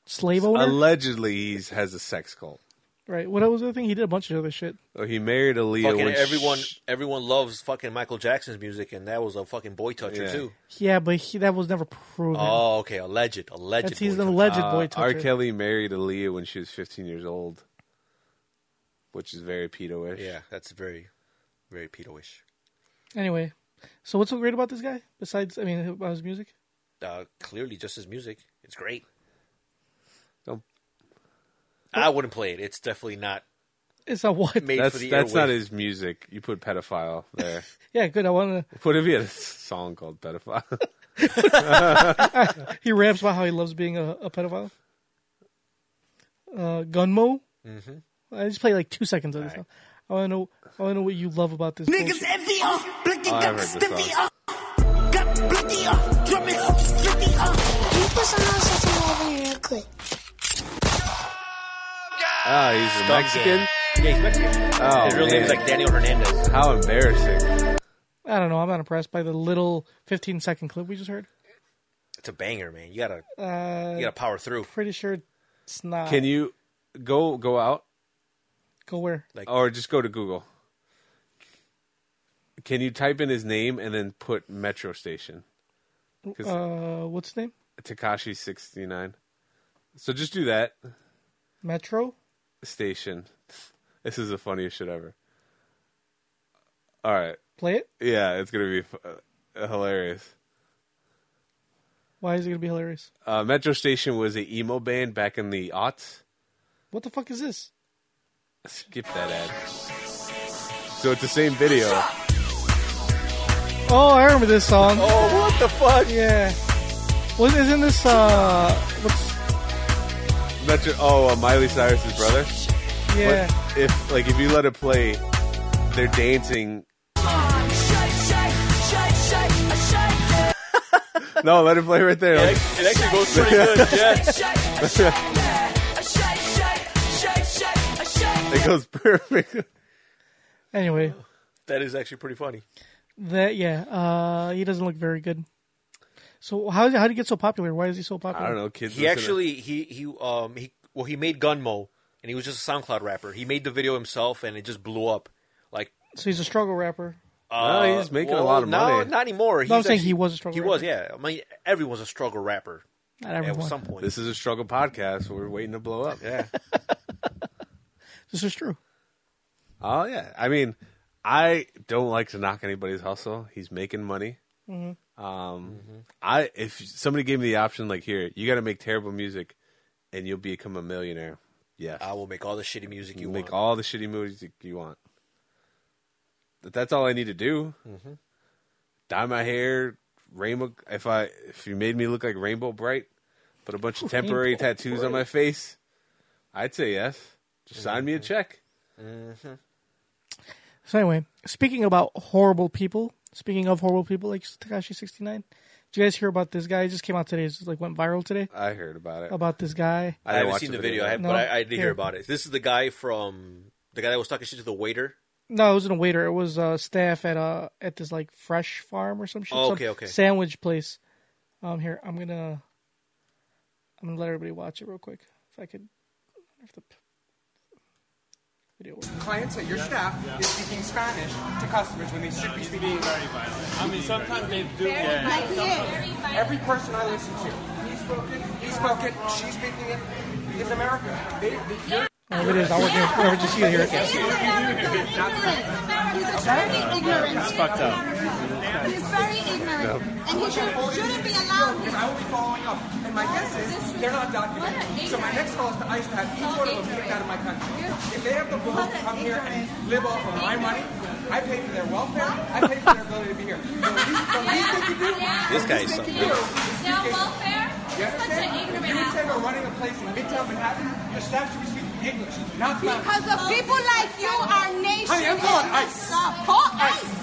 Speaker 1: slave owner.
Speaker 2: Allegedly, he has a sex cult.
Speaker 1: right. What was the other thing? He did a bunch of other shit.
Speaker 2: Oh, he married Aaliyah.
Speaker 3: fucking
Speaker 2: when
Speaker 3: everyone
Speaker 2: she-
Speaker 3: everyone loves fucking michael jackson's music and that was a fucking boy toucher
Speaker 2: Yeah.
Speaker 3: too
Speaker 1: Yeah, but he, that was never proven.
Speaker 3: oh okay alleged alleged
Speaker 1: That's, he's
Speaker 3: boy
Speaker 1: an
Speaker 3: toucher.
Speaker 1: alleged
Speaker 2: uh,
Speaker 1: boy
Speaker 2: R.
Speaker 1: toucher.
Speaker 2: Kelly married Aaliyah when she was 15 years old, which is very pedo-ish.
Speaker 3: yeah that's very very pedo-ish
Speaker 1: Anyway, so what's so great about this guy? Besides, I mean, about his music.
Speaker 3: uh, clearly just his music. It's great.
Speaker 2: Don't-
Speaker 3: I wouldn't play it. It's definitely not
Speaker 1: It's not what.
Speaker 3: made for
Speaker 2: That's
Speaker 3: the
Speaker 2: that's not
Speaker 3: airwaves.
Speaker 2: his music. You put pedophile there.
Speaker 1: Yeah, good. I want
Speaker 2: what if he had a song called pedophile?
Speaker 1: to. He raps about how he loves being a, a pedophile. Uh, Gunmo. Mm-hmm. I just played like two seconds of this. song. I want to know. I want to know what you love about this.
Speaker 7: Niggas
Speaker 1: bullshit.
Speaker 7: envy up, blicky
Speaker 2: Oh, I
Speaker 7: got
Speaker 2: heard this
Speaker 7: stiffy
Speaker 2: song.
Speaker 7: up. Got blicky up, drumming up, stiffy up.
Speaker 8: You put some nonsense in here real quick.
Speaker 2: Ah, he's a Mexican.
Speaker 3: Yeah, he's Mexican.
Speaker 2: Oh,
Speaker 3: his real name is
Speaker 2: man.
Speaker 3: like Daniel Hernandez.
Speaker 2: How embarrassing!
Speaker 1: I don't know. I'm not impressed by the little 15 second clip we just heard.
Speaker 3: It's a banger, man. You gotta
Speaker 1: Uh,
Speaker 3: you gotta power through.
Speaker 1: Pretty sure it's not.
Speaker 2: Can you go go out
Speaker 1: go where?
Speaker 2: or just go to Google? Can you type in his name and then put metro station? Because
Speaker 1: Uh, what's his name?
Speaker 2: Takashi sixty nine. So just do that
Speaker 1: Metro.
Speaker 2: station. This is the funniest shit ever. All right,
Speaker 1: Play it.
Speaker 2: yeah, it's gonna be f- uh, hilarious.
Speaker 1: Why is it gonna be hilarious?
Speaker 2: Uh, Metro Station was a emo band back in the aughts.
Speaker 1: What the fuck is this?
Speaker 2: Skip that ad. So it's the same video.
Speaker 1: Oh, I remember this song.
Speaker 3: Oh, what the fuck?
Speaker 1: Yeah. What isn't this uh what's
Speaker 2: Metro. Oh, uh, Miley Cyrus's brother.
Speaker 1: yeah.
Speaker 2: But if like if you let it play, they're dancing. No, let it play right there.
Speaker 3: It, act- it actually goes pretty good. Yeah.
Speaker 2: it goes perfect.
Speaker 1: Anyway,
Speaker 3: that is actually pretty funny.
Speaker 1: that yeah, uh he doesn't look very good. So how how did he get so popular? Why is he so popular?
Speaker 2: I don't know, kids.
Speaker 3: He
Speaker 2: listen to-
Speaker 3: actually he he um he well he made Gunmo and he was just a SoundCloud rapper. He made the video himself and it just blew up. Like uh,
Speaker 1: So he's a struggle rapper.
Speaker 2: Well, Oh, he's making a lot of
Speaker 3: no,
Speaker 2: money.
Speaker 3: not anymore. He's
Speaker 1: I'm saying he was a struggle
Speaker 3: He was, yeah.
Speaker 1: rapper.
Speaker 3: I mean, everyone's a struggle rapper
Speaker 1: Not
Speaker 3: at
Speaker 1: everyone.
Speaker 3: some point.
Speaker 2: This is a struggle podcast. We're waiting to blow up.
Speaker 3: yeah,
Speaker 1: This is true.
Speaker 2: Oh yeah. I mean, I don't like to knock anybody's hustle. He's making money. Um, I if somebody gave me the option, like here, you got to make terrible music, and you'll become a millionaire. Yes,
Speaker 3: I will make all the shitty music you
Speaker 2: you make
Speaker 3: want.
Speaker 2: all the shitty music you want. But that's all I need to do. Dye my hair, rainbow. If I if you made me look like Rainbow Bright, put a bunch of temporary
Speaker 1: Rainbow
Speaker 2: tattoos on my face, I'd say yes. Just sign me a check.
Speaker 1: So anyway, speaking about horrible people, speaking of horrible people, like Takashi sixty nine. Did you guys hear about this guy? It just came out today. It just like went viral today
Speaker 2: I heard about it.
Speaker 1: about this guy.
Speaker 3: I, haven't
Speaker 2: watched
Speaker 3: seen the video, I have,
Speaker 1: No?
Speaker 3: but I, I did
Speaker 1: Here.
Speaker 3: hear about it. This is the guy from the guy that was talking shit to the waiter.
Speaker 1: No, it wasn't a waiter. It was uh, staff at uh at this like fresh farm or some shit.
Speaker 3: Oh,
Speaker 1: some
Speaker 3: okay, okay.
Speaker 1: Sandwich place. Um, here I'm gonna I'm gonna let everybody watch it real quick. If I could, I wonder if the p- video works.
Speaker 9: clients at your staff is speaking Spanish to customers when they should be speaking.
Speaker 6: I mean, sometimes they do.
Speaker 9: Every person I listen to, he spoke it, he spoke it, she's speaking it. It's America. They, they, you're-
Speaker 1: Oh, it is. I work here. Whatever, just you hear it.
Speaker 9: That's- Because I will be following up, and my guess is they're not documented. So my next call is to ICE to have each one of them kicked out of my country. If they have the balls to come here and live off of my money, I pay for their welfare. I pay for their ability to be here. So the least, the least they can do,
Speaker 3: This guy is
Speaker 9: the least they
Speaker 3: something.
Speaker 9: can do is speak English. You understand? If you understand we're running a place in Midtown Manhattan, your staff should be speaking English, not Spanish.
Speaker 8: of people like you, our nation.
Speaker 9: Honey, I'm calling ICE.
Speaker 8: Call ICE.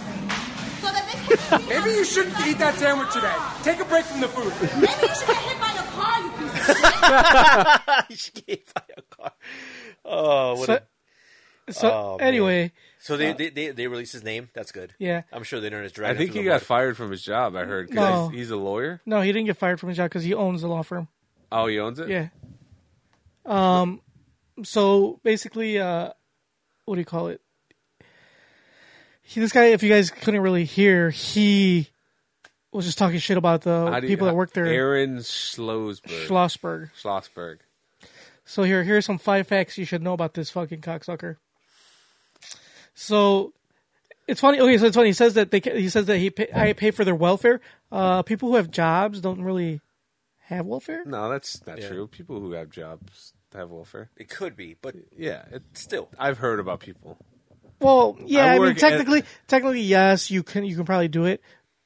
Speaker 8: So that they can see
Speaker 9: Maybe
Speaker 8: us.
Speaker 9: you shouldn't eat that sandwich today. Take a break from the food.
Speaker 8: Maybe you should get hit by a car, you piece of shit.
Speaker 3: she gave by a car. Oh, what
Speaker 1: So,
Speaker 3: a,
Speaker 1: so
Speaker 3: Oh, man.
Speaker 1: anyway,
Speaker 3: so they, they they they released his name. That's good.
Speaker 1: Yeah.
Speaker 3: I'm sure the internet is
Speaker 2: Uh, I
Speaker 3: dragging.
Speaker 2: think
Speaker 3: him
Speaker 2: he
Speaker 3: through the
Speaker 2: got fired from his job. I heard 'cause
Speaker 1: No.
Speaker 2: he's, he's a lawyer.
Speaker 1: no, he didn't get fired from his job because he owns the law firm.
Speaker 2: Oh, he owns it.
Speaker 1: Yeah. Um. So basically, uh, what do you call it? He, this guy, if you guys couldn't really hear, he was just talking shit about the
Speaker 2: How do you-
Speaker 1: people that work there,
Speaker 2: Aaron Schlossberg.
Speaker 1: Schlossberg.
Speaker 2: Schlossberg.
Speaker 1: So here, here's some five facts you should know about this fucking cocksucker. So it's funny. Okay, so it's funny. He says that they. ca- He says that he. Pay, I pay for their welfare. Uh, people who have jobs don't really have welfare.
Speaker 2: No, that's not true. People who have jobs have welfare.
Speaker 3: It could be, but
Speaker 2: Yeah, it's
Speaker 3: still,
Speaker 2: I've heard about people.
Speaker 1: Well, yeah,
Speaker 2: I
Speaker 1: I, mean,
Speaker 2: work at-
Speaker 1: technically, technically, yes, you can you can probably do it,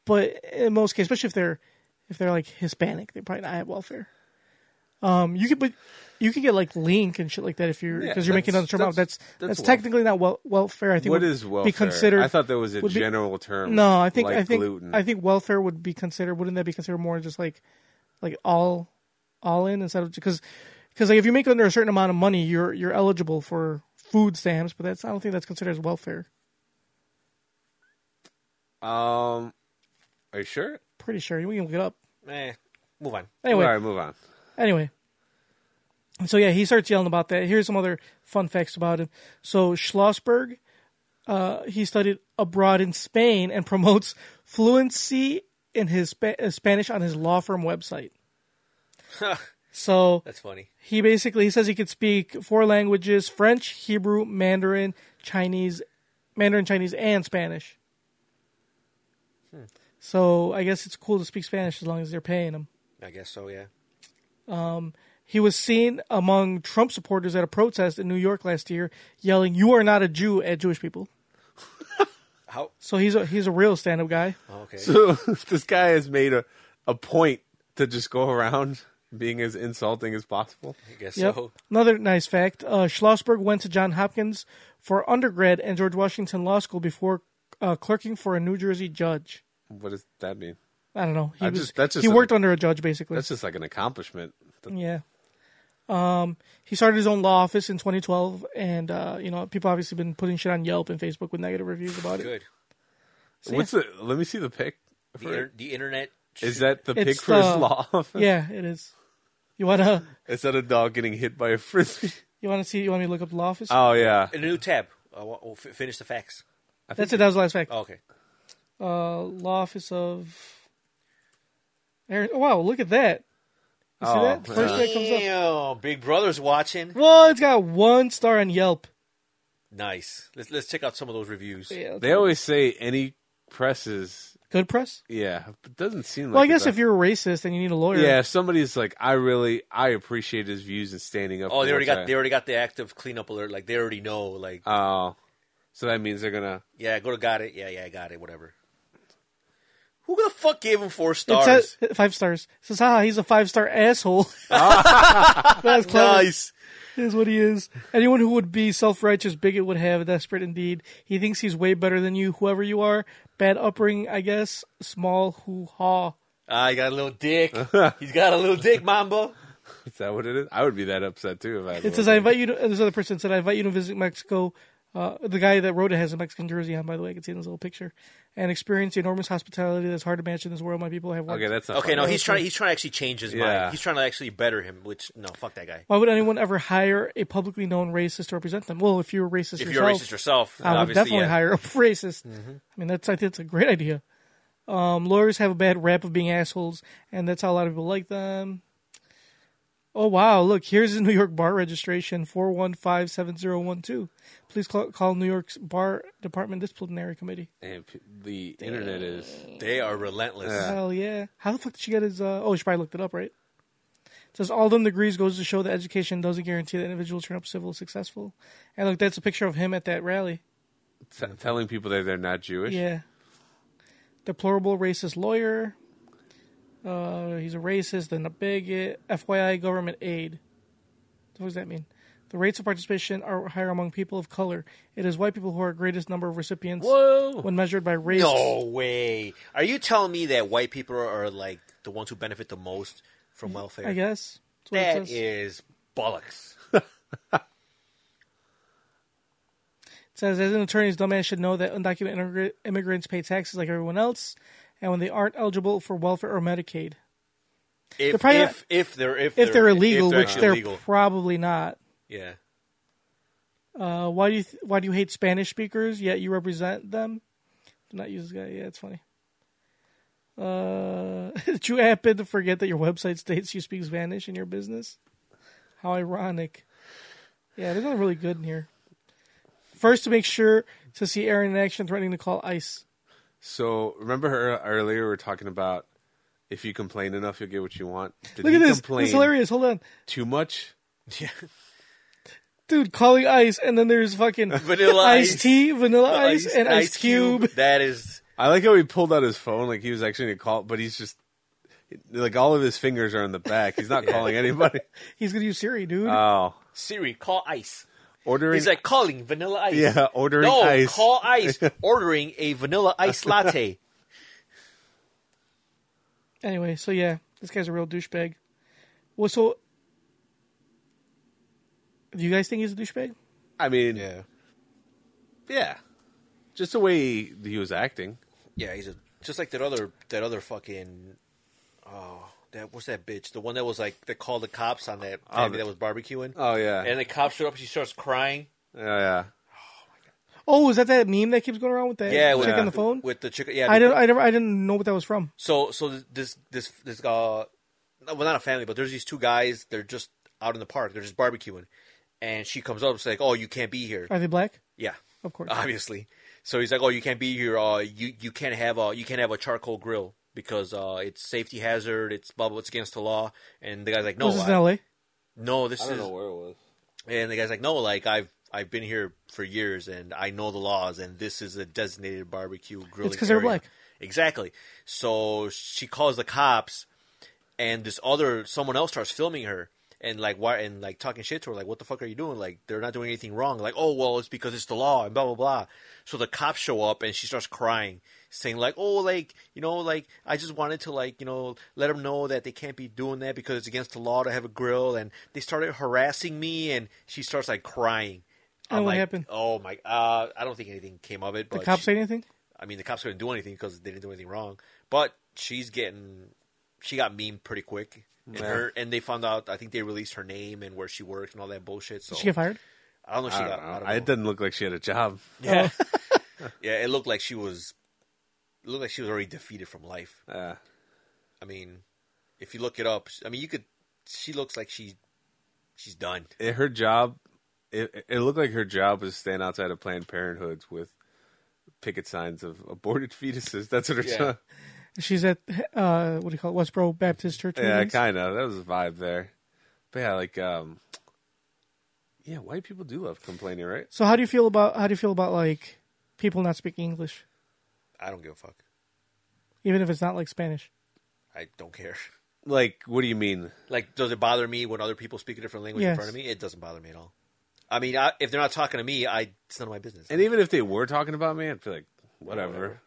Speaker 1: but in most cases, especially if they're if they're like Hispanic, they probably not have welfare. Um, you could but you can get like link and shit like that if you're
Speaker 2: Yeah,
Speaker 1: because you're making another
Speaker 2: that's-
Speaker 1: term out. That's
Speaker 2: that's-
Speaker 1: that's,
Speaker 2: that's wel-
Speaker 1: technically not wel- welfare. I think
Speaker 2: What
Speaker 1: would
Speaker 2: is welfare?
Speaker 1: Be considered.
Speaker 2: I thought there was a
Speaker 1: would be-
Speaker 2: general term.
Speaker 1: No, I think
Speaker 2: like
Speaker 1: I think
Speaker 2: gluten.
Speaker 1: I think welfare would be considered. Wouldn't that be considered more just like like all all in instead of because because like if you make under a certain amount of money, you're you're eligible for food stamps, but that's I don't think that's considered as welfare.
Speaker 2: Um, are you sure?
Speaker 1: Pretty sure we can look it up.
Speaker 3: eh, move on.
Speaker 1: Anyway,
Speaker 2: All right, move on.
Speaker 1: anyway. So yeah, he starts yelling about that. Here's some other fun facts about him. So Schlossberg, uh, he studied abroad in Spain and promotes fluency in his Spa- uh, Spanish on his law firm website. so
Speaker 3: That's funny.
Speaker 1: he basically he says he could speak four languages: French, Hebrew, Mandarin, Chinese, Mandarin Chinese, and Spanish. So I guess it's cool to speak Spanish as long as they're paying him.
Speaker 3: I guess so. Yeah.
Speaker 1: He was seen among Trump supporters at a protest in New York last year, yelling, "You are not a Jew" at Jewish people.
Speaker 3: How?
Speaker 1: So he's a he's a real stand-up guy.
Speaker 3: oh, okay.
Speaker 2: So this guy has made a, a point to just go around being as insulting as possible.
Speaker 3: I guess
Speaker 1: Yep.
Speaker 3: so.
Speaker 1: Another nice fact: uh, Schlossberg went to John Hopkins for undergrad and George Washington Law School before uh, clerking for a New Jersey judge.
Speaker 2: What does that mean?
Speaker 1: I don't know. He,
Speaker 2: I
Speaker 1: was,
Speaker 2: just- that's just
Speaker 1: he
Speaker 2: a-
Speaker 1: worked under a judge basically.
Speaker 2: That's just like an accomplishment.
Speaker 1: Yeah. Um, he started his own law office in 2012, and uh, you know people obviously been putting shit on Yelp and Facebook with negative reviews about it.
Speaker 3: Good.
Speaker 2: What's the? Let me see the pic.
Speaker 3: The,
Speaker 2: for it.
Speaker 3: inter- the internet.
Speaker 2: Is
Speaker 3: should-
Speaker 2: that the
Speaker 1: It's
Speaker 2: pic for his
Speaker 1: the-
Speaker 2: law office?
Speaker 1: Yeah, it is. You wanna
Speaker 2: Is that a dog getting hit by a frisbee?
Speaker 1: you wanna see? You want me to look up
Speaker 3: Uh,
Speaker 1: the law office?
Speaker 2: Oh yeah.
Speaker 3: in a new tab? Uh, we'll f- finish the facts.
Speaker 1: That's it. That was the last fact.
Speaker 3: Oh, okay.
Speaker 1: uh, law office of. Ari- oh, wow, look at that. You see
Speaker 3: Oh,
Speaker 1: that? First
Speaker 3: yeah.
Speaker 1: that comes up.
Speaker 3: Damn, Big Brother's watching.
Speaker 1: Well, it's got one star on Yelp.
Speaker 3: Nice. Let's let's check out some of those reviews.
Speaker 1: Yeah.
Speaker 2: They always say any press is
Speaker 1: Good press?
Speaker 2: yeah. It doesn't seem like
Speaker 1: Well, I
Speaker 2: it
Speaker 1: guess
Speaker 2: does.
Speaker 1: if you're a racist and you need a lawyer.
Speaker 2: yeah, if somebody's like, I really I appreciate his views and standing up.
Speaker 3: Oh,
Speaker 2: for
Speaker 3: they already
Speaker 2: what's
Speaker 3: got
Speaker 2: right."
Speaker 3: they already got the active cleanup alert. Like they already know. Like
Speaker 2: Oh, so that means they're gonna.
Speaker 3: yeah, go to got it. Yeah, yeah, I got it. Whatever. Who the fuck gave him four
Speaker 1: It
Speaker 3: stars?
Speaker 1: says five stars. It says, haha, he's a five star asshole. That's clever.
Speaker 3: nice.
Speaker 1: That's what he is. Anyone who would be self righteous bigot would have a desperate indeed. He thinks he's way better than you, whoever you are. Bad upbringing, I guess. Small hoo ha.
Speaker 3: Ah, he got a little dick. He's got a little dick, Mambo.
Speaker 2: Is that what it is? I would be that upset too if I. had
Speaker 1: It
Speaker 2: a
Speaker 1: says,
Speaker 2: little-
Speaker 1: I invite you to, uh, this other person said, I invite you to visit Mexico. Uh, the guy that wrote it has a Mexican jersey on, by the way. I can see in this little picture. And experience the enormous hospitality that's hard to match in this world. My people have worked.
Speaker 2: Okay, that's not
Speaker 3: Okay,
Speaker 2: funny.
Speaker 3: no, he's trying. He's trying to actually change his
Speaker 2: Yeah.
Speaker 3: mind. He's trying to actually better him. Which no, fuck that guy.
Speaker 1: Why would anyone ever hire a publicly known racist to represent them? Well, if you're a racist
Speaker 3: If
Speaker 1: yourself,
Speaker 3: you're a racist yourself,
Speaker 1: I would
Speaker 3: obviously,
Speaker 1: definitely
Speaker 3: yeah. Mm-hmm.
Speaker 1: hire a racist. I mean, that's I think it's a great idea. Um, lawyers have a bad rap of being assholes, and that's how a lot of people like them. Oh wow! Look, here's his New York bar registration four one five seven zero one two. Please call, call New York's bar department disciplinary committee.
Speaker 2: And p- the internet is
Speaker 3: They are relentless.
Speaker 1: Hell yeah! How the fuck did she get his? Uh, oh, she probably looked it up, right? It says all them degrees goes to show that education doesn't guarantee that individuals turn up civil successful. And look, that's a picture of him at that rally.
Speaker 2: t- telling people that they're not Jewish.
Speaker 1: Yeah. Deplorable racist lawyer. Uh, he's a racist and a bigot. FYI, government aid. What does that mean? The rates of participation are higher among people of color. It is white people who are greatest number of recipients
Speaker 3: Whoa!
Speaker 1: when measured by race.
Speaker 3: No way. Are you telling me that white people are like the ones who benefit the most from welfare?
Speaker 1: I guess. That's what it
Speaker 3: That
Speaker 1: says.
Speaker 3: is bollocks.
Speaker 1: It says, as an attorney, his dumbass should know that undocumented immigra- immigrants pay taxes like everyone else, and when they aren't eligible for welfare or Medicaid. They're
Speaker 3: If
Speaker 1: probably
Speaker 3: if, if they're if,
Speaker 1: If they're illegal,
Speaker 3: they're
Speaker 1: which
Speaker 3: actually
Speaker 1: they're
Speaker 3: illegal.
Speaker 1: probably not.
Speaker 3: yeah.
Speaker 1: Uh, why do you th- why do you hate Spanish speakers yet you represent them? Do not use this guy. Yeah, it's funny. Uh, did you happen to forget that your website states you speak Spanish in your business? How ironic. Yeah, there's nothing really good in here. First, to make sure to see Aaron in action, threatening to call ICE.
Speaker 2: So remember her earlier we were talking about if you complain enough you'll get what you want. Did
Speaker 1: Look
Speaker 2: he
Speaker 1: at this.
Speaker 2: complain
Speaker 1: It's hilarious. Hold on,
Speaker 2: too much?
Speaker 1: dude. Calling ICE, and then there's fucking
Speaker 3: Vanilla
Speaker 1: Ice
Speaker 3: Ice.
Speaker 1: Tea, Vanilla Ice, and Ice, Cube.
Speaker 3: That is
Speaker 2: I like how he pulled out his phone like he was actually gonna call but he's just like all of his fingers are in the back. He's not calling anybody.
Speaker 1: He's gonna use Siri, dude.
Speaker 2: Oh.
Speaker 3: Siri. Call ice.
Speaker 2: Ordering
Speaker 3: He's like calling vanilla ice.
Speaker 2: Yeah, ordering
Speaker 3: no,
Speaker 2: ice.
Speaker 3: call ice. ordering a vanilla ice latte.
Speaker 1: Anyway, so yeah, this guy's a real douchebag. Well, so do you guys think he's a douchebag?
Speaker 2: I mean Yeah. Yeah. Just the way he, he was acting.
Speaker 3: Yeah, he's a, just like that other that other fucking oh that what's that bitch the one that was like that called the cops on that family
Speaker 2: the-
Speaker 3: that was barbecuing.
Speaker 2: Oh yeah.
Speaker 3: and the cops showed up. She starts crying.
Speaker 2: oh yeah.
Speaker 1: Oh, is that that meme that keeps going around with that
Speaker 3: Yeah,
Speaker 1: chick
Speaker 3: with,
Speaker 1: on the phone?
Speaker 3: with the chick. Yeah,
Speaker 1: I
Speaker 3: the-
Speaker 1: don't, I never, I didn't know what that was from.
Speaker 3: So so this this this uh well not a family but there's these two guys they're just out in the park they're just barbecuing and she comes up and like oh you can't be here
Speaker 1: Are they black?
Speaker 3: yeah
Speaker 1: Of course.
Speaker 3: obviously so he's like oh you can't be here uh you you can't have a you can't have a charcoal grill because uh it's safety hazard it's blah blah it's against the law and the guy's like no
Speaker 1: was this in
Speaker 3: I-
Speaker 1: L.A.?
Speaker 3: no this is
Speaker 2: where it was.
Speaker 3: and the guy's like no like I've I've been here for years and I know the laws and this is a designated barbecue grill.
Speaker 1: 'cause they're black.
Speaker 3: Exactly. So she calls the cops and this other someone else starts filming her and like why and like talking shit to her like what the fuck are you doing like they're not doing anything wrong like oh well it's because it's the law and blah blah blah so the cops show up and she starts crying saying like oh like you know like i just wanted to like you know let them know that they can't be doing that because it's against the law to have a grill and they started harassing me and she starts like crying
Speaker 1: And
Speaker 3: I'm
Speaker 1: what
Speaker 3: like,
Speaker 1: happened?
Speaker 3: oh my uh i don't think anything came of it
Speaker 1: The
Speaker 3: but
Speaker 1: cops
Speaker 3: she-
Speaker 1: say anything?
Speaker 3: I mean, the cops couldn't do anything because they didn't do anything wrong. But she's getting, she got memed pretty quick. And her and they found out. I think they released her name and where she worked and all that bullshit. So
Speaker 1: Did she get fired?
Speaker 3: I don't know. If she
Speaker 2: I
Speaker 3: got.
Speaker 2: don't know.
Speaker 3: I
Speaker 2: It
Speaker 3: don't know.
Speaker 1: Uh,
Speaker 2: doesn't look like she had a job.
Speaker 3: Yeah, yeah. It looked like she was looked like she was already defeated from life.
Speaker 2: Uh,
Speaker 3: I mean, if you look it up, I mean, you could. She looks like she, she's done.
Speaker 2: it, her job, it, it looked like her job was stand outside of Planned Parenthoods with picket signs of aborted fetuses. That's what her
Speaker 3: Yeah.
Speaker 2: job.
Speaker 1: She's at uh, what do you call it, Westboro Baptist Church?
Speaker 2: Yeah,
Speaker 1: meetings?
Speaker 2: kind of. That was a vibe there. But yeah, like, um, yeah, white people do love complaining, right?
Speaker 1: So how do you feel about how do you feel about like people not speaking English,
Speaker 3: I don't give a fuck.
Speaker 1: even if it's not like Spanish?
Speaker 3: I don't care.
Speaker 2: Like, what do you mean?
Speaker 3: Like, does it bother me when other people speak a different language in
Speaker 1: Yes.
Speaker 3: front of me? It doesn't bother me at all. I mean, I, if they're not talking to me, I it's none of my business.
Speaker 2: And even if they were talking about me, I'd be like, whatever.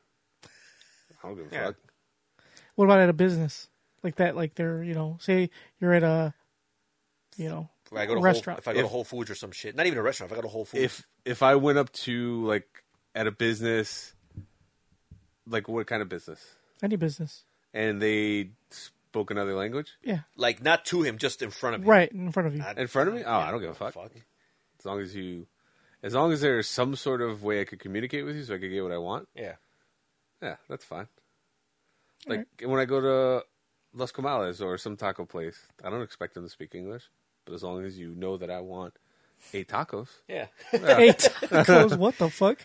Speaker 2: I don't give a
Speaker 3: Yeah.
Speaker 2: fuck.
Speaker 1: What about at a business like that? Like they're you know, say you're at a, you know,
Speaker 3: if I go to
Speaker 1: restaurant.
Speaker 3: Whole, if I go to
Speaker 2: If-
Speaker 3: Whole Foods or some shit, not even a restaurant. If I go to Whole Foods,
Speaker 2: If if I went up to like at a business, like what kind of business,
Speaker 1: any business,
Speaker 2: and they spoke another language
Speaker 1: yeah,
Speaker 3: like not to him, just in front of me.
Speaker 1: right in front of you.
Speaker 3: I-
Speaker 2: in front of me, oh, I don't give a fuck.
Speaker 3: Fuck.
Speaker 2: As long as you, as long as there's some sort of way I could communicate with you, so I could get what I want.
Speaker 3: Yeah.
Speaker 2: Yeah, that's fine. Like when I go to Los Comales or some taco place, I don't expect them to speak English, but as long as you know that I want eight tacos,
Speaker 3: Yeah.
Speaker 1: Eight tacos. What the fuck?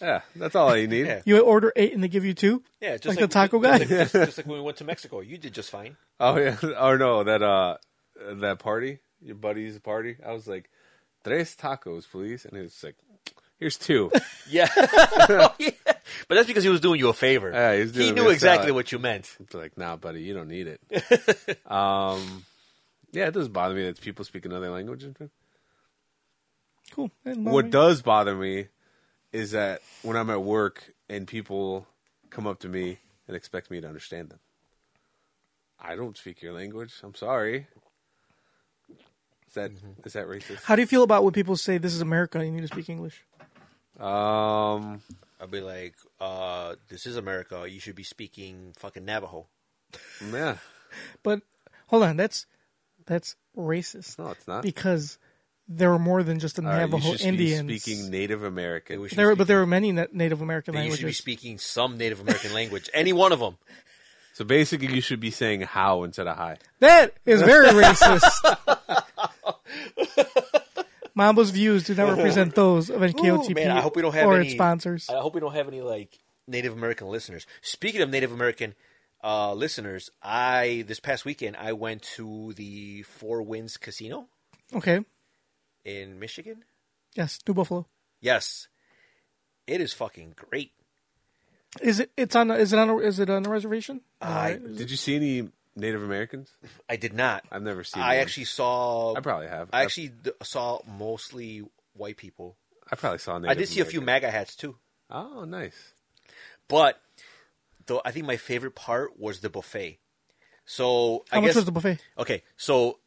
Speaker 2: yeah, that's all I need.
Speaker 3: Yeah.
Speaker 1: You order eight and they give you two.
Speaker 3: Yeah, just
Speaker 1: like,
Speaker 3: like,
Speaker 1: the taco guy.
Speaker 3: Just like, just, just like when we went to Mexico, you did just fine.
Speaker 2: Oh yeah, or no, that uh, that party, your buddy's party. I was like, tres tacos, please, and he was like, here's two.
Speaker 3: Yeah. But that's because he was doing you a favor.
Speaker 2: Yeah, he was doing
Speaker 3: he
Speaker 2: me
Speaker 3: knew
Speaker 2: a
Speaker 3: exactly
Speaker 2: solid.
Speaker 3: what you meant.
Speaker 2: It's like, nah, buddy, you don't need it. um, yeah, it doesn't bother me that people speak another language.
Speaker 1: Cool. And
Speaker 2: What does bother me is that when I'm at work and people come up to me and expect me to understand them. I don't speak your language. I'm sorry. Is that is that racist?
Speaker 1: How do you feel about when people say this is America and you need to speak English?
Speaker 2: Um,
Speaker 3: I'd be like, uh, this is America. You should be speaking fucking Navajo.
Speaker 2: yeah,
Speaker 1: But hold on, that's that's racist.
Speaker 2: no, it's not.
Speaker 1: because there were more than just the
Speaker 2: All right, you
Speaker 1: Navajo
Speaker 2: should be
Speaker 1: Indians.
Speaker 2: speaking Native American.
Speaker 3: We should
Speaker 1: there,
Speaker 3: be
Speaker 1: were, but
Speaker 3: speaking-
Speaker 1: there were many na- Native American
Speaker 3: you should be
Speaker 1: languages.
Speaker 3: speaking some Native American language, any one of them.
Speaker 2: So basically, you should be saying "how" instead of "hi."
Speaker 1: that is very racist. Mambo's views do not represent those of NKOTP
Speaker 3: man, I hope we don't have
Speaker 1: or
Speaker 3: any
Speaker 1: its sponsors.
Speaker 3: I hope we don't have any like Native American listeners. Speaking of Native American uh, listeners, I this past weekend I went to the Four Winds Casino
Speaker 1: Okay.
Speaker 3: in Michigan.
Speaker 1: Yes, New Buffalo.
Speaker 3: Yes, it is fucking great.
Speaker 1: Is it? It's on. a- Is it on? A, is it on a reservation?
Speaker 3: Uh, I
Speaker 2: Did you see any Native Americans?
Speaker 3: I did not.
Speaker 2: I've never seen.
Speaker 3: I
Speaker 2: one.
Speaker 3: actually saw.
Speaker 2: I probably have.
Speaker 3: I
Speaker 2: I've-
Speaker 3: actually d- saw mostly white people.
Speaker 2: I probably saw. a Native
Speaker 3: I did see a few
Speaker 2: American.
Speaker 3: MAGA hats too,
Speaker 2: Oh, nice.
Speaker 3: but though I think my favorite part was the buffet. So
Speaker 1: How
Speaker 3: I
Speaker 1: much
Speaker 3: guess
Speaker 1: was the buffet?
Speaker 3: Okay, so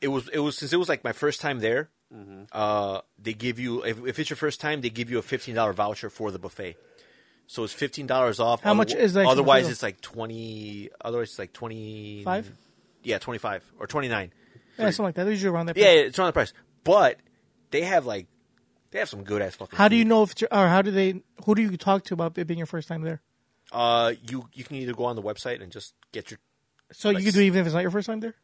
Speaker 3: it was it was since it was like my first time there. Uh, they give you if, if it's your first time, they give you a fifteen dollar voucher for the buffet. So it's fifteen dollars off.
Speaker 1: How much is the actual
Speaker 3: Otherwise,
Speaker 1: buffet?
Speaker 3: it's like twenty. Otherwise, it's like twenty
Speaker 1: Five?
Speaker 3: Yeah, twenty five or twenty nine.
Speaker 1: Yeah, something like that. They're usually around that.
Speaker 3: Yeah,
Speaker 1: price.
Speaker 3: yeah, it's around the price, but they have like they have some good ass fucking.
Speaker 1: How do you
Speaker 3: food.
Speaker 1: know if? It's your, or how do they? Who do you talk to about it being your first time there?
Speaker 3: Uh, you you can either go on the website and just get your
Speaker 1: So
Speaker 3: Like
Speaker 1: you could do it even if it's not your first time there.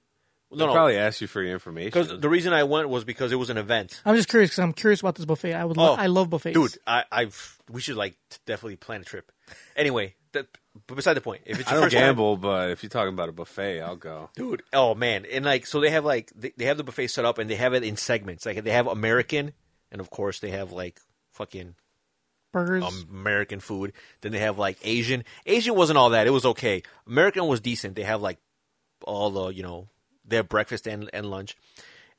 Speaker 2: They
Speaker 3: no no
Speaker 2: probably asked you for your information.
Speaker 3: because the reason I went was because it was an event.
Speaker 1: I'm just curious because I'm curious about this buffet. I would. Lo- I love buffets,
Speaker 3: Oh, dude. I, I've we should like t- definitely plan a trip. Anyway, that, but beside the point, if it's
Speaker 2: I
Speaker 3: your
Speaker 2: don't
Speaker 3: first time-
Speaker 2: gamble, but if you're talking about a buffet, I'll go.
Speaker 3: dude. Oh man, and like so they have like they, they have the buffet set up and they have it in segments. Like they have American, and of course they have like fucking
Speaker 1: burgers.
Speaker 3: um, American food. Then they have like Asian. Asian wasn't all that. It was okay. American was decent. They have like all the you know they have breakfast and, and lunch.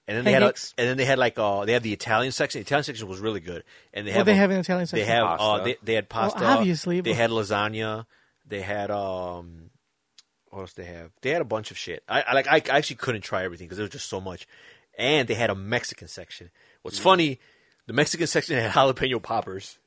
Speaker 3: And then they had, a,
Speaker 1: Pancakes.
Speaker 3: and then they had like uh, they have the Italian section. The Italian section was really good. And they
Speaker 1: Well,
Speaker 3: have
Speaker 1: they
Speaker 3: a-
Speaker 1: have an Italian section.
Speaker 3: They have uh,
Speaker 2: Pasta.
Speaker 3: they, they had pasta.
Speaker 1: obviously,
Speaker 3: they
Speaker 1: but-
Speaker 3: had lasagna. They had um, what else? They have they had a bunch of shit. I, I like I, I actually couldn't try everything because there was just so much. And they had a Mexican section.
Speaker 2: Mm.
Speaker 3: What's funny, the Mexican section had jalapeno poppers.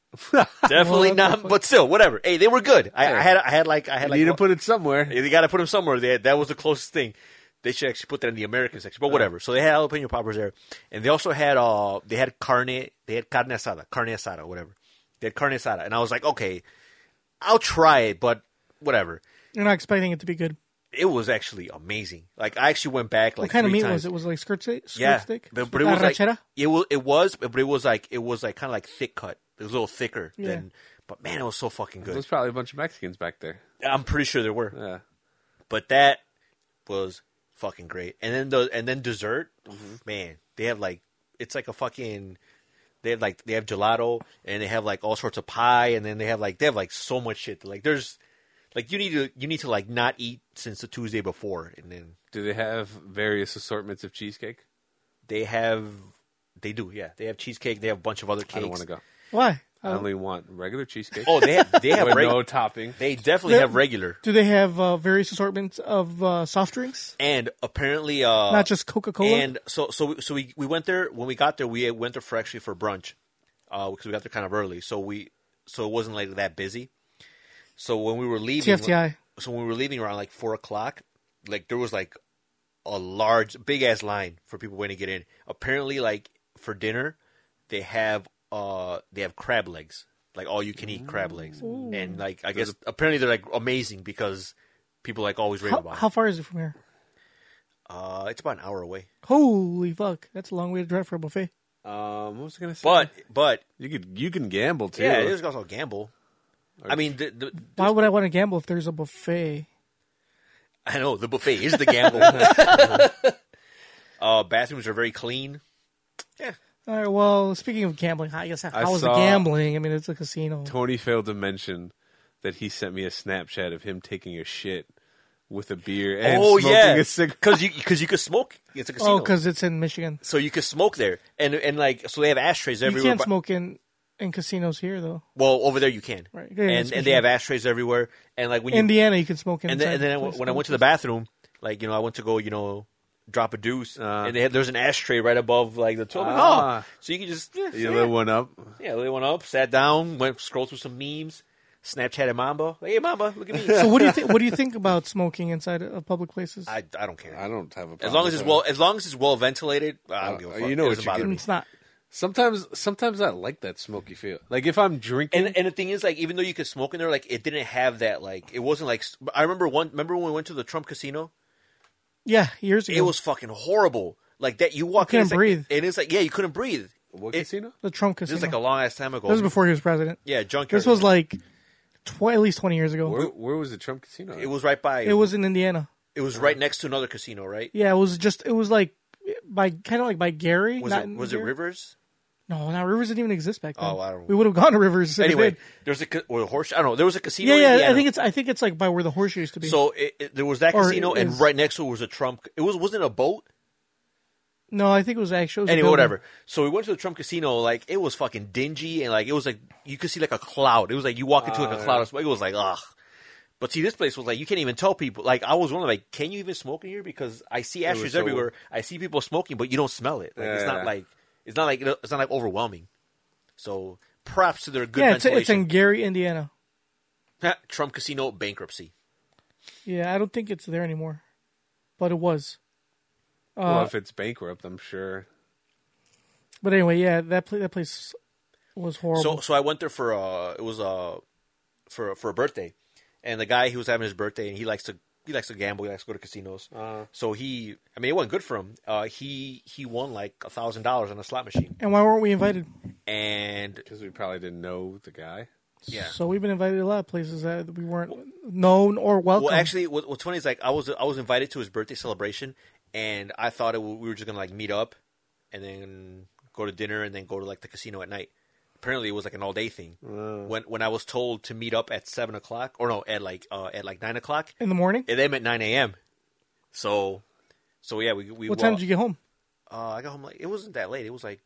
Speaker 3: Definitely not, but still, whatever. Hey, they were good. I, I had, I had like, I had
Speaker 2: You
Speaker 3: like.
Speaker 2: need to
Speaker 3: one-
Speaker 2: put it somewhere.
Speaker 3: They got to put them somewhere. They had, that was the closest thing. They should actually put that in the American section, but whatever. So they had jalapeno poppers there, and they also had uh, they had carne, they had carne asada, carne asada, whatever. They had carne asada, and I was like, okay, I'll try it, but whatever.
Speaker 1: You're not expecting it to be good.
Speaker 3: It was actually amazing. Like I actually went back like
Speaker 1: what kind of
Speaker 3: three
Speaker 1: meat
Speaker 3: times.
Speaker 1: was it? Was it like skirt, steak? skirt
Speaker 3: yeah,
Speaker 1: steak?
Speaker 3: But, but it was like
Speaker 1: Arrachera?
Speaker 3: it was it was but it was like it was like kind of like thick cut. It was a little thicker
Speaker 1: Yeah.
Speaker 3: than. But man, it was so fucking good.
Speaker 2: There's probably a bunch of Mexicans back there.
Speaker 3: I'm pretty sure there were.
Speaker 2: Yeah.
Speaker 3: But that was fucking great. And then the and then dessert, man, they have like it's like a fucking they have like they have gelato and they have like all sorts of pie and then they have like they have like so much shit. Like there's like you need to you need to like not eat since the Tuesday before and then
Speaker 2: Do they have various assortments of cheesecake?
Speaker 3: they have they do, yeah. They have cheesecake, they have a bunch of other cakes.
Speaker 2: I don't want to go.
Speaker 1: Why?
Speaker 2: I only want regular cheesecake.
Speaker 3: Oh, they have they have
Speaker 2: with
Speaker 3: reg-
Speaker 2: no topping.
Speaker 3: they definitely
Speaker 1: They-
Speaker 3: have regular
Speaker 1: Do they have uh, various assortments of uh, soft drinks?
Speaker 3: and apparently uh
Speaker 1: Not just Coca Cola.
Speaker 3: And so so we, so we we went there when we got there. We went there for actually for brunch because we got there kind of early. So we so it wasn't like that busy. So when we were leaving,
Speaker 1: TFTI.
Speaker 3: So when we were leaving around like four o'clock, like there was like a large, big ass line for people waiting to get in. Apparently, like for dinner, they have uh they have crab legs, like all you can eat crab legs, and like I guess apparently they're like amazing because people like always rave
Speaker 1: how,
Speaker 3: about.
Speaker 1: how
Speaker 3: it.
Speaker 1: far is it from here?
Speaker 3: Uh, it's about an hour away,
Speaker 1: Holy fuck! That's a long way to drive for a buffet.
Speaker 2: Um, what was I gonna say?
Speaker 3: but but
Speaker 2: you could you can gamble too.
Speaker 3: Yeah, it is also a gamble. I mean, the, the,
Speaker 1: Why would I want to gamble if there's a buffet?
Speaker 3: I know the buffet is the gamble. uh, bathrooms are very clean.
Speaker 1: All right. Well, speaking of gambling, I guess how
Speaker 2: I
Speaker 1: was the
Speaker 2: saw-
Speaker 1: gambling? I mean, it's a casino.
Speaker 2: Tony failed to mention that he sent me a Snapchat of him taking a shit with a beer and
Speaker 3: oh
Speaker 2: smoking
Speaker 3: yeah,
Speaker 2: a cigarette.
Speaker 3: because you because you could smoke. It's a casino.
Speaker 1: Oh, because it's in Michigan.
Speaker 3: so you could smoke there, and and like so they have ashtrays
Speaker 1: You
Speaker 3: everywhere.
Speaker 1: can't
Speaker 3: but-
Speaker 1: smoke in in casinos here though.
Speaker 3: Well, over there you can.
Speaker 1: Right. Yeah, yeah,
Speaker 3: and
Speaker 1: it's
Speaker 3: and they have ashtrays everywhere, and like when you
Speaker 1: Indiana, you can smoke in.
Speaker 3: and then, and then when I went to the bathroom, like you know, I went to go, you know, drop a deuce, and they had, there's an ashtray right above like the toilet.
Speaker 2: Ah.
Speaker 3: oh, so you can just yeah,
Speaker 2: You lit one up.
Speaker 3: Yeah, they went up, sat down, went scrolled through some memes, Snapchatted Mamba. Like, hey, Mamba, look at me.
Speaker 1: So what do you think? What do you think about smoking inside of public places?
Speaker 3: I, I don't care.
Speaker 2: I don't have a problem
Speaker 3: as long as
Speaker 2: with
Speaker 3: it's
Speaker 2: that.
Speaker 3: well, as long as it's well ventilated, I don't
Speaker 2: Uh,
Speaker 3: give a
Speaker 2: you
Speaker 3: fuck.
Speaker 2: know
Speaker 3: it
Speaker 2: what
Speaker 3: doesn't
Speaker 2: you
Speaker 3: bother
Speaker 2: can-
Speaker 3: me.
Speaker 1: it's not.
Speaker 2: Sometimes sometimes I like that smoky feel. Like if I'm drinking
Speaker 3: And and the thing is, like, even though you could smoke in there, like, it didn't have that. Like, it wasn't like. I remember one. Remember when we went to the Trump Casino?
Speaker 1: Yeah, years ago
Speaker 3: It was fucking horrible. Like that, you walk in,
Speaker 1: couldn't
Speaker 3: it's like-
Speaker 1: breathe.
Speaker 3: and it's like, yeah, you couldn't breathe.
Speaker 2: what
Speaker 3: it-
Speaker 2: casino?
Speaker 1: the Trump
Speaker 3: This
Speaker 1: casino.
Speaker 3: is like a long ass time ago.
Speaker 1: This was before he was president.
Speaker 3: Yeah, junkyard.
Speaker 1: This was like tw- at least twenty years ago.
Speaker 2: Where, where was the Trump casino?
Speaker 3: It was right by.
Speaker 1: It was in Indiana.
Speaker 3: It was right next to another casino, right?
Speaker 1: Yeah, it was just it was like by kind of like by Gary.
Speaker 3: Was
Speaker 1: not
Speaker 3: it
Speaker 1: in
Speaker 3: was it
Speaker 1: Gary.
Speaker 3: Rivers?
Speaker 1: No, no, Rivers didn't even exist back then.
Speaker 3: Oh, I don't-
Speaker 1: We would have gone to Rivers if it
Speaker 3: Anyway,
Speaker 1: did.
Speaker 3: there's a ca- or a horse. I don't know. There was a
Speaker 1: Yeah,
Speaker 3: casino. in
Speaker 1: yeah. I
Speaker 3: Indiana.
Speaker 1: think it's I think it's like by where the horseshoe used to be.
Speaker 3: So it, it- there was that
Speaker 1: Or
Speaker 3: casino,
Speaker 1: it
Speaker 3: and
Speaker 1: is-
Speaker 3: right next to it was a Trump. It was wasn't it a boat.
Speaker 1: no, I think it was actually it was a
Speaker 3: Anyway,
Speaker 1: building.
Speaker 3: whatever. So we went to the Trump casino. Like it was fucking dingy, and like it was like you could see like a cloud. It was like you walk into like
Speaker 2: Uh,
Speaker 3: a cloud of smoke. It was like ugh. But see, this place was like you can't even tell people. Like I was wondering, like, can you even smoke in here? Because I see ashes
Speaker 2: so-
Speaker 3: everywhere. I see people smoking, but you don't smell it. Like it's
Speaker 2: Yeah.
Speaker 3: not like it's not like it's not like overwhelming. So props to their good
Speaker 1: Yeah, it's, it's in
Speaker 3: ventilation.
Speaker 1: Gary, Indiana.
Speaker 3: Trump casino bankruptcy.
Speaker 1: Yeah, I don't think it's there anymore, but it was.
Speaker 3: Uh,
Speaker 2: well, if it's bankrupt, I'm sure.
Speaker 1: But anyway, yeah, that pla- that place was horrible.
Speaker 3: So so I went there for uh it was uh for for a birthday, and the guy he was having his birthday and he likes to he likes to gamble he likes to go to casinos. So he I mean it wasn't good for him. Uh, he he won like a thousand dollars on a slot machine
Speaker 1: and why weren't we invited?
Speaker 3: and
Speaker 2: Because we probably didn't know the guy.
Speaker 3: yeah.
Speaker 1: So we've been invited to a lot of places that we weren't known or welcome.
Speaker 3: well, actually, what, what's funny is like I was I was invited to his birthday celebration, and I thought it, w- we were just gonna like meet up, and then go to dinner, and then go to like the casino at night. Apparently, it was like an all day thing. When when I was told to meet up at seven o'clock, or no, at like uh, at like nine o'clock,
Speaker 1: in the morning.
Speaker 3: and they met nine a.m. So, so yeah, we we.
Speaker 1: What time did you get home?
Speaker 3: Uh, I got home like it wasn't that late. It was like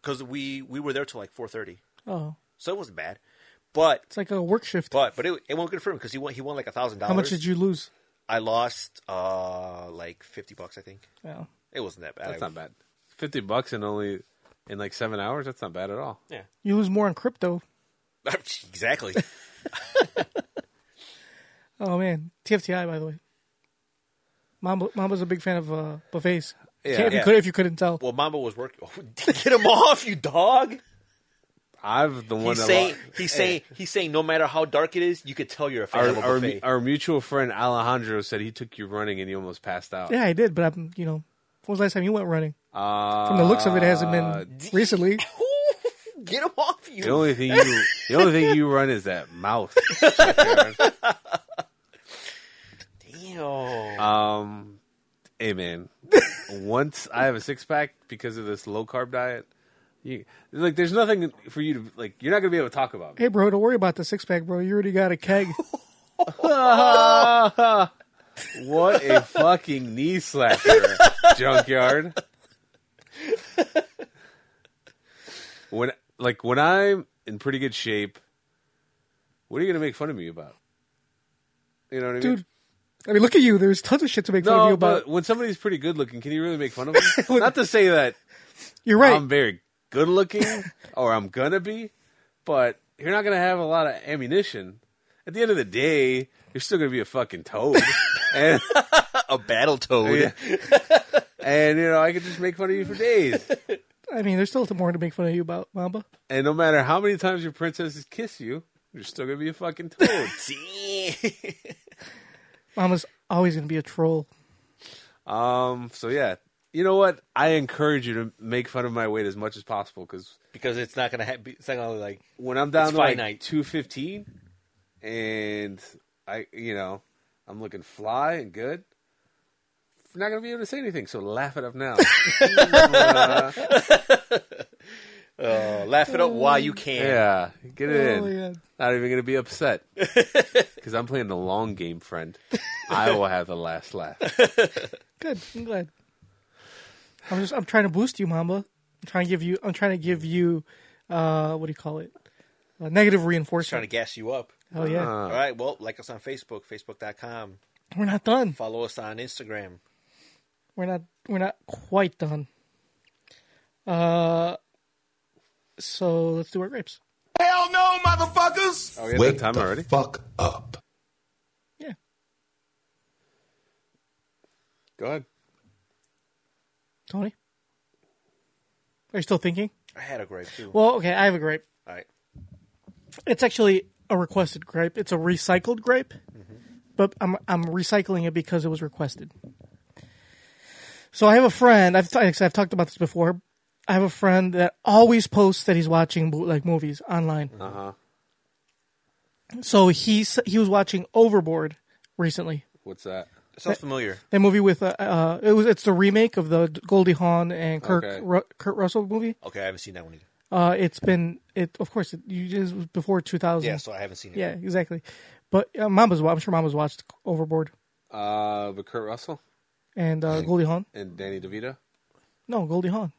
Speaker 3: because we we were there till like four thirty,
Speaker 1: Oh,
Speaker 3: so it wasn't bad. But
Speaker 1: it's like a work shift.
Speaker 3: but but it, it wasn't good for him because he won he won like a thousand dollars.
Speaker 1: How much did you lose?
Speaker 3: I lost uh like fifty bucks, I think.
Speaker 1: Oh.
Speaker 3: It wasn't that bad.
Speaker 2: That's not bad. Fifty bucks in only in like seven hours. That's not bad at all.
Speaker 1: You lose more on crypto.
Speaker 3: bad. exactly.
Speaker 1: Oh man, TFTI by the way. Mamba, Mamba's a big fan of uh, buffets.
Speaker 2: Yeah.
Speaker 1: if,
Speaker 3: Yeah.
Speaker 1: You could, if you couldn't tell,
Speaker 3: well, Mamba was working. get him off, you dog!
Speaker 2: I've the one
Speaker 3: He's
Speaker 2: that
Speaker 3: saying,
Speaker 2: lo-
Speaker 3: he's saying, he's saying, no matter how dark it is, you could tell you're a fan
Speaker 2: our,
Speaker 3: of a
Speaker 2: our,
Speaker 3: buffet.
Speaker 2: our mutual friend Alejandro said he took you running and he almost passed out.
Speaker 1: Yeah, I did, but I'm you know, when was the last time you went running?
Speaker 2: Uh,
Speaker 1: From the looks of it, it hasn't been recently.
Speaker 3: Get him off you.
Speaker 2: The only thing you the only thing you run is that mouth.
Speaker 3: Damn.
Speaker 2: Um, hey man, once I have a six pack because of this low carb diet, you like there's nothing for you to like. You're not gonna be able to talk about.
Speaker 1: Hey, bro, don't worry about the six pack, bro. You already got a keg.
Speaker 2: Me. What a fucking knee slapper, junkyard. When like when I'm in pretty good shape, what are you gonna make fun of me about? You know what I mean,
Speaker 1: Dude, I mean, look at you. There's tons of shit to make fun of you
Speaker 2: No,
Speaker 1: about.
Speaker 2: but when somebody's pretty good looking, can you really make fun of them? Not to say that
Speaker 1: You're right.
Speaker 2: I'm very good looking, or I'm gonna be, but you're not gonna have a lot of ammunition. At the end of the day, you're still gonna be a fucking toad, and,
Speaker 3: a battle toad.
Speaker 2: yeah. and you know I could just make fun of you for days.
Speaker 1: I mean, there's still more to make fun of you about, Mamba.
Speaker 2: And no matter how many times your princesses kiss you, you're still gonna be a fucking toad.
Speaker 3: Damn.
Speaker 1: Mamba's always gonna be a troll.
Speaker 2: Um, so yeah, you know what? I encourage you to make fun of my weight as much as possible because
Speaker 3: because it's not gonna ha- be- it's not gonna like
Speaker 2: when I'm down
Speaker 3: It's
Speaker 2: to like
Speaker 3: finite.
Speaker 2: two fifteen, and I, you know, I'm looking fly and good. I'm not gonna be able to say anything, so laugh it up now.
Speaker 3: uh, laugh it up while you can.
Speaker 2: yeah, get it
Speaker 1: Oh,
Speaker 2: in.
Speaker 1: yeah.
Speaker 2: Not even gonna be upset because I'm playing the long game, friend. I will have the last laugh.
Speaker 1: Good. I'm glad. I'm just. I'm trying to boost you, Mamba. I'm trying to give you. I'm trying to give you. Uh, what do you call it? Uh, negative
Speaker 3: Trying to
Speaker 1: reinforcement.
Speaker 3: gas you up.
Speaker 1: Oh
Speaker 2: Uh-huh.
Speaker 1: yeah.
Speaker 3: All right. Well, like us on Facebook, facebook.com.
Speaker 1: we're not done.
Speaker 3: Follow us on Instagram.
Speaker 1: We're not. We're not quite done. Uh, so let's do our grapes.
Speaker 9: Hell no, motherfuckers!
Speaker 2: Oh, we had
Speaker 4: Wake
Speaker 2: that time
Speaker 4: the
Speaker 2: already.
Speaker 4: fuck up.
Speaker 1: Yeah.
Speaker 2: Go ahead.
Speaker 1: Tony, are you still thinking?
Speaker 3: I had a grape too.
Speaker 1: Well, okay. I have a grape.
Speaker 3: All right.
Speaker 1: It's actually a requested grape. It's a recycled grape, but I'm I'm recycling it because it was requested. So I have a friend. I've i I've talked about this before. I have a friend that always posts that he's watching like movies online.
Speaker 2: Uh-huh.
Speaker 1: Uh huh. So he's he was watching Overboard recently.
Speaker 2: What's that?
Speaker 3: It sounds familiar.
Speaker 1: That movie with uh, uh it was it's the remake of the Goldie Hawn and Kirk
Speaker 2: Okay.
Speaker 1: Ru- Kurt Russell movie.
Speaker 3: Okay, I haven't seen that one either.
Speaker 1: Uh, it's been it of course it, you, it was before two thousand.
Speaker 3: Yeah, so I haven't seen it.
Speaker 1: Yeah, exactly. But uh, Mamba's, wa- I'm sure Mamba's watched Overboard
Speaker 2: Uh, but Kurt Russell
Speaker 1: and uh, Goldie Hawn.
Speaker 2: and Danny DeVito.
Speaker 1: No, Goldie Hawn.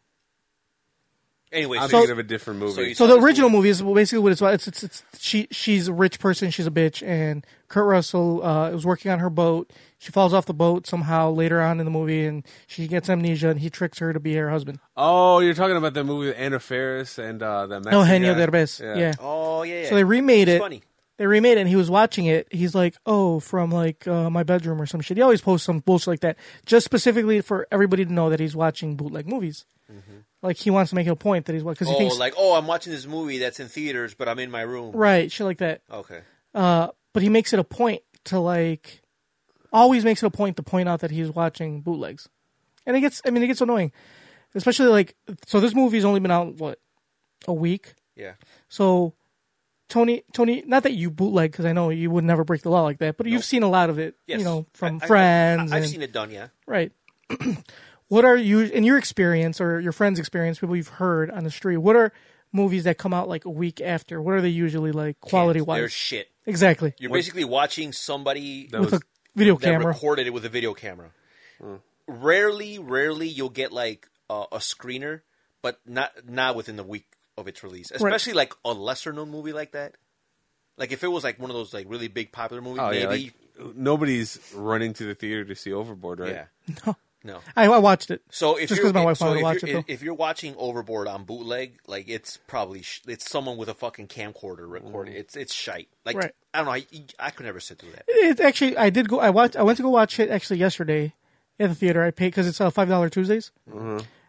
Speaker 3: Anyway,
Speaker 2: I'm
Speaker 3: Uh, so,
Speaker 2: thinking of a different movie.
Speaker 3: so you-
Speaker 1: So the original movie is basically what it's about. It's, it's, it's she she's a rich person. She's a bitch, and Kurt Russell uh, was working on her boat. She falls off the boat somehow later on in the movie, and she gets amnesia, and he tricks her to be her husband.
Speaker 2: oh, you're talking about that movie with Anna Faris and uh, that Mexican
Speaker 1: Eugenio
Speaker 2: guy.
Speaker 1: Derbez. Yeah.
Speaker 3: oh yeah, yeah.
Speaker 1: So they remade
Speaker 3: It's
Speaker 1: it.
Speaker 3: Funny.
Speaker 1: They remade it, and he was watching it. He's like, "Oh, from like uh, my bedroom or some shit." He always posts some bullshit like that, just specifically for everybody to know that he's watching bootleg movies. Like he wants to make a point that he's because he
Speaker 3: Mm-hmm. Oh,
Speaker 1: thinks
Speaker 3: like oh, I'm watching this movie that's in theaters, but I'm in my room.
Speaker 1: right shit like that. Uh,
Speaker 3: Okay.
Speaker 1: But he makes it a point to like always makes it a point to point out that he's watching bootlegs, and it gets I mean it gets annoying, especially like so this movie's only been out what a week,
Speaker 3: Yeah.
Speaker 1: so. Tony, Tony, not that you bootleg because I know you would never break the law like that, but you've seen a lot of it,
Speaker 3: Yes.
Speaker 1: you know, from
Speaker 3: I- I-
Speaker 1: friends.
Speaker 3: I, have
Speaker 1: and,
Speaker 3: seen it done. Yeah.
Speaker 1: Right. what are you in your experience or your friend's experience, people you've heard on the street, what are movies that come out like a week after? What are they usually like quality
Speaker 3: They're
Speaker 1: wise?
Speaker 3: shit.
Speaker 1: exactly.
Speaker 3: You're basically watching somebody
Speaker 2: That
Speaker 1: With
Speaker 2: was-
Speaker 1: a video
Speaker 3: that
Speaker 1: camera.
Speaker 3: recorded it with a video camera. Rarely, rarely you'll get like a a screener, but not not within the week of its release. Especially like a lesser known movie like that. Like if it was like one of those like really big popular movies,
Speaker 2: Oh yeah,
Speaker 3: maybe
Speaker 2: like, nobody's running to the theater to see Overboard, right?
Speaker 3: yeah. No.
Speaker 1: I, I watched it.
Speaker 3: So if
Speaker 1: Just
Speaker 3: you're
Speaker 1: 'cause my wife
Speaker 3: so
Speaker 1: wanted to
Speaker 3: if
Speaker 1: watch
Speaker 3: you're-
Speaker 1: it, though.
Speaker 3: if you're watching Overboard on bootleg, like it's probably sh- it's someone with a fucking camcorder recording.
Speaker 2: Mm.
Speaker 3: It's it's shite. Like
Speaker 1: Right.
Speaker 3: I don't know. I, I could never sit through that.
Speaker 1: It actually I did go I watched I went to go watch it actually yesterday at the theater. I paid because it's uh, five dollar Tuesdays.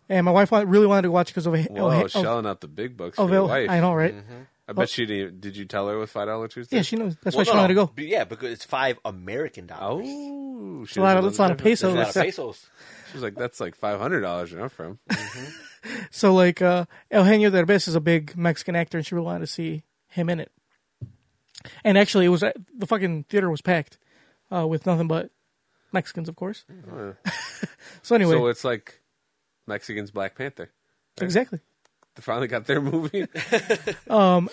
Speaker 1: and my wife wa- really wanted to watch because of a
Speaker 2: Mm-hmm. Whoa,
Speaker 1: of,
Speaker 2: shelling out the big bucks
Speaker 1: of,
Speaker 2: for your
Speaker 1: of-
Speaker 2: wife.
Speaker 1: oh.
Speaker 2: Mm-hmm.
Speaker 1: I know, right?
Speaker 2: I bet she didn't. Did you tell her with five dollar Tuesday?
Speaker 1: Yeah, she knows. That's
Speaker 3: Well,
Speaker 1: why she
Speaker 3: no,
Speaker 1: wanted to
Speaker 3: no.
Speaker 1: go.
Speaker 3: B- Yeah, because it's five American dollars.
Speaker 2: Oh,
Speaker 1: a lot of- it's a lot of
Speaker 3: There's a lot of
Speaker 1: pesos.
Speaker 3: pesos.
Speaker 2: She was like, "That's like five hundred dollars where I'm from."
Speaker 1: So like uh, Eugenio Derbez is a big Mexican actor, and she really wanted to see him in it. And actually, it was at- the fucking theater was packed uh, with nothing but Mexicans, of course. so anyway,
Speaker 2: Mm-hmm. So uh, it's like Mexicans Black Panther.
Speaker 1: exactly.
Speaker 2: They finally got their movie.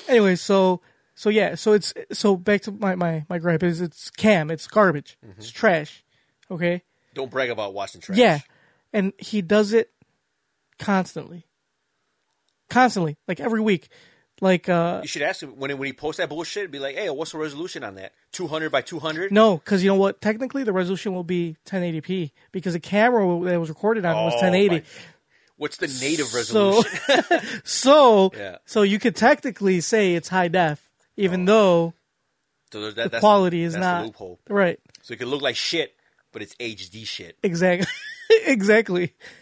Speaker 1: Anyway, so so yeah, so it's so back to my my my gripe is it's cam, it's garbage, it's trash. Okay,
Speaker 3: Don't brag about watching Mm-hmm. trash.
Speaker 1: yeah, and he does it constantly, constantly, like every week, like uh
Speaker 3: You should ask him when when he posts that bullshit. Be like, hey, what's the resolution on that? Two hundred by two hundred.
Speaker 1: No, because you know what? Technically, the resolution will be 1080p because the camera that was recorded on it was
Speaker 3: Oh,
Speaker 1: 1080.
Speaker 3: my What's the native resolution?
Speaker 1: So, so,
Speaker 3: Yeah.
Speaker 1: so you could technically say it's high def, even though
Speaker 3: So there's that,
Speaker 1: the
Speaker 3: that's
Speaker 1: quality is
Speaker 3: that's
Speaker 1: not
Speaker 3: the loophole.
Speaker 1: right.
Speaker 3: So it could look like shit, but it's HD shit.
Speaker 1: Exactly, exactly. Um,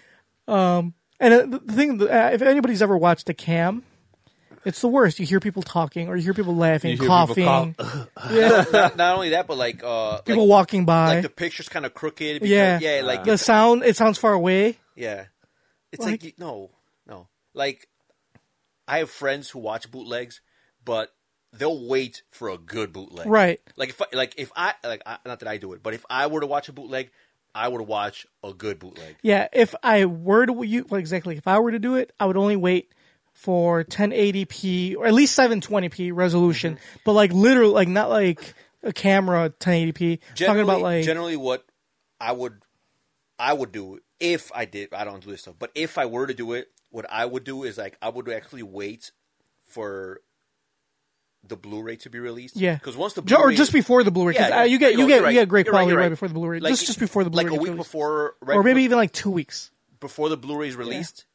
Speaker 1: and uh, the- the thing, uh, if anybody's ever watched a cam, it's the worst. You hear people talking, or you hear people laughing,
Speaker 2: You hear people
Speaker 1: coughing,
Speaker 2: cough.
Speaker 3: not, not only that, but like uh,
Speaker 1: people
Speaker 3: like,
Speaker 1: walking by.
Speaker 3: like the picture's kind of crooked. Because,
Speaker 1: yeah,
Speaker 3: yeah, like
Speaker 1: the sound. It sounds far away.
Speaker 3: yeah. It's
Speaker 1: Like-
Speaker 3: like, you- no, no. Like I have friends who watch bootlegs, but they'll wait for a good bootleg.
Speaker 1: Right.
Speaker 3: Like if I, like if I like I, not that I do it, but if I were to watch a bootleg, I would watch a good bootleg.
Speaker 1: Yeah, if I were to you well, exactly, if I were to do it, I would only wait for 1080p or at least 720p resolution,
Speaker 3: Mm-hmm.
Speaker 1: but like literally, like not like a camera 1080p.
Speaker 3: generally,
Speaker 1: talking about like
Speaker 3: generally what I would I would do if I did I don't do this stuff, but if I were to do it, what I would do is like I would actually wait for the Blu-ray to be released.
Speaker 1: yeah,
Speaker 3: because once the
Speaker 1: Ju-
Speaker 3: Blu-ray,
Speaker 1: or just before the Blu-ray, 'cause, uh, you get you
Speaker 3: you're
Speaker 1: get
Speaker 3: right.
Speaker 1: you get great
Speaker 3: You're right,
Speaker 1: quality
Speaker 3: you're
Speaker 1: right, before the Blu-ray, just just before the Blu-ray,
Speaker 3: like a
Speaker 1: gets
Speaker 3: week
Speaker 1: released.
Speaker 3: before, right
Speaker 1: or maybe
Speaker 3: before,
Speaker 1: even like two weeks.
Speaker 3: before the Blu-ray is released.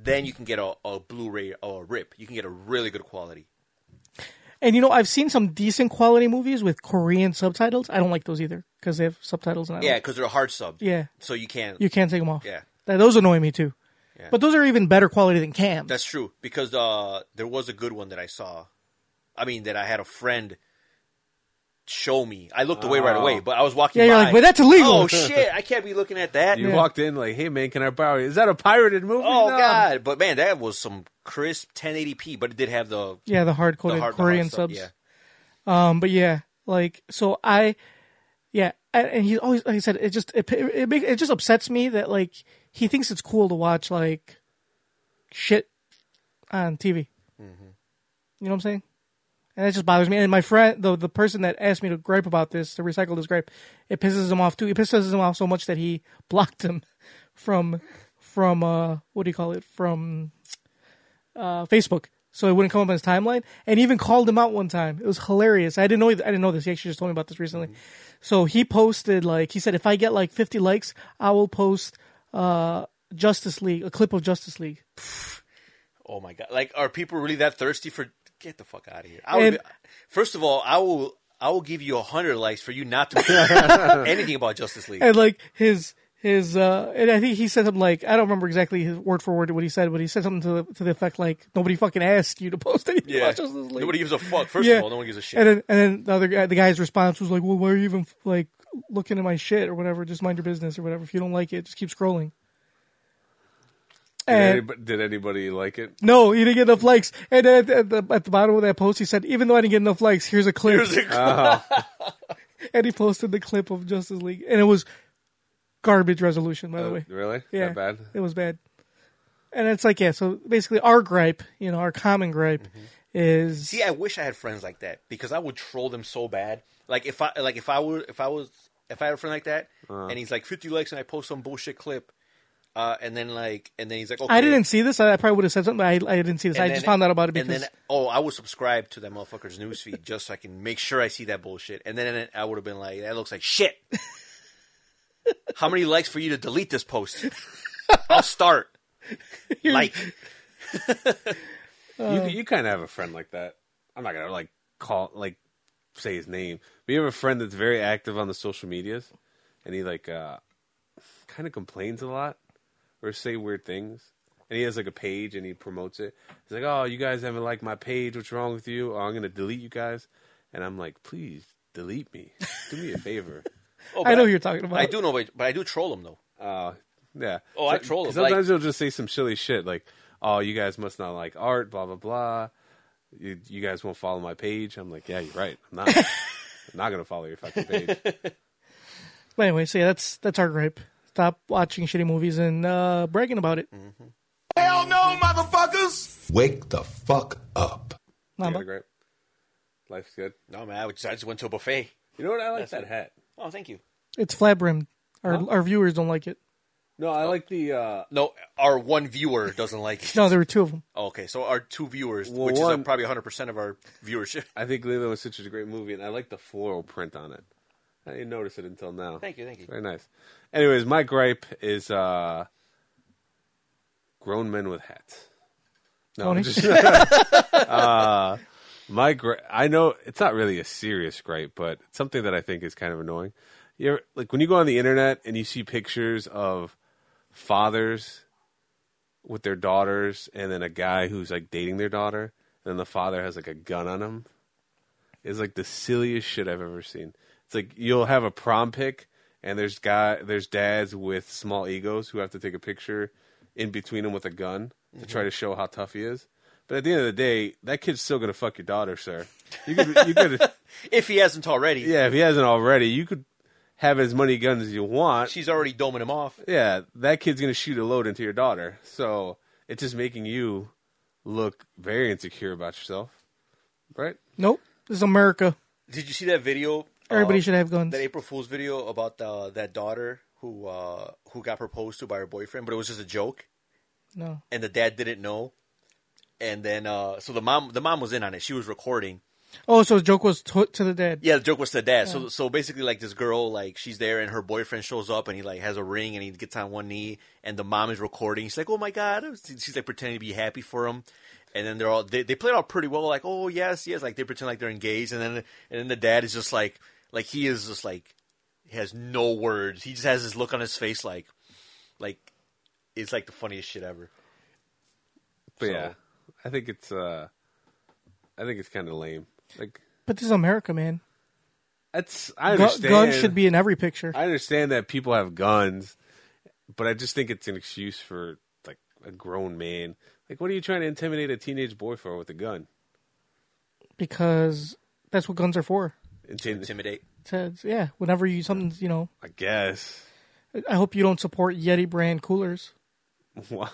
Speaker 3: Then you can get a, a Blu-ray or a rip. You can get a really good quality.
Speaker 1: And you know, I've seen some decent quality movies with Korean subtitles. I don't like those either because they have subtitles and I don't
Speaker 3: Yeah, because they're a hard sub.
Speaker 1: Yeah.
Speaker 3: so you can't.
Speaker 1: You can't take them off.
Speaker 3: Yeah.
Speaker 1: That- those annoy me too. But those are even better quality than cams.
Speaker 3: That's true because uh, there was a good one that I saw. I mean, that I had a friend show me. I looked away right away, but I was walking.
Speaker 1: Yeah, you're
Speaker 3: by.
Speaker 1: like, "But that's illegal."
Speaker 3: Oh shit! I can't be looking at that.
Speaker 2: You walked in like, "Hey man, can I borrow? it? Is that a pirated movie?"
Speaker 3: Oh
Speaker 2: No.
Speaker 3: god! But man, that was some crisp 1080p. But it did have the
Speaker 1: yeah, the hard
Speaker 3: the
Speaker 1: coded
Speaker 3: hard the hard
Speaker 1: Korean
Speaker 3: stuff,
Speaker 1: subs.
Speaker 3: Yeah,
Speaker 1: Um, but yeah, like so I, yeah, and, and he's always like I said, it just it it, make, it just upsets me that like he thinks it's cool to watch like shit on TV. You know what I'm saying? And that just bothers me. And my friend, the the person that asked me to gripe about this, to recycle this gripe, it pisses him off too. It pisses him off so much that he blocked him from from uh what do you call it from uh, Facebook, so it wouldn't come up on his timeline. And even called him out one time. It was hilarious. I didn't know. I didn't know this. He actually just told me about this recently. So he posted like he said, if I get like 50 likes, I will post uh, Justice League, a clip of Justice League.
Speaker 3: Oh my god! Like, are people really that thirsty for? Get the fuck out of here! I would
Speaker 1: And-
Speaker 3: be, first of all, I will. I will give you a hundred likes for you not to care anything about Justice League.
Speaker 1: And like his his uh, and I think he said something like I don't remember exactly his word for word what he said, but he said something to the, to the effect like nobody fucking asked you to post anything.
Speaker 3: Yeah,
Speaker 1: about Justice League.
Speaker 3: nobody gives a fuck. First of all, no one gives a shit.
Speaker 1: And then, and then the other guy, the guy's response was like, "Well, why are you even like looking at my shit or whatever? Just mind your business or whatever. If you don't like it, just keep scrolling."
Speaker 2: Did,
Speaker 1: And
Speaker 2: anybo- did anybody like it?
Speaker 1: no, he didn't get enough likes. And then at the, at the, at the bottom of that post, he said, "Even though I didn't get enough likes, here's a clip."
Speaker 3: Here's a-
Speaker 1: and he posted the clip of Justice League, and it was garbage resolution,
Speaker 3: Uh,
Speaker 1: by the way.
Speaker 2: Really?
Speaker 1: Yeah,
Speaker 2: That bad?
Speaker 1: It was bad. And it's like, yeah. So basically, our gripe, you know, our common gripe is
Speaker 3: Mm-hmm. See, I wish I had friends like that because I would troll them so bad. Like if I like if I were if I was if I had a friend like that
Speaker 1: Uh-huh.
Speaker 3: and he's like fifty likes and I post some bullshit clip, uh, and then like and then he's like, okay.
Speaker 1: I didn't see this. I probably would have said something, but I, I didn't see this.
Speaker 3: and
Speaker 1: I
Speaker 3: then-
Speaker 1: just found out about it
Speaker 3: and
Speaker 1: because
Speaker 3: then oh, I would subscribe to that motherfucker's newsfeed just so I can make sure I see that bullshit, and then I would have been like, that looks like shit. How many likes for you to delete this post? I'll start. like,
Speaker 2: you you kind of have a friend like that. I'm not gonna like call like say his name, but you have a friend that's very active on the social medias, and he like uh kind of complains a lot or say weird things. And he has like a page and he promotes it. He's like, "Oh, you guys haven't liked my page. What's wrong with you? Oh, I'm gonna delete you guys." And I'm like, "Please delete me. Do me a favor."
Speaker 3: Oh,
Speaker 1: I
Speaker 3: but
Speaker 1: know who you're talking about.
Speaker 3: I do know, but, but I do troll him though.
Speaker 2: Uh, yeah.
Speaker 3: Oh, I troll
Speaker 2: 'cause
Speaker 3: him, like-
Speaker 2: Sometimes he'll just say some silly shit like, "Oh, you guys must not like art. Blah blah blah. You, you guys won't follow my page." I'm like, "Yeah, you're right. I'm not. I'm not gonna follow your fucking page."
Speaker 1: But anyway, so yeah, that's that's our gripe. Stop watching shitty movies and uh, bragging about
Speaker 3: Mm-hmm.
Speaker 1: it.
Speaker 9: Hell no, motherfuckers!
Speaker 4: Wake the fuck up.
Speaker 2: You
Speaker 1: Namba?
Speaker 2: got a gripe? Life's good.
Speaker 3: No man, I, would, I just went to a buffet.
Speaker 2: You know what? I like that hat.
Speaker 3: Oh, thank you.
Speaker 1: It's flat brimmed. Our our viewers don't like it.
Speaker 2: No,
Speaker 3: Oh.
Speaker 2: I like the. uh
Speaker 3: No, our one viewer doesn't like. it. Oh,
Speaker 1: No, there were two of them.
Speaker 3: Okay, so our two viewers,
Speaker 2: Well,
Speaker 3: which is
Speaker 2: one-
Speaker 3: uh, probably 100 percent of our viewership.
Speaker 2: I think Lilo is such a great movie, and I like the floral print on it. I didn't notice it until now.
Speaker 3: Thank you, thank you.
Speaker 2: Very nice. Anyways, my gripe is uh grown men with hats. No,
Speaker 1: Tony?
Speaker 2: I'm just, uh, my gripe. I know it's not really a serious gripe, but it's something that I think is kind of annoying. You ever, like when you go on the internet and you see pictures of fathers with their daughters, and then a guy who's like dating their daughter, and then the father has like a gun on him is like the silliest shit I've ever seen. It's like you'll have a prom pic, and there's guy, there's dads with small egos who have to take a picture in between them with a gun to try to show how tough he is. But at the end of the day, that kid's still gonna fuck your daughter, sir. You could, you could,
Speaker 3: If he hasn't already,
Speaker 2: yeah, if he hasn't already, you could have as many guns as you want.
Speaker 3: she's already doming him off.
Speaker 2: yeah, that kid's gonna shoot a load into your daughter. So it's just making you look very insecure about yourself, right?
Speaker 1: Nope. This is America.
Speaker 3: Did you see that video?
Speaker 1: Everybody
Speaker 3: uh,
Speaker 1: should have guns.
Speaker 3: that April Fool's video about uh, that daughter who uh, who got proposed to by her boyfriend, but it was just a joke,
Speaker 1: No.
Speaker 3: and the dad didn't know. And then, uh, so the mom the mom was in on it. She was recording.
Speaker 1: Oh, so the joke was to, to the dead.
Speaker 3: Yeah, the joke was to the dad. So, so basically, like this girl, like she's there, and her boyfriend shows up, and he like has a ring, and he gets on one knee, and the mom is recording. She's like, "Oh my god!" She's like pretending to be happy for him, and then they're all they, they play it out pretty well. Like, "Oh yes, yes," like they pretend like they're engaged, and then and then the dad is just like, like he is just like he has no words. He just has this look on his face, like, like it's like the funniest shit ever.
Speaker 2: But
Speaker 3: So-
Speaker 2: yeah, I think it's uh, I think it's kind of lame. Like
Speaker 1: But this is America, man.
Speaker 2: that's I
Speaker 1: Gu-
Speaker 2: understand.
Speaker 1: guns should be in every picture.
Speaker 2: I understand that people have guns, but I just think it's an excuse for like a grown man. Like, what are you trying to intimidate a teenage boy for with a gun?
Speaker 1: because that's what guns are for.
Speaker 2: Intim-
Speaker 3: Intimidate.
Speaker 1: To, yeah, whenever you something, you know,
Speaker 2: I guess.
Speaker 1: I hope you don't support Yeti brand coolers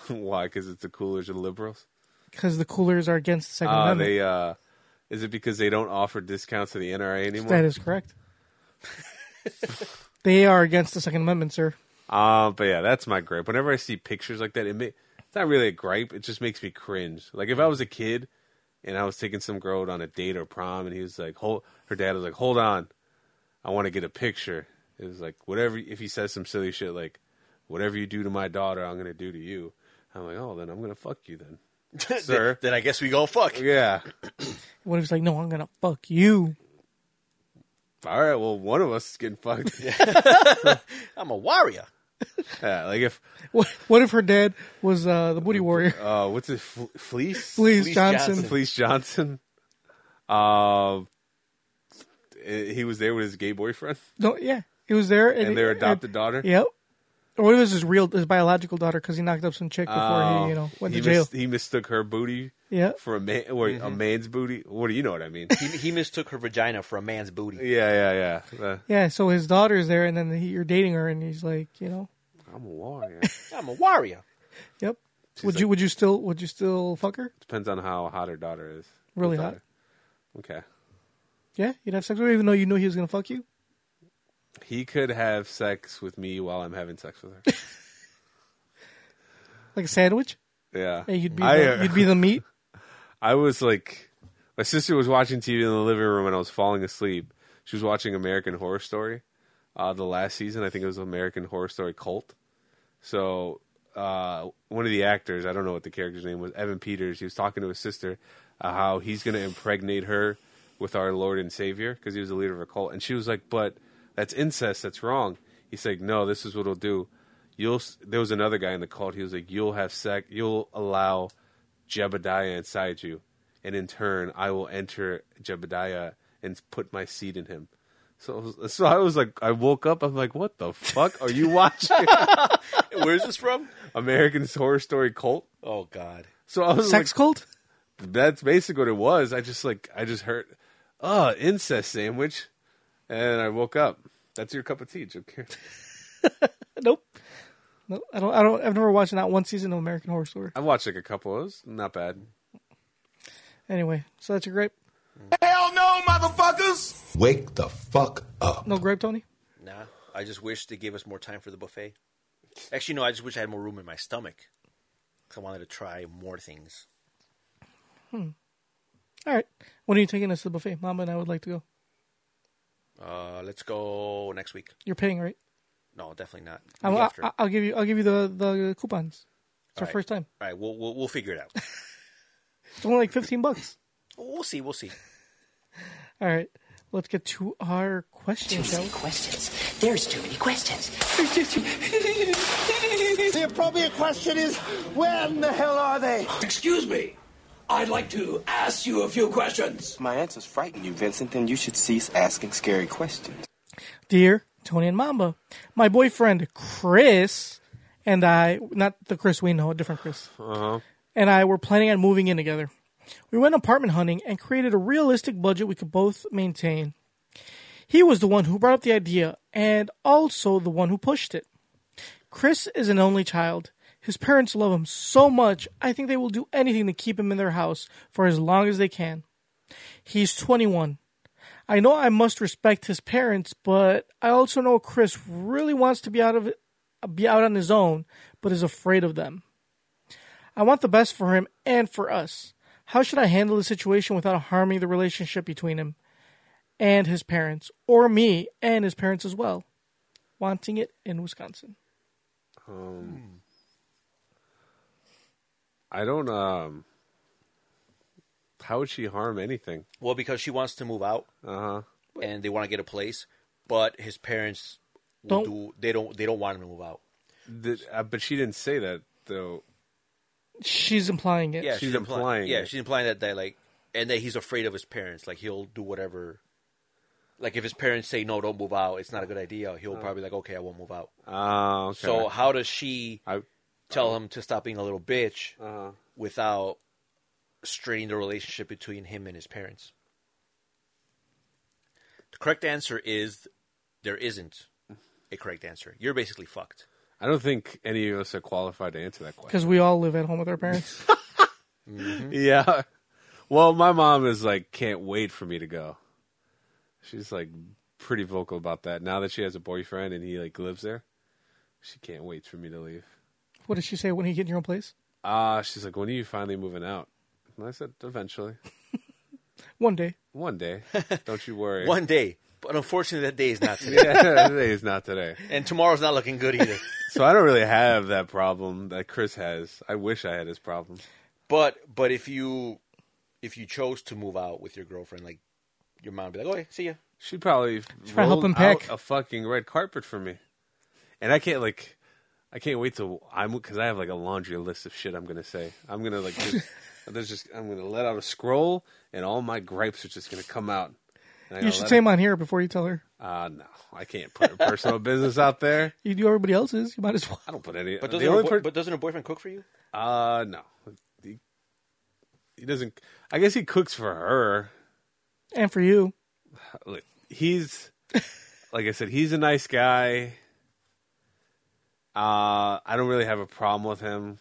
Speaker 2: Why? Because it's the coolers and liberals.
Speaker 1: because the coolers are against the Second
Speaker 2: Uh,
Speaker 1: Amendment.
Speaker 2: they uh, is it because they don't offer discounts to the NRA anymore?
Speaker 1: That is correct. they are against the Second Amendment, sir.
Speaker 2: Um, but yeah, that's my gripe. Whenever I see pictures like that, it ma- it's not really a gripe. It just makes me cringe. Like if I was a kid and I was taking some girl on a date or prom, and he was like, "Hold," her dad was like, "Hold on, I want to get a picture." It was like whatever. If he says some silly shit like, "Whatever you do to my daughter, I'm gonna do to you," I'm like, "Oh, then I'm gonna fuck you then." Sir.
Speaker 3: then I guess we go fuck.
Speaker 2: yeah.
Speaker 1: What if he's like, no, I'm gonna fuck you?
Speaker 2: All right. Well, one of us is getting fucked. Yeah.
Speaker 3: I'm a warrior.
Speaker 2: like if
Speaker 1: What, what if her dad was uh, the Booty Warrior,
Speaker 2: uh, what's it? Fle- fleece.
Speaker 1: Please
Speaker 3: Fleece
Speaker 1: Johnson?
Speaker 3: Johnson.
Speaker 2: Fleece Johnson. Um, eh, he was there with his gay boyfriend
Speaker 1: No, yeah, he was there, and,
Speaker 2: and their adopted daughter.
Speaker 1: Yep. Or what if it was his real, his biological daughter? Because he knocked up some chick before
Speaker 2: Oh,
Speaker 1: he, you know, went
Speaker 2: he
Speaker 1: to jail.
Speaker 2: mis- he mistook her booty
Speaker 1: yeah.
Speaker 2: for a man, or a man's booty. What do you know what I mean?
Speaker 3: He, he mistook her vagina for a man's booty.
Speaker 2: yeah, yeah, yeah. Uh,
Speaker 1: Yeah, so his daughter's there, and then he, you're dating her, and he's like, you know,
Speaker 2: I'm a warrior.
Speaker 3: I'm a warrior.
Speaker 1: yep. would you
Speaker 2: like-
Speaker 1: would you still would you still fuck her?
Speaker 2: Depends on how hot her daughter is.
Speaker 1: Really
Speaker 2: Her
Speaker 1: hot?
Speaker 2: daughter. Okay.
Speaker 1: Yeah, you'd have sex with her, even though you knew he was gonna fuck you.
Speaker 2: He could have sex with me while I'm having sex with her.
Speaker 1: Like a sandwich.
Speaker 2: Yeah.
Speaker 1: Hey, you'd be
Speaker 2: I,
Speaker 1: the,
Speaker 2: uh,
Speaker 1: you'd be the meat.
Speaker 2: I was like, my sister was watching TV in the living room, and I was falling asleep. She was watching American Horror Story, uh, the last season. I think it was American Horror Story Cult. So uh, one of the actors, I don't know what the character's name was, Evan Peters. He was talking to his sister uh, how he's going to impregnate her with our Lord and Savior because he was the leader of a cult, and she was like, "But that's incest. That's wrong." He's like, "No, this is what it'll do. You'll. s- There was another guy in the cult. He was like, "You'll have sex. You'll allow Jebediah inside you, and in turn, I will enter Jebediah and put my seed in him." So, I was- so I was like, I woke up. I'm like, "What the fuck are you watching?"
Speaker 3: Where's this from?
Speaker 2: American Horror Story cult.
Speaker 3: Oh God.
Speaker 2: So I was
Speaker 1: Sex
Speaker 2: like,
Speaker 1: cult?
Speaker 2: that's basically what it was. I just like I just heard, uh, incest sandwich, and I woke up. That's your cup of tea, Jim Carrey.
Speaker 1: Nope. No, I don't. I don't. I've never watched not one season of American Horror Story.
Speaker 2: I watched like a couple. It was not bad.
Speaker 1: Anyway, so that's your gripe.
Speaker 9: Hell no, motherfuckers!
Speaker 4: Wake the fuck up.
Speaker 1: No gripe, Tony.
Speaker 3: Nah, I just wish they gave us more time for the buffet. Actually, no, I just wish I had more room in my stomach because I wanted to try more things.
Speaker 1: All right. When are you taking us to the buffet? Mama and I would like to go.
Speaker 3: Uh, let's go next week.
Speaker 1: You're paying, right?
Speaker 3: No, definitely not. Week
Speaker 1: I'll,
Speaker 3: after.
Speaker 1: I'll, I'll give you. I'll give you the the coupons. It's our
Speaker 3: All right.
Speaker 1: first time.
Speaker 3: All right, we'll, we'll we'll figure it out.
Speaker 1: It's only like fifteen bucks.
Speaker 3: we'll see. We'll see.
Speaker 1: All right. Let's get to our question,
Speaker 10: Too
Speaker 1: shall
Speaker 10: many
Speaker 1: we?
Speaker 10: questions. There's too many questions.
Speaker 7: The appropriate question is, where in the hell are they?
Speaker 11: Excuse me. I'd like to ask you a few questions. My answers frighten you, Vincent, then you should cease asking scary questions.
Speaker 1: Dear Tony and Mamba, my boyfriend Chris and I, not the Chris we know, a different Chris,
Speaker 2: Uh huh.
Speaker 1: and I were planning on moving in together. We went apartment hunting and created a realistic budget we could both maintain. He was the one who brought up the idea and also the one who pushed it. Chris is an only child. His parents love him so much, I think they will do anything to keep him in their house for as long as they can. He's 21. I know I must respect his parents, but I also know Chris really wants to be out of be out on his own, but is afraid of them. I want the best for him and for us. How should I handle the situation without harming the relationship between him and his parents, or me and his parents as well? Wanting it in Wisconsin.
Speaker 2: Um, I don't. Um, how would she harm anything?
Speaker 3: Well, because she wants to move out
Speaker 2: Uh huh.
Speaker 3: and they want to get a place, but his parents will
Speaker 1: Don't-
Speaker 3: do they don't they don't want him to move out.
Speaker 2: uh, but she didn't say that though.
Speaker 1: She's implying it.
Speaker 3: Yeah,
Speaker 2: She's implying
Speaker 3: Yeah,
Speaker 2: it.
Speaker 3: she's implying that that like, and that he's afraid of his parents. Like he'll do whatever. Like if his parents say no, don't move out. It's not a good idea. He'll probably like, okay, I won't move out.
Speaker 2: Oh, Uh-huh. okay.
Speaker 3: So how does she
Speaker 2: I-
Speaker 3: tell him to stop being a little bitch
Speaker 2: Uh-huh.
Speaker 3: without straining the relationship between him and his parents? The correct answer is there isn't a correct answer. You're basically fucked.
Speaker 2: I don't think any of us are qualified to answer that question.
Speaker 1: Because we all live at home with our parents.
Speaker 2: Yeah. Well, my mom is like, can't wait for me to go. She's like pretty vocal about that. Now that she has a boyfriend and he like lives there, she can't wait for me to leave.
Speaker 1: what did she say when you get in your own place?
Speaker 2: Ah, she's like, when are you finally moving out? And I said, eventually,
Speaker 1: One day.
Speaker 2: one day. Don't you worry.
Speaker 3: One day, but unfortunately, that day is not today.
Speaker 2: yeah, today is not today.
Speaker 3: And tomorrow's not looking good either.
Speaker 2: So I don't really have that problem that Chris has. I wish I had his problem.
Speaker 3: But but if you if you chose to move out with your girlfriend, like your mom would be like, "Okay, see ya."
Speaker 2: She probably
Speaker 1: try to help
Speaker 2: rolled
Speaker 1: him pack.
Speaker 2: out a fucking red carpet for me, and I can't like, I can't wait till I'm because I have like a laundry list of shit I'm gonna say. I'm gonna like, just, there's just I'm gonna let out a scroll, and all my gripes are just gonna come out. And I
Speaker 1: You
Speaker 2: gotta
Speaker 1: should
Speaker 2: let
Speaker 1: say
Speaker 2: it-
Speaker 1: mine here before you tell her.
Speaker 2: Uh, no, I can't put a personal business out there.
Speaker 1: You do everybody else's. You might as well.
Speaker 2: I don't put any. uh,
Speaker 3: But
Speaker 2: the
Speaker 3: doesn't, her
Speaker 2: only
Speaker 3: boy-
Speaker 2: per-
Speaker 3: but doesn't her boyfriend cook for you?
Speaker 2: uh, no, he, he doesn't. I guess he cooks for her.
Speaker 1: And for you.
Speaker 2: Look, he's like I said, he's a nice guy. Uh, I don't really have a problem with him.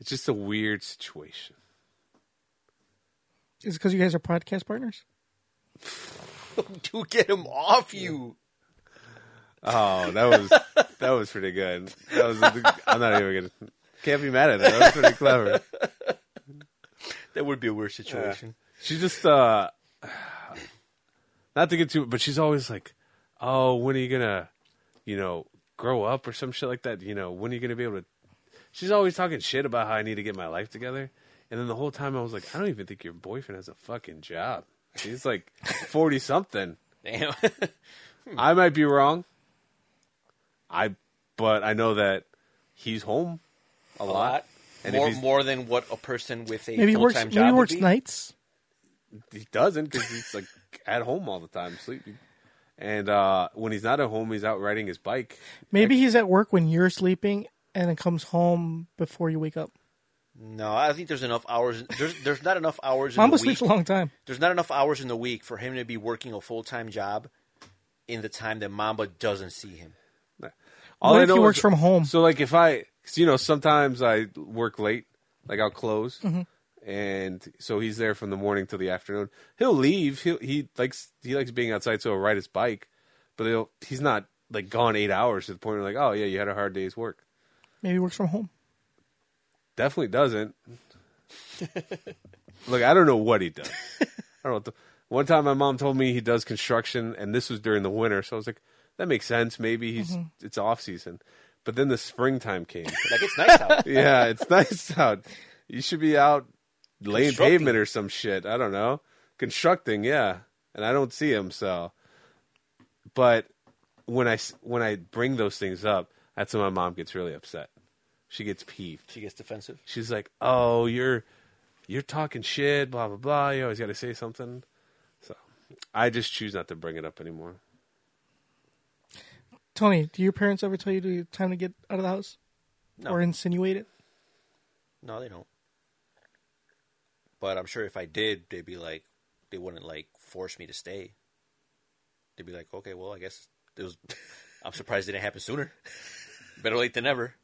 Speaker 2: It's just a weird situation.
Speaker 1: Is it because you guys are podcast partners?
Speaker 3: to get him off you.
Speaker 2: Oh, that was that was pretty good. That was I'm not even gonna can't be mad at that. That was pretty clever.
Speaker 3: That would be a weird situation.
Speaker 2: She just uh not to get too but she's always like, Oh, when are you gonna, you know, grow up or some shit like that? You know, when are you gonna be able to She's always talking shit about how I need to get my life together. And then the whole time I was like, I don't even think your boyfriend has a fucking job. He's like forty something.
Speaker 3: Damn.
Speaker 2: I might be wrong. I but I know that he's home a,
Speaker 3: a lot.
Speaker 2: and
Speaker 3: more,
Speaker 2: if he's,
Speaker 3: more than what a person with a
Speaker 1: Maybe he
Speaker 3: full
Speaker 1: works.
Speaker 3: time
Speaker 1: Maybe
Speaker 3: job
Speaker 1: he
Speaker 3: would
Speaker 1: works
Speaker 3: be.
Speaker 1: nights.
Speaker 2: he doesn't because he's like at home all the time sleeping. And uh, when he's not at home, he's out riding his bike.
Speaker 1: Maybe he's at work when you're sleeping, and then comes home before you wake up.
Speaker 3: No, I think there's enough hours. There's there's not enough hours.
Speaker 1: Mamba
Speaker 3: in the week.
Speaker 1: sleeps a long time.
Speaker 3: There's not enough hours in the week for him to be working a full time job in the time that Mamba doesn't see him.
Speaker 2: All
Speaker 1: What
Speaker 2: I
Speaker 1: if he
Speaker 2: know
Speaker 1: works
Speaker 2: is-
Speaker 1: from home?
Speaker 2: So like if I, cause, you know, sometimes I work late, like I'll close,
Speaker 1: Mhm.
Speaker 2: and so he's there from the morning till the afternoon. He'll leave. He he likes he likes being outside, so he'll ride his bike, but he'll he's not like gone eight hours to the point where like, oh yeah, you had a hard day's work.
Speaker 1: Maybe he works from home.
Speaker 2: Definitely doesn't. Look, I don't know what he does. I don't know. What the, one time, my mom told me he does construction, and this was during the winter. So I was like, that makes sense. Maybe he's
Speaker 3: Mhm.
Speaker 1: Mm-hmm.
Speaker 2: it's off season. But then the springtime came.
Speaker 3: Like it's nice out.
Speaker 2: yeah, it's nice out. You should be out laying
Speaker 3: Constructing.
Speaker 2: pavement or some shit. I don't know. Constructing, yeah. And I don't see him, so. But when I s- when I bring those things up, that's when my mom gets really upset. She gets peeved.
Speaker 3: She gets defensive.
Speaker 2: She's like, "Oh, you're you're talking shit, blah blah blah. You always got to say something." So, I just choose not to bring it up anymore.
Speaker 1: Tony, do your parents ever tell you to time to get out of the house,
Speaker 3: No.
Speaker 1: or insinuate it?
Speaker 3: No, they don't. But I'm sure if I did, they'd be like, they wouldn't like force me to stay. They'd be like, okay, well, I guess it was. I'm surprised it didn't happen sooner. Better late than never.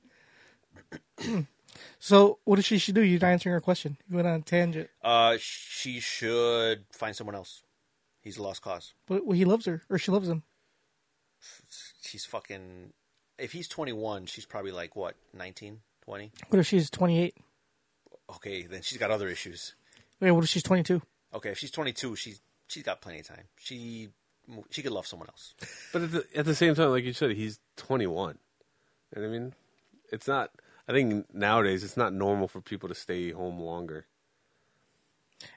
Speaker 1: So what does she should do? You're not answering her question. You went on a tangent,
Speaker 3: Uh, she should find someone else. He's a lost cause.
Speaker 1: but well, he loves her, or she loves him.
Speaker 3: She's fucking. If he's 21, she's probably like what 19, 20.
Speaker 1: What if she's 28?
Speaker 3: Okay, then she's got other issues.
Speaker 1: Wait, what if she's 22?
Speaker 3: Okay, if she's 22, she's she's got plenty of time. She she could love someone else.
Speaker 2: But at the, at the same time, like you said, he's 21. And I mean, it's not. I think nowadays it's not normal for people to stay home longer.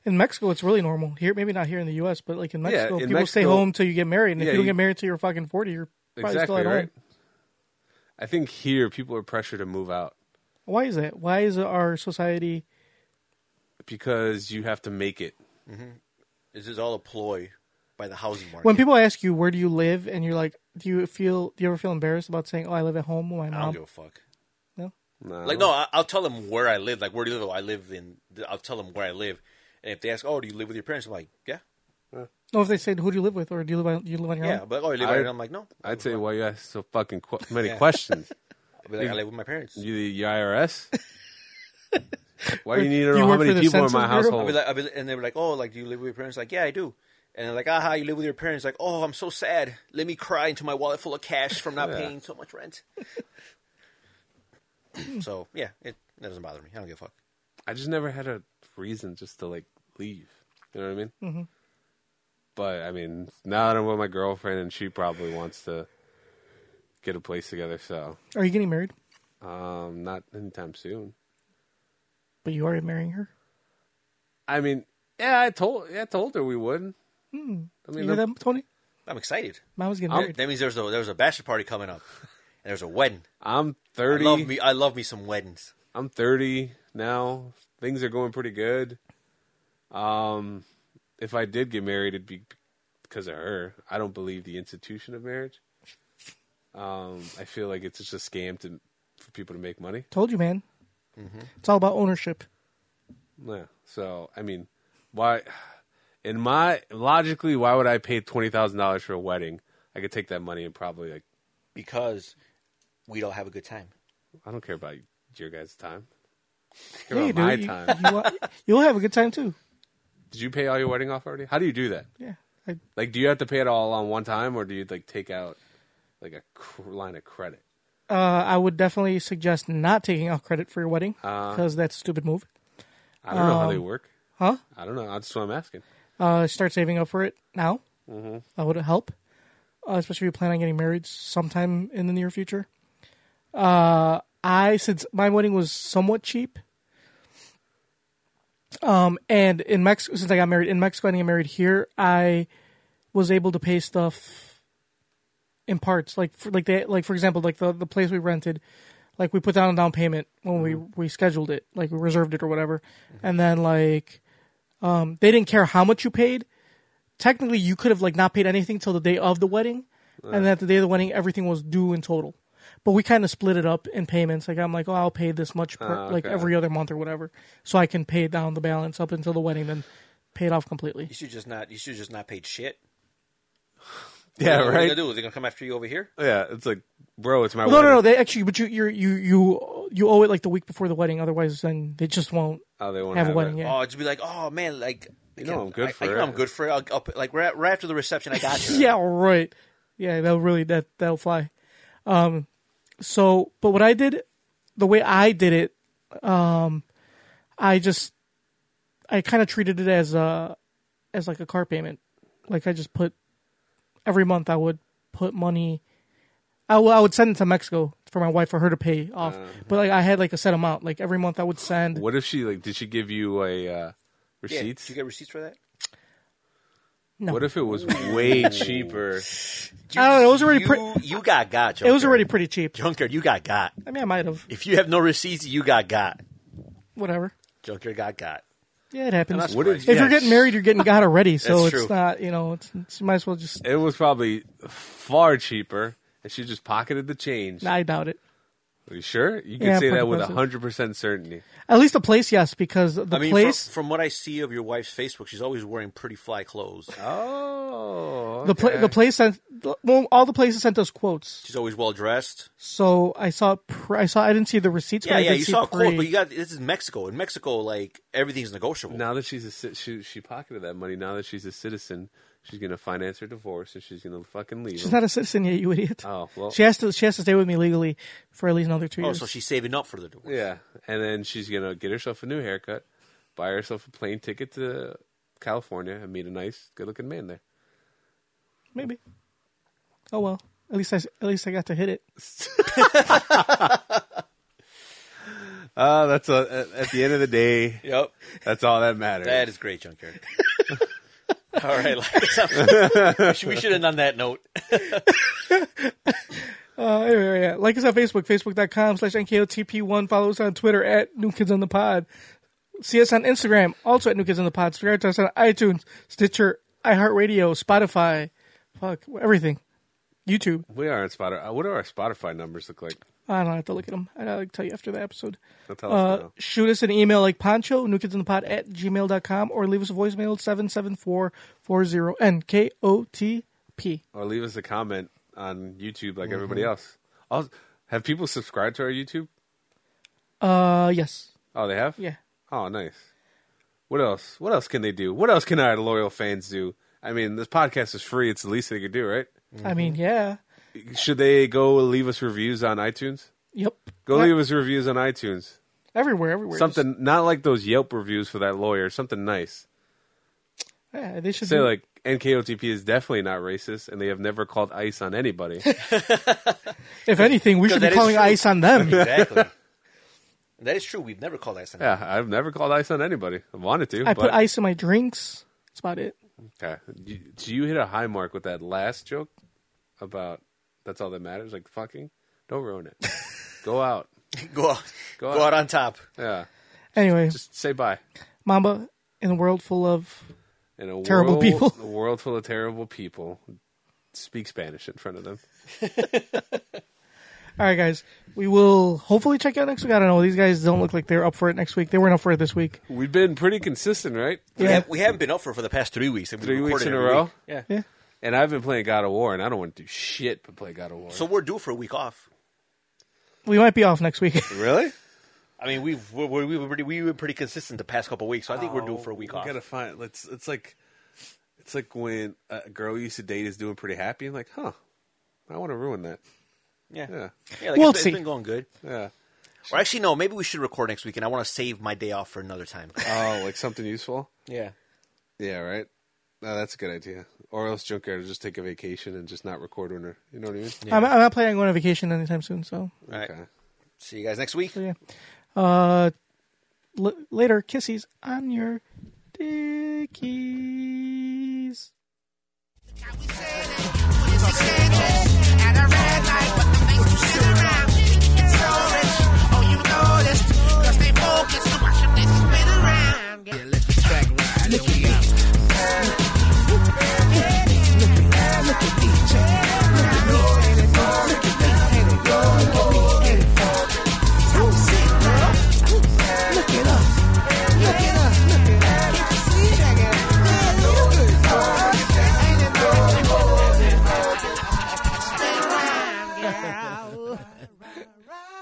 Speaker 1: In Mexico, it's really normal. Here, maybe not here in the U.S., but like in
Speaker 2: Yeah,
Speaker 1: Mexico,
Speaker 2: in
Speaker 1: people stay
Speaker 2: Mexico-
Speaker 1: home till you get married, and if
Speaker 2: Yeah,
Speaker 1: you don't
Speaker 2: you-
Speaker 1: get married till you're fucking 40, you're probably still
Speaker 2: exactly
Speaker 1: at home.
Speaker 2: right. I think here people are pressured to move out
Speaker 1: Why is that? Why is our society?
Speaker 2: because you have to make it.
Speaker 3: Mm-hmm. This is all a ploy by the housing market.
Speaker 1: When people ask you where do you live, and you're like, do you feel? Do you ever feel embarrassed about saying, "Oh, I live at home with my
Speaker 3: I
Speaker 1: mom"?
Speaker 2: Um,
Speaker 3: don't give a fuck.
Speaker 1: No?
Speaker 3: Like no, I, I'll tell them where I live. Like where do you live? Oh, I live in. I'll tell them where I live, and if they ask, "Oh, do you live with your parents?" I'm like, "Yeah,
Speaker 1: No, if they said, "Who do you live with?" or "Do you live on, do you live on your
Speaker 3: yeah."
Speaker 1: own?"
Speaker 3: But oh, you live
Speaker 2: I-
Speaker 3: right now. I'm like, "No,
Speaker 2: I'd say, why you ask so fucking qu- many
Speaker 3: Yeah.
Speaker 2: questions?
Speaker 3: I'll be like, I live with my parents."
Speaker 2: You the IRS? why
Speaker 3: Or
Speaker 2: do you need
Speaker 3: you
Speaker 2: to know how
Speaker 3: work for
Speaker 2: many
Speaker 3: the
Speaker 2: people in
Speaker 3: Census
Speaker 2: my
Speaker 3: Bureau?
Speaker 2: household?
Speaker 3: I'll be like, I'll be, and they were like, "Oh, like do you live with your parents?" Like, "Yeah, I do." And they're like, "Aha, you live with your parents?" Like, "Oh, I'm so sad. Let me cry into my wallet full of cash from not
Speaker 2: Yeah.
Speaker 3: paying so much rent." so yeah, it that doesn't bother me. I don't give a fuck.
Speaker 2: I just never had a reason just to like leave. You know what I mean?
Speaker 1: Mhm.
Speaker 2: But I mean, now that I'm with my girlfriend and she probably wants to get a place together, so
Speaker 1: Are you getting married?
Speaker 2: um, not anytime soon.
Speaker 1: But you are marrying her.
Speaker 2: I mean, yeah, I told yeah, I told her we would.
Speaker 1: Hmm.
Speaker 2: I
Speaker 1: you
Speaker 2: mean,
Speaker 1: hear
Speaker 2: I'm-
Speaker 1: that, Tony?
Speaker 3: I'm excited.
Speaker 1: Mom was getting
Speaker 3: I'm-
Speaker 1: married.
Speaker 3: That means there's a there's a bachelor party coming up, and there's a wedding.
Speaker 2: I'm 30.
Speaker 3: I love me. I love me some weddings.
Speaker 2: I'm 30 now. Things are going pretty good. Um, if I did get married, it'd be because of her. I don't believe the institution of marriage. Um, I feel like it's just a scam to for people to make money.
Speaker 1: Told you, man.
Speaker 3: Mm-hmm.
Speaker 1: It's all about ownership.
Speaker 2: Yeah. So I mean, why? In my logically, why would I pay twenty thousand dollars for a wedding? I could take that money and probably like
Speaker 3: because we don't have a good time.
Speaker 2: I don't care about your guys' time. I care
Speaker 1: Yeah, you do.
Speaker 2: about my
Speaker 1: You-
Speaker 2: time.
Speaker 1: you wa- You'll have a good time too.
Speaker 2: Did you pay all your wedding off already? How do you do that?
Speaker 1: Yeah. I-
Speaker 2: Like, do you have to pay it all on one time, or do you like take out like a cr- line of credit?
Speaker 1: Uh, I would definitely suggest not taking out credit for your wedding
Speaker 2: Uh.
Speaker 1: because that's a stupid move.
Speaker 2: I don't know how they
Speaker 1: Um,
Speaker 2: work.
Speaker 1: Huh?
Speaker 2: I don't know. That's what I'm asking.
Speaker 1: Uh, start saving up for it now.
Speaker 2: Mhm.
Speaker 1: That would help, uh, especially if you plan on getting married sometime in the near future. Uh, I since my wedding was somewhat cheap, um, and in Mexico since I got married in Mexico, I didn't get married here. I was able to pay stuff in parts. Like for, like they like for example like the the place we rented, like we put down a down payment when
Speaker 3: Mm-hmm.
Speaker 1: we we scheduled it, like we reserved it or whatever, and then like um they didn't care how much you paid. Technically, you could have like not paid anything till the day of the wedding, and then at the day of the wedding, everything was due in total. But we kind of split it up in payments. Like I'm like, oh, I'll pay this much per,
Speaker 3: Ah,
Speaker 1: like
Speaker 3: okay.
Speaker 1: every other month or whatever, so I can pay down the balance up until the wedding, then pay it off completely.
Speaker 3: You should just not. You should just not pay shit.
Speaker 2: Yeah,
Speaker 3: What are they
Speaker 2: right?
Speaker 3: gonna do? They're gonna come after you over here.
Speaker 2: Yeah, it's like, bro, it's my
Speaker 1: no, no,
Speaker 2: wedding.
Speaker 1: no. They actually, but you, you, you, you, you owe it like the week before the wedding. Otherwise, then they just won't.
Speaker 2: Oh, they won't
Speaker 1: have,
Speaker 2: have
Speaker 1: a wedding.
Speaker 2: it.
Speaker 1: Yeah.
Speaker 3: Oh, just be like, oh man, like you
Speaker 2: know I'm good
Speaker 3: I,
Speaker 2: for
Speaker 3: I, you
Speaker 2: it.
Speaker 3: know I'm good for it. I'll, I'll, like right, right after the reception, I got you.
Speaker 1: yeah, right. Yeah, that'll really that that'll fly. Um, so, but what I did, the way I did it, um, I just, I kind of treated it as a, as like a car payment. Like I just put every month I would put money. I would- I would send it to Mexico for my wife for her to pay off.
Speaker 2: Uh-huh.
Speaker 1: But like I had like a set amount. Like every month I would send.
Speaker 2: What if she like? Did she give you a uh,
Speaker 3: Yeah,
Speaker 2: receipt?
Speaker 3: Did you get receipts for that?
Speaker 1: No.
Speaker 2: What if it was way cheaper?
Speaker 1: I don't know. It was already
Speaker 3: you,
Speaker 1: pretty.
Speaker 3: You got got. Junker.
Speaker 1: It was already pretty cheap.
Speaker 3: Junker, you got got.
Speaker 1: I mean, I might have.
Speaker 3: If you have no receipts, you got got.
Speaker 1: Whatever.
Speaker 3: Junker got got.
Speaker 1: Yeah, it
Speaker 3: And
Speaker 1: happens.
Speaker 3: that's What
Speaker 1: if
Speaker 3: crazy.
Speaker 1: you're
Speaker 3: Yeah.
Speaker 1: getting married, you're getting got already, so
Speaker 2: That's
Speaker 1: it's
Speaker 2: true.
Speaker 1: not. You know, it's, it's you might as well just.
Speaker 2: It was probably far cheaper, and she just pocketed the change.
Speaker 1: I doubt it.
Speaker 2: Are you sure? You can
Speaker 1: Yeah,
Speaker 2: say that
Speaker 1: pretty
Speaker 2: with
Speaker 1: close.
Speaker 2: hundred percent certainty.
Speaker 1: At least the place, yes, because the
Speaker 3: I mean,
Speaker 1: place,
Speaker 3: from, from what I see of your wife's Facebook, she's always wearing pretty fly clothes.
Speaker 2: Oh,
Speaker 1: the pla- the place sent. the- Well, all the places sent us quotes.
Speaker 3: She's always well dressed.
Speaker 1: So I saw. Pr- I saw. I didn't see the receipts,
Speaker 3: Yeah,
Speaker 1: but I
Speaker 3: yeah.
Speaker 1: did
Speaker 3: You
Speaker 1: see
Speaker 3: saw
Speaker 1: pre-
Speaker 3: quotes, but you got this is Mexico. In Mexico, like everything's negotiable.
Speaker 2: Now that she's a ci- she, she pocketed that money. Now that she's a citizen, she's gonna finance her divorce, and she's gonna fucking leave.
Speaker 1: She's
Speaker 2: him.
Speaker 1: not a citizen yet, you idiot.
Speaker 2: Oh, well.
Speaker 1: she has to. She has to stay with me legally for at least another two
Speaker 3: Oh,
Speaker 1: years.
Speaker 3: so she's saving up for the divorce.
Speaker 2: Yeah, and then she's gonna get herself a new haircut, buy herself a plane ticket to California, and meet a nice, good-looking man there.
Speaker 1: Maybe. Oh well. At least I. s- At least I got to hit it.
Speaker 2: Uh, that's a, at the end of the day.
Speaker 3: Yep.
Speaker 2: That's all that matters.
Speaker 3: That is great, Junkyard. All right, like, we should- we should end on that note.
Speaker 1: Uh, anyway, yeah. Like us on Facebook, facebook.com slash NKOTP1. Follow us on Twitter at New Kids on the Pod. See us on Instagram, also at New Kids on the Pod. Subscribe to us on iTunes, Stitcher, iHeartRadio, Spotify, fuck, everything. YouTube.
Speaker 2: We are on Spotify. uh, What do our Spotify numbers look like?
Speaker 1: I don't have to look at them. I'll like, tell you after the episode. Uh,
Speaker 2: They'll tell us now.
Speaker 1: shoot us an email like poncho, newkidsinthepod at gmail.com, or leave us a voicemail at 774-40-NKOTP.
Speaker 2: Or leave us a comment on YouTube like everybody
Speaker 1: Mhm.
Speaker 2: else. Also, have people subscribed to our YouTube?
Speaker 1: Uh, yes.
Speaker 2: Oh, they have.
Speaker 1: Yeah.
Speaker 2: Oh, nice. What else? What else can they do? What else can our loyal fans do? I mean, this podcast is free. It's the least they could do, right?
Speaker 1: I
Speaker 2: Mm-hmm.
Speaker 1: mean, yeah.
Speaker 2: Should they go leave us reviews on iTunes?
Speaker 1: Yep.
Speaker 2: Go
Speaker 1: Yeah.
Speaker 2: leave us reviews on iTunes.
Speaker 1: Everywhere, everywhere.
Speaker 2: something not like those Yelp reviews for that lawyer. Something nice.
Speaker 1: Yeah, they should
Speaker 2: Say
Speaker 1: do-
Speaker 2: like NKOTP is definitely not racist, and they have never called ICE on anybody.
Speaker 1: If anything, we
Speaker 3: No,
Speaker 1: should be
Speaker 3: that is
Speaker 1: calling
Speaker 3: true.
Speaker 1: ice on them.
Speaker 3: Exactly. That is true. We've never called ice on
Speaker 2: yeah, I've never called ICE on anybody. I wanted to.
Speaker 1: I
Speaker 2: but,
Speaker 1: put ice in my drinks. That's about it.
Speaker 2: Okay. You, so you hit a high mark with that last joke about that's all that matters. Like fucking, don't ruin it. go out.
Speaker 3: Go out.
Speaker 2: Go
Speaker 3: out on top.
Speaker 2: Yeah.
Speaker 1: Anyway,
Speaker 2: Just say bye.
Speaker 1: Mamba in a world full of
Speaker 2: In a
Speaker 1: terrible
Speaker 2: world,
Speaker 1: people.
Speaker 2: A world full of terrible people. Speak Spanish in front of them.
Speaker 1: All right, guys. We will hopefully check out next week. I don't know. These guys don't look like they're up for it next week. They weren't up for it this week.
Speaker 2: We've been pretty consistent, right?
Speaker 3: We, have, we haven't been up for for the past three weeks. and we
Speaker 2: Three weeks
Speaker 3: recorded
Speaker 2: in a
Speaker 3: every
Speaker 2: row.
Speaker 3: week. Yeah.
Speaker 1: Yeah.
Speaker 2: And I've been playing God of War, and I don't want to do shit but play God of War.
Speaker 3: So we're due for a week off.
Speaker 1: We might be off next week.
Speaker 2: really?
Speaker 3: I mean, we've we're, we're, we were pretty we were pretty consistent the past couple weeks, so I think we're due for a week
Speaker 2: Oh, we
Speaker 3: off.
Speaker 2: gotta find. It's it's like it's like when a girl you used to date is doing pretty happy. I'm like, huh? I want to ruin that.
Speaker 3: Yeah.
Speaker 2: yeah.
Speaker 3: Yeah, like
Speaker 1: We'll
Speaker 3: it's,
Speaker 1: see.
Speaker 3: it's been going good.
Speaker 2: Yeah.
Speaker 3: Or actually, no. Maybe we should record next week, and I want to save my day off for another time.
Speaker 2: Oh, like something useful.
Speaker 3: Yeah.
Speaker 2: Yeah, right. No, that's a good idea. Or else Junkyard will just take a vacation and just not record when her. You know what I mean?
Speaker 1: I'm, I'm not planning on going on vacation anytime soon. So,
Speaker 3: All right. See you guys next week.
Speaker 1: yeah. Uh, l- later, kissies on your dickies.
Speaker 7: Out
Speaker 9: at a red light, but the things you sit around. So rich, oh, you know this. Cause they focus on watching they spin around. Yeah, let the track ride. Look at me. Look at me, check it out. Look at me. Look at me. Look at me. So sick, girl. Look it up. Look it up. Look it up. Can't you see? Check it out. Yeah, look good. Ain't it good? Stay round, girl.